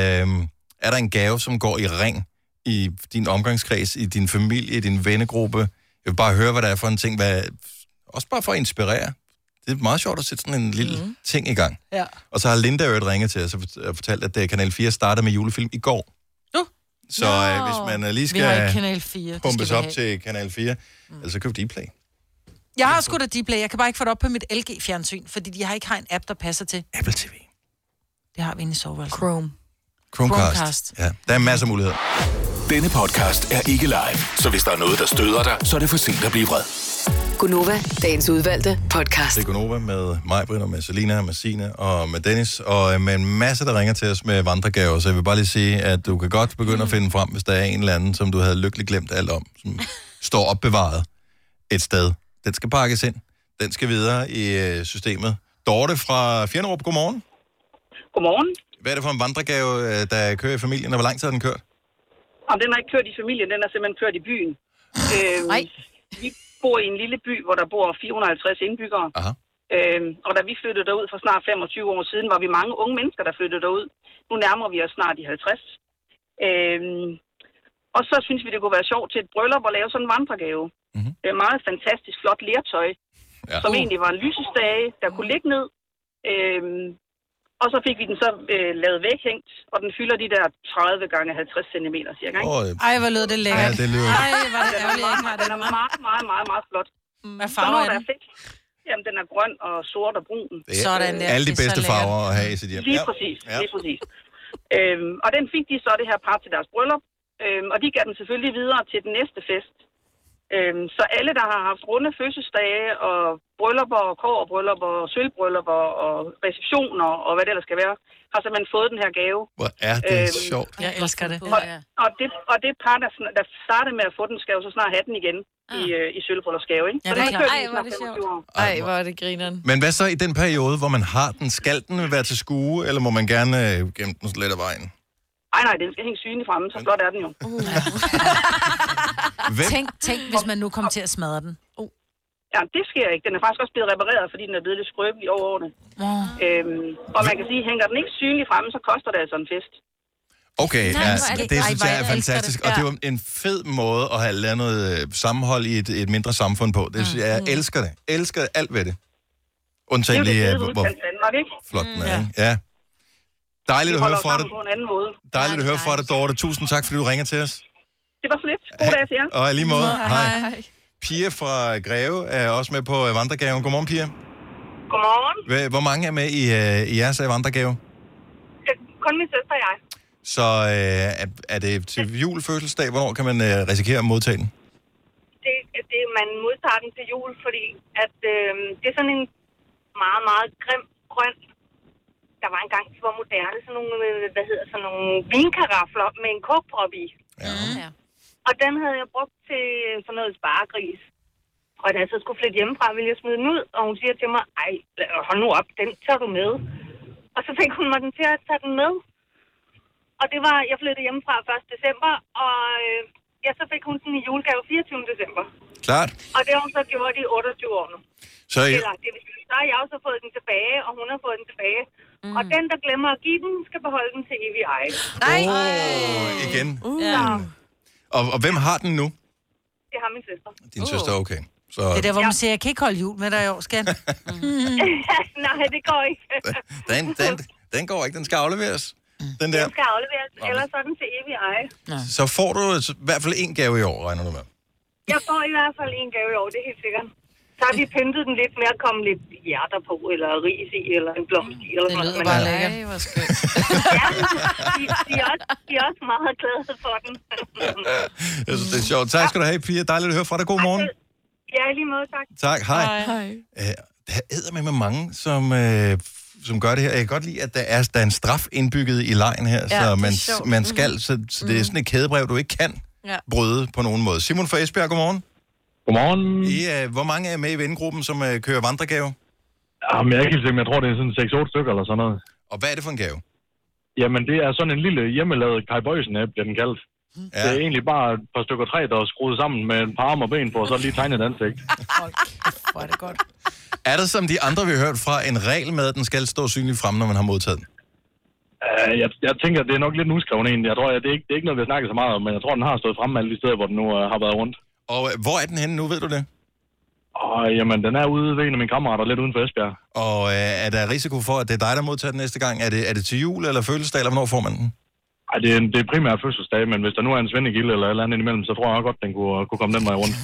Speaker 1: er der en gave, som går i ring i din omgangskreds, i din familie, i din vennegruppe? Jeg vil bare høre, hvad der er for en ting. Hvad, også bare for at inspirere. Det er meget sjovt at sætte sådan en lille mm. ting i gang.
Speaker 3: Ja.
Speaker 1: Og så har Linda øvrigt ringet til os og fort- og fortalt, at øh, Kanal 4 starter med julefilm i går.
Speaker 3: Nu?
Speaker 1: Så øh, hvis man øh, lige
Speaker 3: Vi har ikke
Speaker 1: skal
Speaker 3: Kanal 4. det
Speaker 1: pumpes
Speaker 3: skal vi
Speaker 1: op
Speaker 3: have.
Speaker 1: til Kanal 4, mm. eller så køb D-Play.
Speaker 3: Jeg har sgu da Dplay. Jeg kan bare ikke få det op på mit LG-fjernsyn, fordi jeg har ikke har en app, der passer til.
Speaker 1: Apple TV.
Speaker 3: Det har vi inde i soveværelset. Chrome.
Speaker 1: Chromecast.
Speaker 3: Chromecast.
Speaker 1: Ja, der er masser af muligheder.
Speaker 13: Denne podcast er ikke live, så hvis der er noget, der støder dig, så er det for sent at blive vred.
Speaker 11: Gunova, dagens udvalgte podcast.
Speaker 1: Det er Gunova med mig, Britt, og med Selina, og med Sina og med Dennis, og øh, med en masse, der ringer til os med vandregaver. Så jeg vil bare lige sige, at du kan godt begynde at finde frem, hvis der er en eller anden, som du havde lykkeligt glemt alt om, *laughs* som står opbevaret et sted. Den skal pakkes ind. Den skal videre i øh, systemet. Dorte fra Fjernerup, godmorgen.
Speaker 10: Godmorgen.
Speaker 1: Hvad er det for en vandregave, øh, der kører i familien, og hvor lang tid har den kørt?
Speaker 10: Og den er ikke kørt i familien, den er simpelthen kørt i byen. Øhm, vi bor i en lille by, hvor der bor 450 indbyggere.
Speaker 1: Aha.
Speaker 10: Øhm, og da vi flyttede derud for snart 25 år siden, var vi mange unge mennesker, der flyttede derud. Nu nærmer vi os snart de 50. Øhm, og så synes vi, det kunne være sjovt til et bryllup at lave sådan en vandregave. Mm-hmm. Det er meget fantastisk flot lertøj, ja. som egentlig var en lysestage, der kunne ligge ned. Øhm, og så fik vi den så øh, lavet væghængt, og den fylder de der 30 gange 50 cm cirka. Ikke?
Speaker 1: Åh, øh,
Speaker 3: Ej, hvor lød det lækkert.
Speaker 1: Ja, det lyder-
Speaker 3: Ej, hvor er det
Speaker 10: Den er
Speaker 3: ærgerligt, jeg
Speaker 10: meget,
Speaker 3: ikke har
Speaker 10: den er meget, meget, meget, meget flot.
Speaker 3: Hvad
Speaker 10: Så
Speaker 3: farve
Speaker 10: når
Speaker 3: er
Speaker 10: der
Speaker 3: den?
Speaker 10: fedt, jamen den er grøn og sort og brun.
Speaker 1: Det er Alle de bedste farver at have i sit hjem.
Speaker 10: Lige præcis, lige præcis. Øhm, og den fik de så det her par til deres bryllup, øhm, og de gav den selvfølgelig videre til den næste fest. Øhm, så alle, der har haft runde fødselsdage og bryllupper og kårbryllupper og sølvbryllupper og receptioner og hvad det ellers skal være, har simpelthen fået den her gave.
Speaker 1: Hvor er det
Speaker 12: Øhm,
Speaker 1: sjovt.
Speaker 3: Jeg elsker det.
Speaker 10: Og, og, det, og det par, der, sn- der startede med at få den, skal jo så snart have den igen i, øh, i sølvbryllupsgave, ikke?
Speaker 4: Ah. Ja,
Speaker 10: så
Speaker 4: det er
Speaker 10: den har
Speaker 4: klart.
Speaker 10: kørt i snart 25 år.
Speaker 4: Ej, hvor er det sjovt. Ej, hvor er det grineren.
Speaker 1: Men hvad så i den periode, hvor man har den? Skal den være til skue, eller må man gerne øh, gemme den lidt af vejen?
Speaker 10: Ej, nej, den skal hænge synlig fremme, så flot er den jo.
Speaker 4: Uh.
Speaker 1: Hvem?
Speaker 3: Tænk, tænk, hvis man nu kom til at smadre den.
Speaker 10: Ja, det sker ikke. Den er faktisk også blevet repareret, fordi den er blevet lidt skrøbelig over årene. Øhm, og man kan sige, hænger den ikke synlig fremme, så koster det altså en fest.
Speaker 1: Okay,
Speaker 10: Nej,
Speaker 1: ja,
Speaker 10: hvor er det
Speaker 1: det,
Speaker 10: godt.
Speaker 1: det synes
Speaker 10: Ej, hvor
Speaker 1: jeg er
Speaker 10: jeg elsker
Speaker 1: fantastisk.
Speaker 10: det.
Speaker 1: Og det
Speaker 10: Ja.
Speaker 1: var en fed måde at have landet øh, sammenhold i et, et mindre samfund på. Det synes jeg,
Speaker 10: Mm.
Speaker 1: jeg elsker det. Elsker alt ved det. Undtagen
Speaker 10: det
Speaker 1: lige,
Speaker 10: er
Speaker 1: øh,
Speaker 10: jo det
Speaker 1: hvor
Speaker 10: fede ved Danmark, ikke?
Speaker 1: flot den er.
Speaker 10: Mm.
Speaker 1: ikke? Mm, Ja. Dejligt
Speaker 10: Vi
Speaker 1: at høre
Speaker 10: holder os
Speaker 1: fra dig.
Speaker 10: sammen på en anden måde.
Speaker 1: Dejligt at høre fra dig, Dorte. Tusind tak, fordi du ringer til os.
Speaker 10: Det var så lidt. God dag til jer.
Speaker 1: Og i lige måde. Hej. Pia fra Greve er også med på øh, vandregaven. Godmorgen, Pia.
Speaker 10: Godmorgen.
Speaker 1: Hva- Hvor mange er med i, øh, i jeres øh, vandregave?
Speaker 10: Kun min søster og jeg.
Speaker 1: Så øh, er, er det til jul, fødselsdag? Hvornår kan man øh, risikere at modtage den?
Speaker 10: Det
Speaker 21: at det, man modtager den til jul, fordi at, øh, det er sådan en meget, meget grim grøn. Der var engang, hvor moderne, sådan nogle, øh, hvad hedder, sådan nogle vinkarafler med en kogprop i.
Speaker 2: Ja.
Speaker 21: Og den havde jeg brugt til øh, sådan noget sparegris. Og da jeg så skulle flytte hjemmefra, ville jeg smide den ud, og hun siger til mig, ej, lad- hold nu op, den tager du med. Og så fik hun mig den til at tage den med. Og det var, jeg flyttede hjemmefra 1. december, og øh, ja, så fik hun den i julegave 24. december.
Speaker 1: Klart.
Speaker 21: Og det har hun så gjort i 28 år nu.
Speaker 1: Så I-
Speaker 21: Eller, det vil sige, så har jeg også fået den tilbage, og hun har fået den tilbage. Mm. Og den, der glemmer at give den, skal beholde den til evig eje.
Speaker 1: Nej. Oh, igen.
Speaker 21: Uh. Ja.
Speaker 1: Og, og hvem har den nu?
Speaker 21: Det har min søster.
Speaker 1: Din uh. søster, okay. Så
Speaker 3: Det er der, hvor
Speaker 1: ja.
Speaker 3: man siger, jeg kan ikke holde jul med dig i år,
Speaker 1: *laughs*
Speaker 3: skat.
Speaker 21: Nej, det
Speaker 3: *laughs*
Speaker 21: går ikke.
Speaker 1: den, den, den går ikke, den skal afleveres. Den der.
Speaker 21: *laughs* Den skal afleveres, ellers er den til evig eje.
Speaker 1: Så får du et- i hvert fald en gave i år, regner du med.
Speaker 21: Jeg får i hvert fald en gave i år, det er helt sikkert. Så har vi pyntet den lidt med at komme lidt hjerter på, eller ris i, eller en blomst i, eller sådan noget.
Speaker 3: bare
Speaker 21: Men-
Speaker 3: lækkert.
Speaker 21: Ej, hvor skønt. ja, *laughs* de, de, er også, de er også meget glade for den.
Speaker 1: Jeg synes, det er sjovt. Tak skal du have, Pia. Dejligt at høre fra dig. God morgen.
Speaker 21: ja, i lige måde, tak.
Speaker 1: Tak. Hej. Øh, Der æder med mig mange, som, øh, som gør det her. Jeg kan godt lide, at der er, der er en straf indbygget i lejen her,
Speaker 4: Ja, det
Speaker 1: så
Speaker 4: er
Speaker 1: man,
Speaker 4: sjovt. Mhm.
Speaker 1: man skal. Så, så det er sådan et kædebrev, du ikke kan
Speaker 4: Ja.
Speaker 1: bryde på nogen måde. Simon fra Esbjerg, godmorgen.
Speaker 12: Godmorgen.
Speaker 1: I, øh, hvor mange er med i vennegruppen, som øh, kører vandregave?
Speaker 12: Jamen, jeg er ikke helt sikker, men jeg tror, det er sådan 6-8 stykker eller sådan noget.
Speaker 1: Og hvad er det for en gave?
Speaker 12: Jamen, det er sådan en lille hjemmelavet Kai Bøjsen-app, bliver den kaldt. Ja. Det er egentlig bare et par stykker træ, der er skruet sammen med et par arme og ben på, og så lige tegnet et ansigt.
Speaker 3: Hvor er det godt.
Speaker 1: Er der, som de andre, vi har hørt fra, en regel med, at den skal stå synligt frem, når man har modtaget den?
Speaker 12: Uh, jeg, jeg, tænker, det er nok lidt en udskreven en. Jeg tror, at det, er ikke, det er ikke noget, vi har snakket så meget om, men jeg tror, den har stået frem alle de steder, hvor den nu uh, har været rundt.
Speaker 1: Og øh, hvor er den henne nu, ved du det?
Speaker 12: Og jamen, den er ude ved en af mine kammerater, lidt uden for Esbjerg.
Speaker 1: Og øh, er der risiko for, at det er dig, der modtager den næste gang? Er det, er det til jul eller fødselsdag, eller hvornår får man den?
Speaker 12: Ej, det, er, det er primært fødselsdag, men hvis der nu er en svendegilde eller et eller andet imellem, så tror jeg nok godt, den kunne, øh, kunne komme den vej rundt.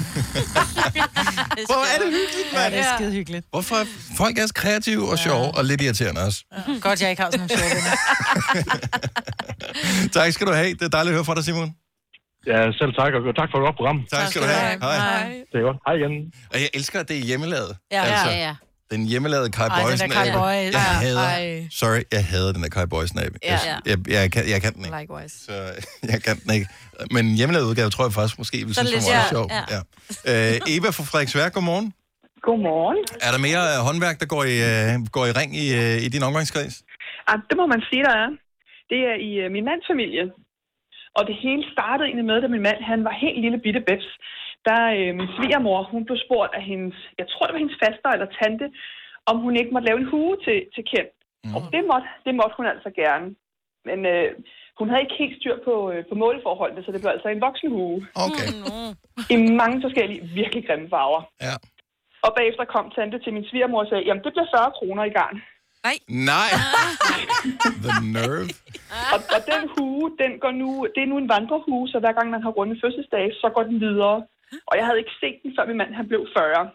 Speaker 1: Hvor er det hyggeligt, mand?
Speaker 3: Ja, det er skide hyggeligt.
Speaker 1: Hvorfor er folk er så kreative og sjove og lidt irriterende også?
Speaker 3: Godt, jeg ikke har sådan nogle sjove venner.
Speaker 1: *laughs* tak skal du have. Det er dejligt at høre fra dig, Simon.
Speaker 12: Ja, selv tak, og tak for et godt program.
Speaker 1: Tak, tak skal du have. Hej. Hej.
Speaker 12: Det er godt. Hej igen.
Speaker 1: Og jeg elsker, at det er hjemmelavet.
Speaker 3: Ja,
Speaker 1: Altså,
Speaker 3: ja, ja.
Speaker 1: Den hjemmelavede Kai
Speaker 3: Ej, den der
Speaker 1: Boysen.
Speaker 3: Kai Boy,
Speaker 1: Jeg
Speaker 3: ja.
Speaker 1: hader.
Speaker 3: Ej.
Speaker 1: Sorry, jeg hader den der Kai Boysen app.
Speaker 4: Ja.
Speaker 1: Jeg, jeg, jeg, kan, jeg kan den ikke.
Speaker 4: Likewise.
Speaker 1: Så *laughs* jeg kan den ikke. Men en hjemmelavet udgave tror jeg faktisk måske vil
Speaker 4: Så
Speaker 1: synes, det
Speaker 4: lidt,
Speaker 1: var
Speaker 4: ja,
Speaker 1: sjovt.
Speaker 4: ja.
Speaker 1: Ja. Øh, Eva fra Frederiksværk, godmorgen.
Speaker 18: Godmorgen.
Speaker 1: Er der mere øh, håndværk, der går i, øh, går i ring i, øh, i din omgangskreds?
Speaker 18: Ah, det må man sige, der er. Det er i øh, min mands familie. Og det hele startede egentlig med, da min mand han var helt lille bitte bebs. Der øh, min svigermor, hun blev spurgt af hendes, jeg tror det var hendes faster eller tante, om hun ikke måtte lave en hue til, til Kent. Mm. Og det måtte, det måtte hun altså gerne. Men øh, hun havde ikke helt styr på, øh, på måleforholdene, så det blev altså en voksenhue.
Speaker 1: Okay.
Speaker 18: I mange forskellige virkelig grimme farver.
Speaker 1: Ja.
Speaker 18: Og bagefter kom tante til min svigermor og sagde, jamen det bliver 40 kroner i garn.
Speaker 24: *laughs*
Speaker 1: Nej. The nerve.
Speaker 18: Og, og den hue, den går nu, det er nu en vandrehue, så hver gang man har runde fødselsdag, så går den videre. Og jeg havde ikke set den, før min mand han blev 40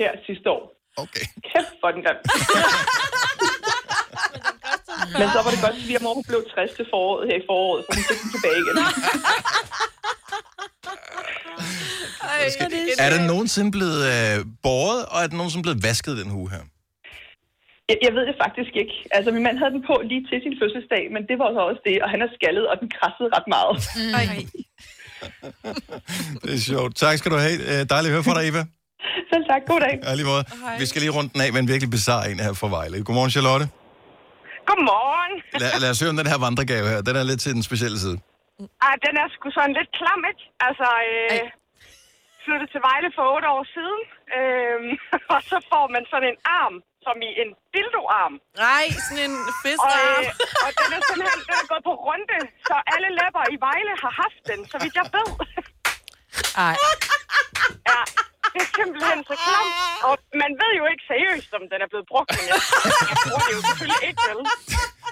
Speaker 18: her sidste år.
Speaker 1: Okay.
Speaker 18: Kæft for den grim. *laughs* Men så var det godt, at svigermor hun blev 60 til foråret her i foråret, så hun fik den tilbage igen.
Speaker 1: Er den nogensinde blevet øh, båret, og er den nogensinde blevet vasket, den hue her?
Speaker 18: Jeg, jeg ved det faktisk ikke. Altså, min mand havde den på lige til sin fødselsdag, men det var så også det, og han er skaldet, og den krassede ret meget.
Speaker 1: Det er sjovt. Tak skal du have. Øh, Dejligt at høre fra dig, *laughs* Eva.
Speaker 18: Selv tak. God dag.
Speaker 1: Ja, lige måde. Vi skal lige runde den af med en virkelig bizarre en her fra Vejle. Godmorgen, Charlotte.
Speaker 21: Godmorgen.
Speaker 1: Lad, lad os høre om den her vandregave her. Den er lidt til den specielle side.
Speaker 21: Ah, den er sgu sådan lidt klam, ikke? Altså, øh, flyttede til Vejle for otte år siden, øh, *laughs* og så får man sådan en arm, som i en dildoarm.
Speaker 4: Nej, sådan en
Speaker 21: Og,
Speaker 4: fiskearm.
Speaker 21: øh, og den er simpelthen den er gået på runde, så alle læpper i Vejle har haft den, så vidt jeg ved.
Speaker 3: Ej.
Speaker 21: *laughs* Ja, det er simpelthen så klamt. Og man ved jo ikke seriøst, om den er blevet brugt, men jeg, jeg tror det jo selvfølgelig ikke, vel?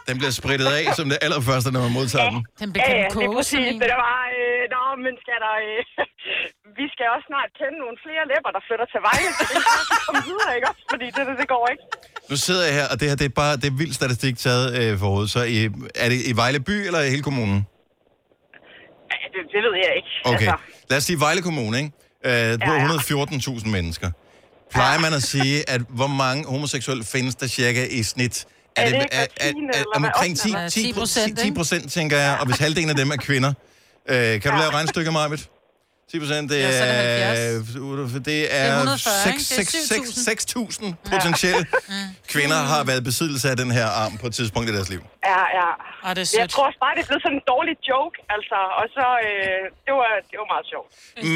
Speaker 1: Den bliver sprittet af som det allerførste, når man modtager den.
Speaker 3: Den
Speaker 21: Ja, ja, det er præcis. Det der var, øh, nå, men skal der,
Speaker 14: *laughs*
Speaker 21: øh, vi skal også snart kende nogle flere læpper, der flytter til Vejle, så det kan komme videre, ikke også? Fordi det, det, det går ikke.
Speaker 1: Nu sidder jeg her, og det her det er bare det er vild statistik taget øh, for hovedet. Så i, er det i Vejle by eller i hele kommunen?
Speaker 21: Ja, det, det ved jeg ikke.
Speaker 14: Altså.
Speaker 21: Altså,
Speaker 1: Okay. Lad os sige Vejle Kommune, ikke? Øh, der bor 114.000 mennesker. Plejer man at sige, at hvor mange homoseksuelle findes der cirka i snit?
Speaker 14: Er det
Speaker 1: er,
Speaker 14: ikke
Speaker 1: er,
Speaker 14: godt
Speaker 1: er,
Speaker 14: tiende, eller
Speaker 1: er
Speaker 14: hvad?
Speaker 1: omkring 10,
Speaker 14: Eller
Speaker 1: 10,
Speaker 14: 10 procent,
Speaker 1: 10
Speaker 14: ikke?
Speaker 1: procent, tænker jeg, og hvis halvdelen af dem er kvinder. Øh, kan du lave regnstykket, Marvitt? 10 procent, det
Speaker 14: Ja, så er det
Speaker 1: er, øh,
Speaker 14: 70.
Speaker 1: det
Speaker 14: Det er
Speaker 1: er
Speaker 14: 140, ikke?
Speaker 1: 6,
Speaker 14: Det er
Speaker 1: 6, 6,
Speaker 14: 7.000.
Speaker 1: 6.000 potentielle kvinder
Speaker 14: Mm.
Speaker 1: har været i besiddelse af den her arm på et tidspunkt i deres liv.
Speaker 14: Ja, ja.
Speaker 3: Ah, det er
Speaker 14: jeg tror også bare, det er blevet sådan en dårlig joke, altså. Og så, øh, det, var, det var meget sjovt.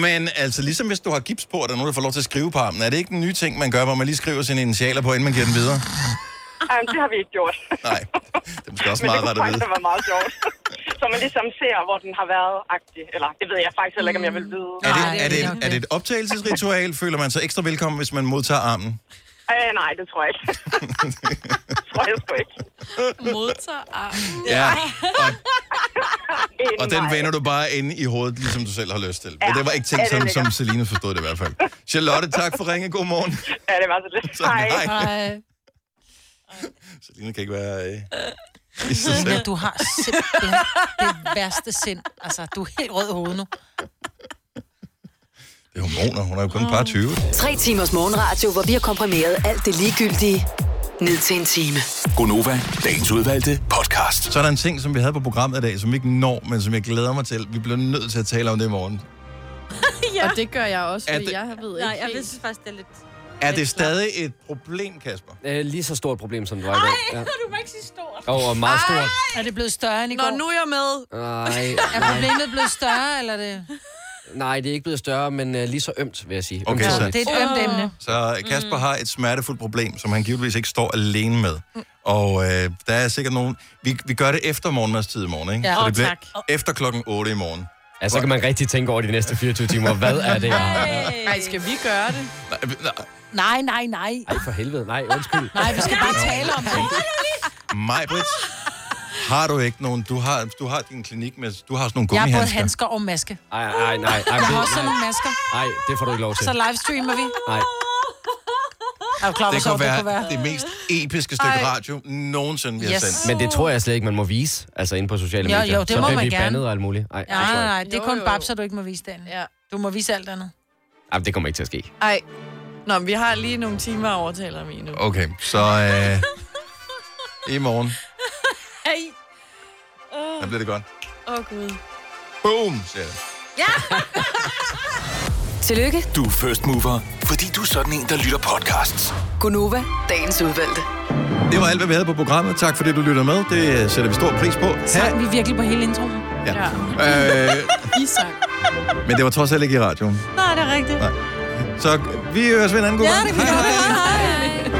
Speaker 1: Men altså, ligesom hvis du har gips på, og der er nogen, der får lov til at skrive på armen, er det ikke den nye ting, man gør, hvor man lige skriver sine initialer på, inden man giver den videre?
Speaker 14: Jamen, det har vi ikke gjort.
Speaker 1: Nej, det er måske også
Speaker 14: *laughs* Men det
Speaker 1: meget
Speaker 14: kunne
Speaker 1: rart at
Speaker 14: faktisk
Speaker 1: vide.
Speaker 14: have været meget sjovt. *laughs* så man ligesom ser, hvor den har været agtig. Eller, det ved jeg faktisk heller ikke, om jeg vil vide.
Speaker 1: Er det, er, det, er det et optagelsesritual? Føler man sig ekstra velkommen, hvis man modtager armen?
Speaker 14: Øh, nej, det tror jeg
Speaker 1: *laughs*
Speaker 14: ikke. det tror jeg sgu ikke.
Speaker 4: Modtager armen.
Speaker 1: Ja,
Speaker 14: *laughs* og,
Speaker 1: Og den vender du bare inde i hovedet, ligesom du selv har lyst til. Men det var ikke
Speaker 14: Ja,
Speaker 1: tænkt
Speaker 14: det er
Speaker 1: sådan, som
Speaker 14: lækkert.
Speaker 1: Selina forstod det i hvert fald. Charlotte, tak for ringen. God morgen.
Speaker 14: Ja, det var så lidt.
Speaker 1: Så, hej.
Speaker 14: hej.
Speaker 1: Selina kan ikke være... Øh, i sig
Speaker 3: Selina,
Speaker 1: selv.
Speaker 3: du har simpelthen det værste sind. Altså, du er helt rød i hovedet nu.
Speaker 1: Det er hormoner. Hun er jo kun et par 20.
Speaker 11: Tre timers morgenradio, hvor vi har komprimeret alt det ligegyldige ned til en time.
Speaker 1: Gonova, dagens udvalgte podcast. Så er der en ting, som vi havde på programmet i dag, som vi ikke når, men som jeg glæder mig til. Vi bliver nødt til at tale om det i morgen.
Speaker 4: *laughs* ja. Og det gør jeg også,
Speaker 1: Er
Speaker 4: fordi
Speaker 1: det-
Speaker 4: det... jeg ved ikke
Speaker 2: Nej, jeg
Speaker 4: helt-
Speaker 2: synes faktisk, det er lidt...
Speaker 1: Er det stadig et problem, Kasper?
Speaker 24: Øh, lige så stort problem, som det var i
Speaker 2: Ej,
Speaker 24: dag. Ja.
Speaker 2: du må ikke sige stort.
Speaker 24: Og, og meget stort.
Speaker 3: Er det blevet større end i
Speaker 4: Nå,
Speaker 3: går?
Speaker 4: nu er jeg med.
Speaker 24: Nej,
Speaker 3: *laughs* Er
Speaker 24: nej,
Speaker 3: problemet blevet større, eller er det...
Speaker 24: nej, det er ikke blevet større, men uh, lige så ømt, vil jeg sige.
Speaker 1: Okay, så-
Speaker 3: Det er et ømt emne.
Speaker 1: Så
Speaker 3: Mm.
Speaker 1: Kasper har et smertefuldt problem, som han givetvis ikke står alene med. Og øh, der er sikkert nogen... Vi, vi gør det efter morgenmadstid i morgen, ikke?
Speaker 24: Ja.
Speaker 1: så
Speaker 24: Åh,
Speaker 1: det bliver
Speaker 24: tak.
Speaker 1: efter klokken 8 i morgen.
Speaker 24: Ja, så kan man rigtig tænke over de næste 24 timer. Hvad er det, jeg har?
Speaker 4: Ej, skal vi gøre det?
Speaker 3: Nej, nej, nej.
Speaker 24: Ej, for helvede. Nej, undskyld.
Speaker 3: Nej, vi skal bare tale om det.
Speaker 1: Maj Britt, har du ikke nogen... Du har, du har din klinik med... Du har sådan nogle
Speaker 3: Jeg har både
Speaker 1: gummihandsker.
Speaker 3: handsker og maske.
Speaker 24: Nej, nej, nej.
Speaker 3: Jeg har også sådan nogle
Speaker 24: Nej,
Speaker 3: masker.
Speaker 24: nej, det får du ikke lov til.
Speaker 3: Så livestreamer vi.
Speaker 24: Nej.
Speaker 3: Er du klar, hvor
Speaker 1: Det
Speaker 3: sjovt
Speaker 1: kunne
Speaker 3: det kunne være?
Speaker 1: være det mest episke stykke
Speaker 3: Ej.
Speaker 1: radio nogensinde, vi har
Speaker 3: Yes.
Speaker 1: sendt.
Speaker 24: Men det tror jeg slet ikke, man må vise, altså inde på sociale
Speaker 3: Jo,
Speaker 24: medier.
Speaker 3: jo, det
Speaker 24: så
Speaker 3: må
Speaker 24: bliver
Speaker 3: man
Speaker 24: vi
Speaker 3: gerne.
Speaker 24: bandet og alt muligt. Ej,
Speaker 3: Nej, nej, nej. Det er
Speaker 4: Jo,
Speaker 3: kun
Speaker 4: jo.
Speaker 3: babser, du ikke må vise, Dan.
Speaker 4: Ja.
Speaker 3: Du må vise alt andet.
Speaker 24: Ej, det kommer ikke til at ske.
Speaker 4: Ej. Nå, men vi har lige nogle timer at overtale om i nu.
Speaker 1: Okay, så øh, i morgen,
Speaker 4: Ej.
Speaker 1: der bliver det godt.
Speaker 4: Åh, oh, Gud.
Speaker 1: Boom, siger jeg.
Speaker 11: *laughs* Tillykke,
Speaker 13: Du er first mover, fordi du er sådan en, der lytter podcasts.
Speaker 11: Gunova, dagens udvalgte.
Speaker 1: Det var alt, hvad vi havde på programmet. Tak fordi du lytter med. Det øh, sætter vi stor pris på.
Speaker 3: Sang vi virkelig på hele introen?
Speaker 1: Ja. Øh,
Speaker 4: I sang.
Speaker 1: men det var trods alt ikke i radioen.
Speaker 3: Nej, det er rigtigt.
Speaker 1: Så vi høres ved en anden god
Speaker 3: Ja,
Speaker 1: gang.
Speaker 3: det kan vi godt. Hej.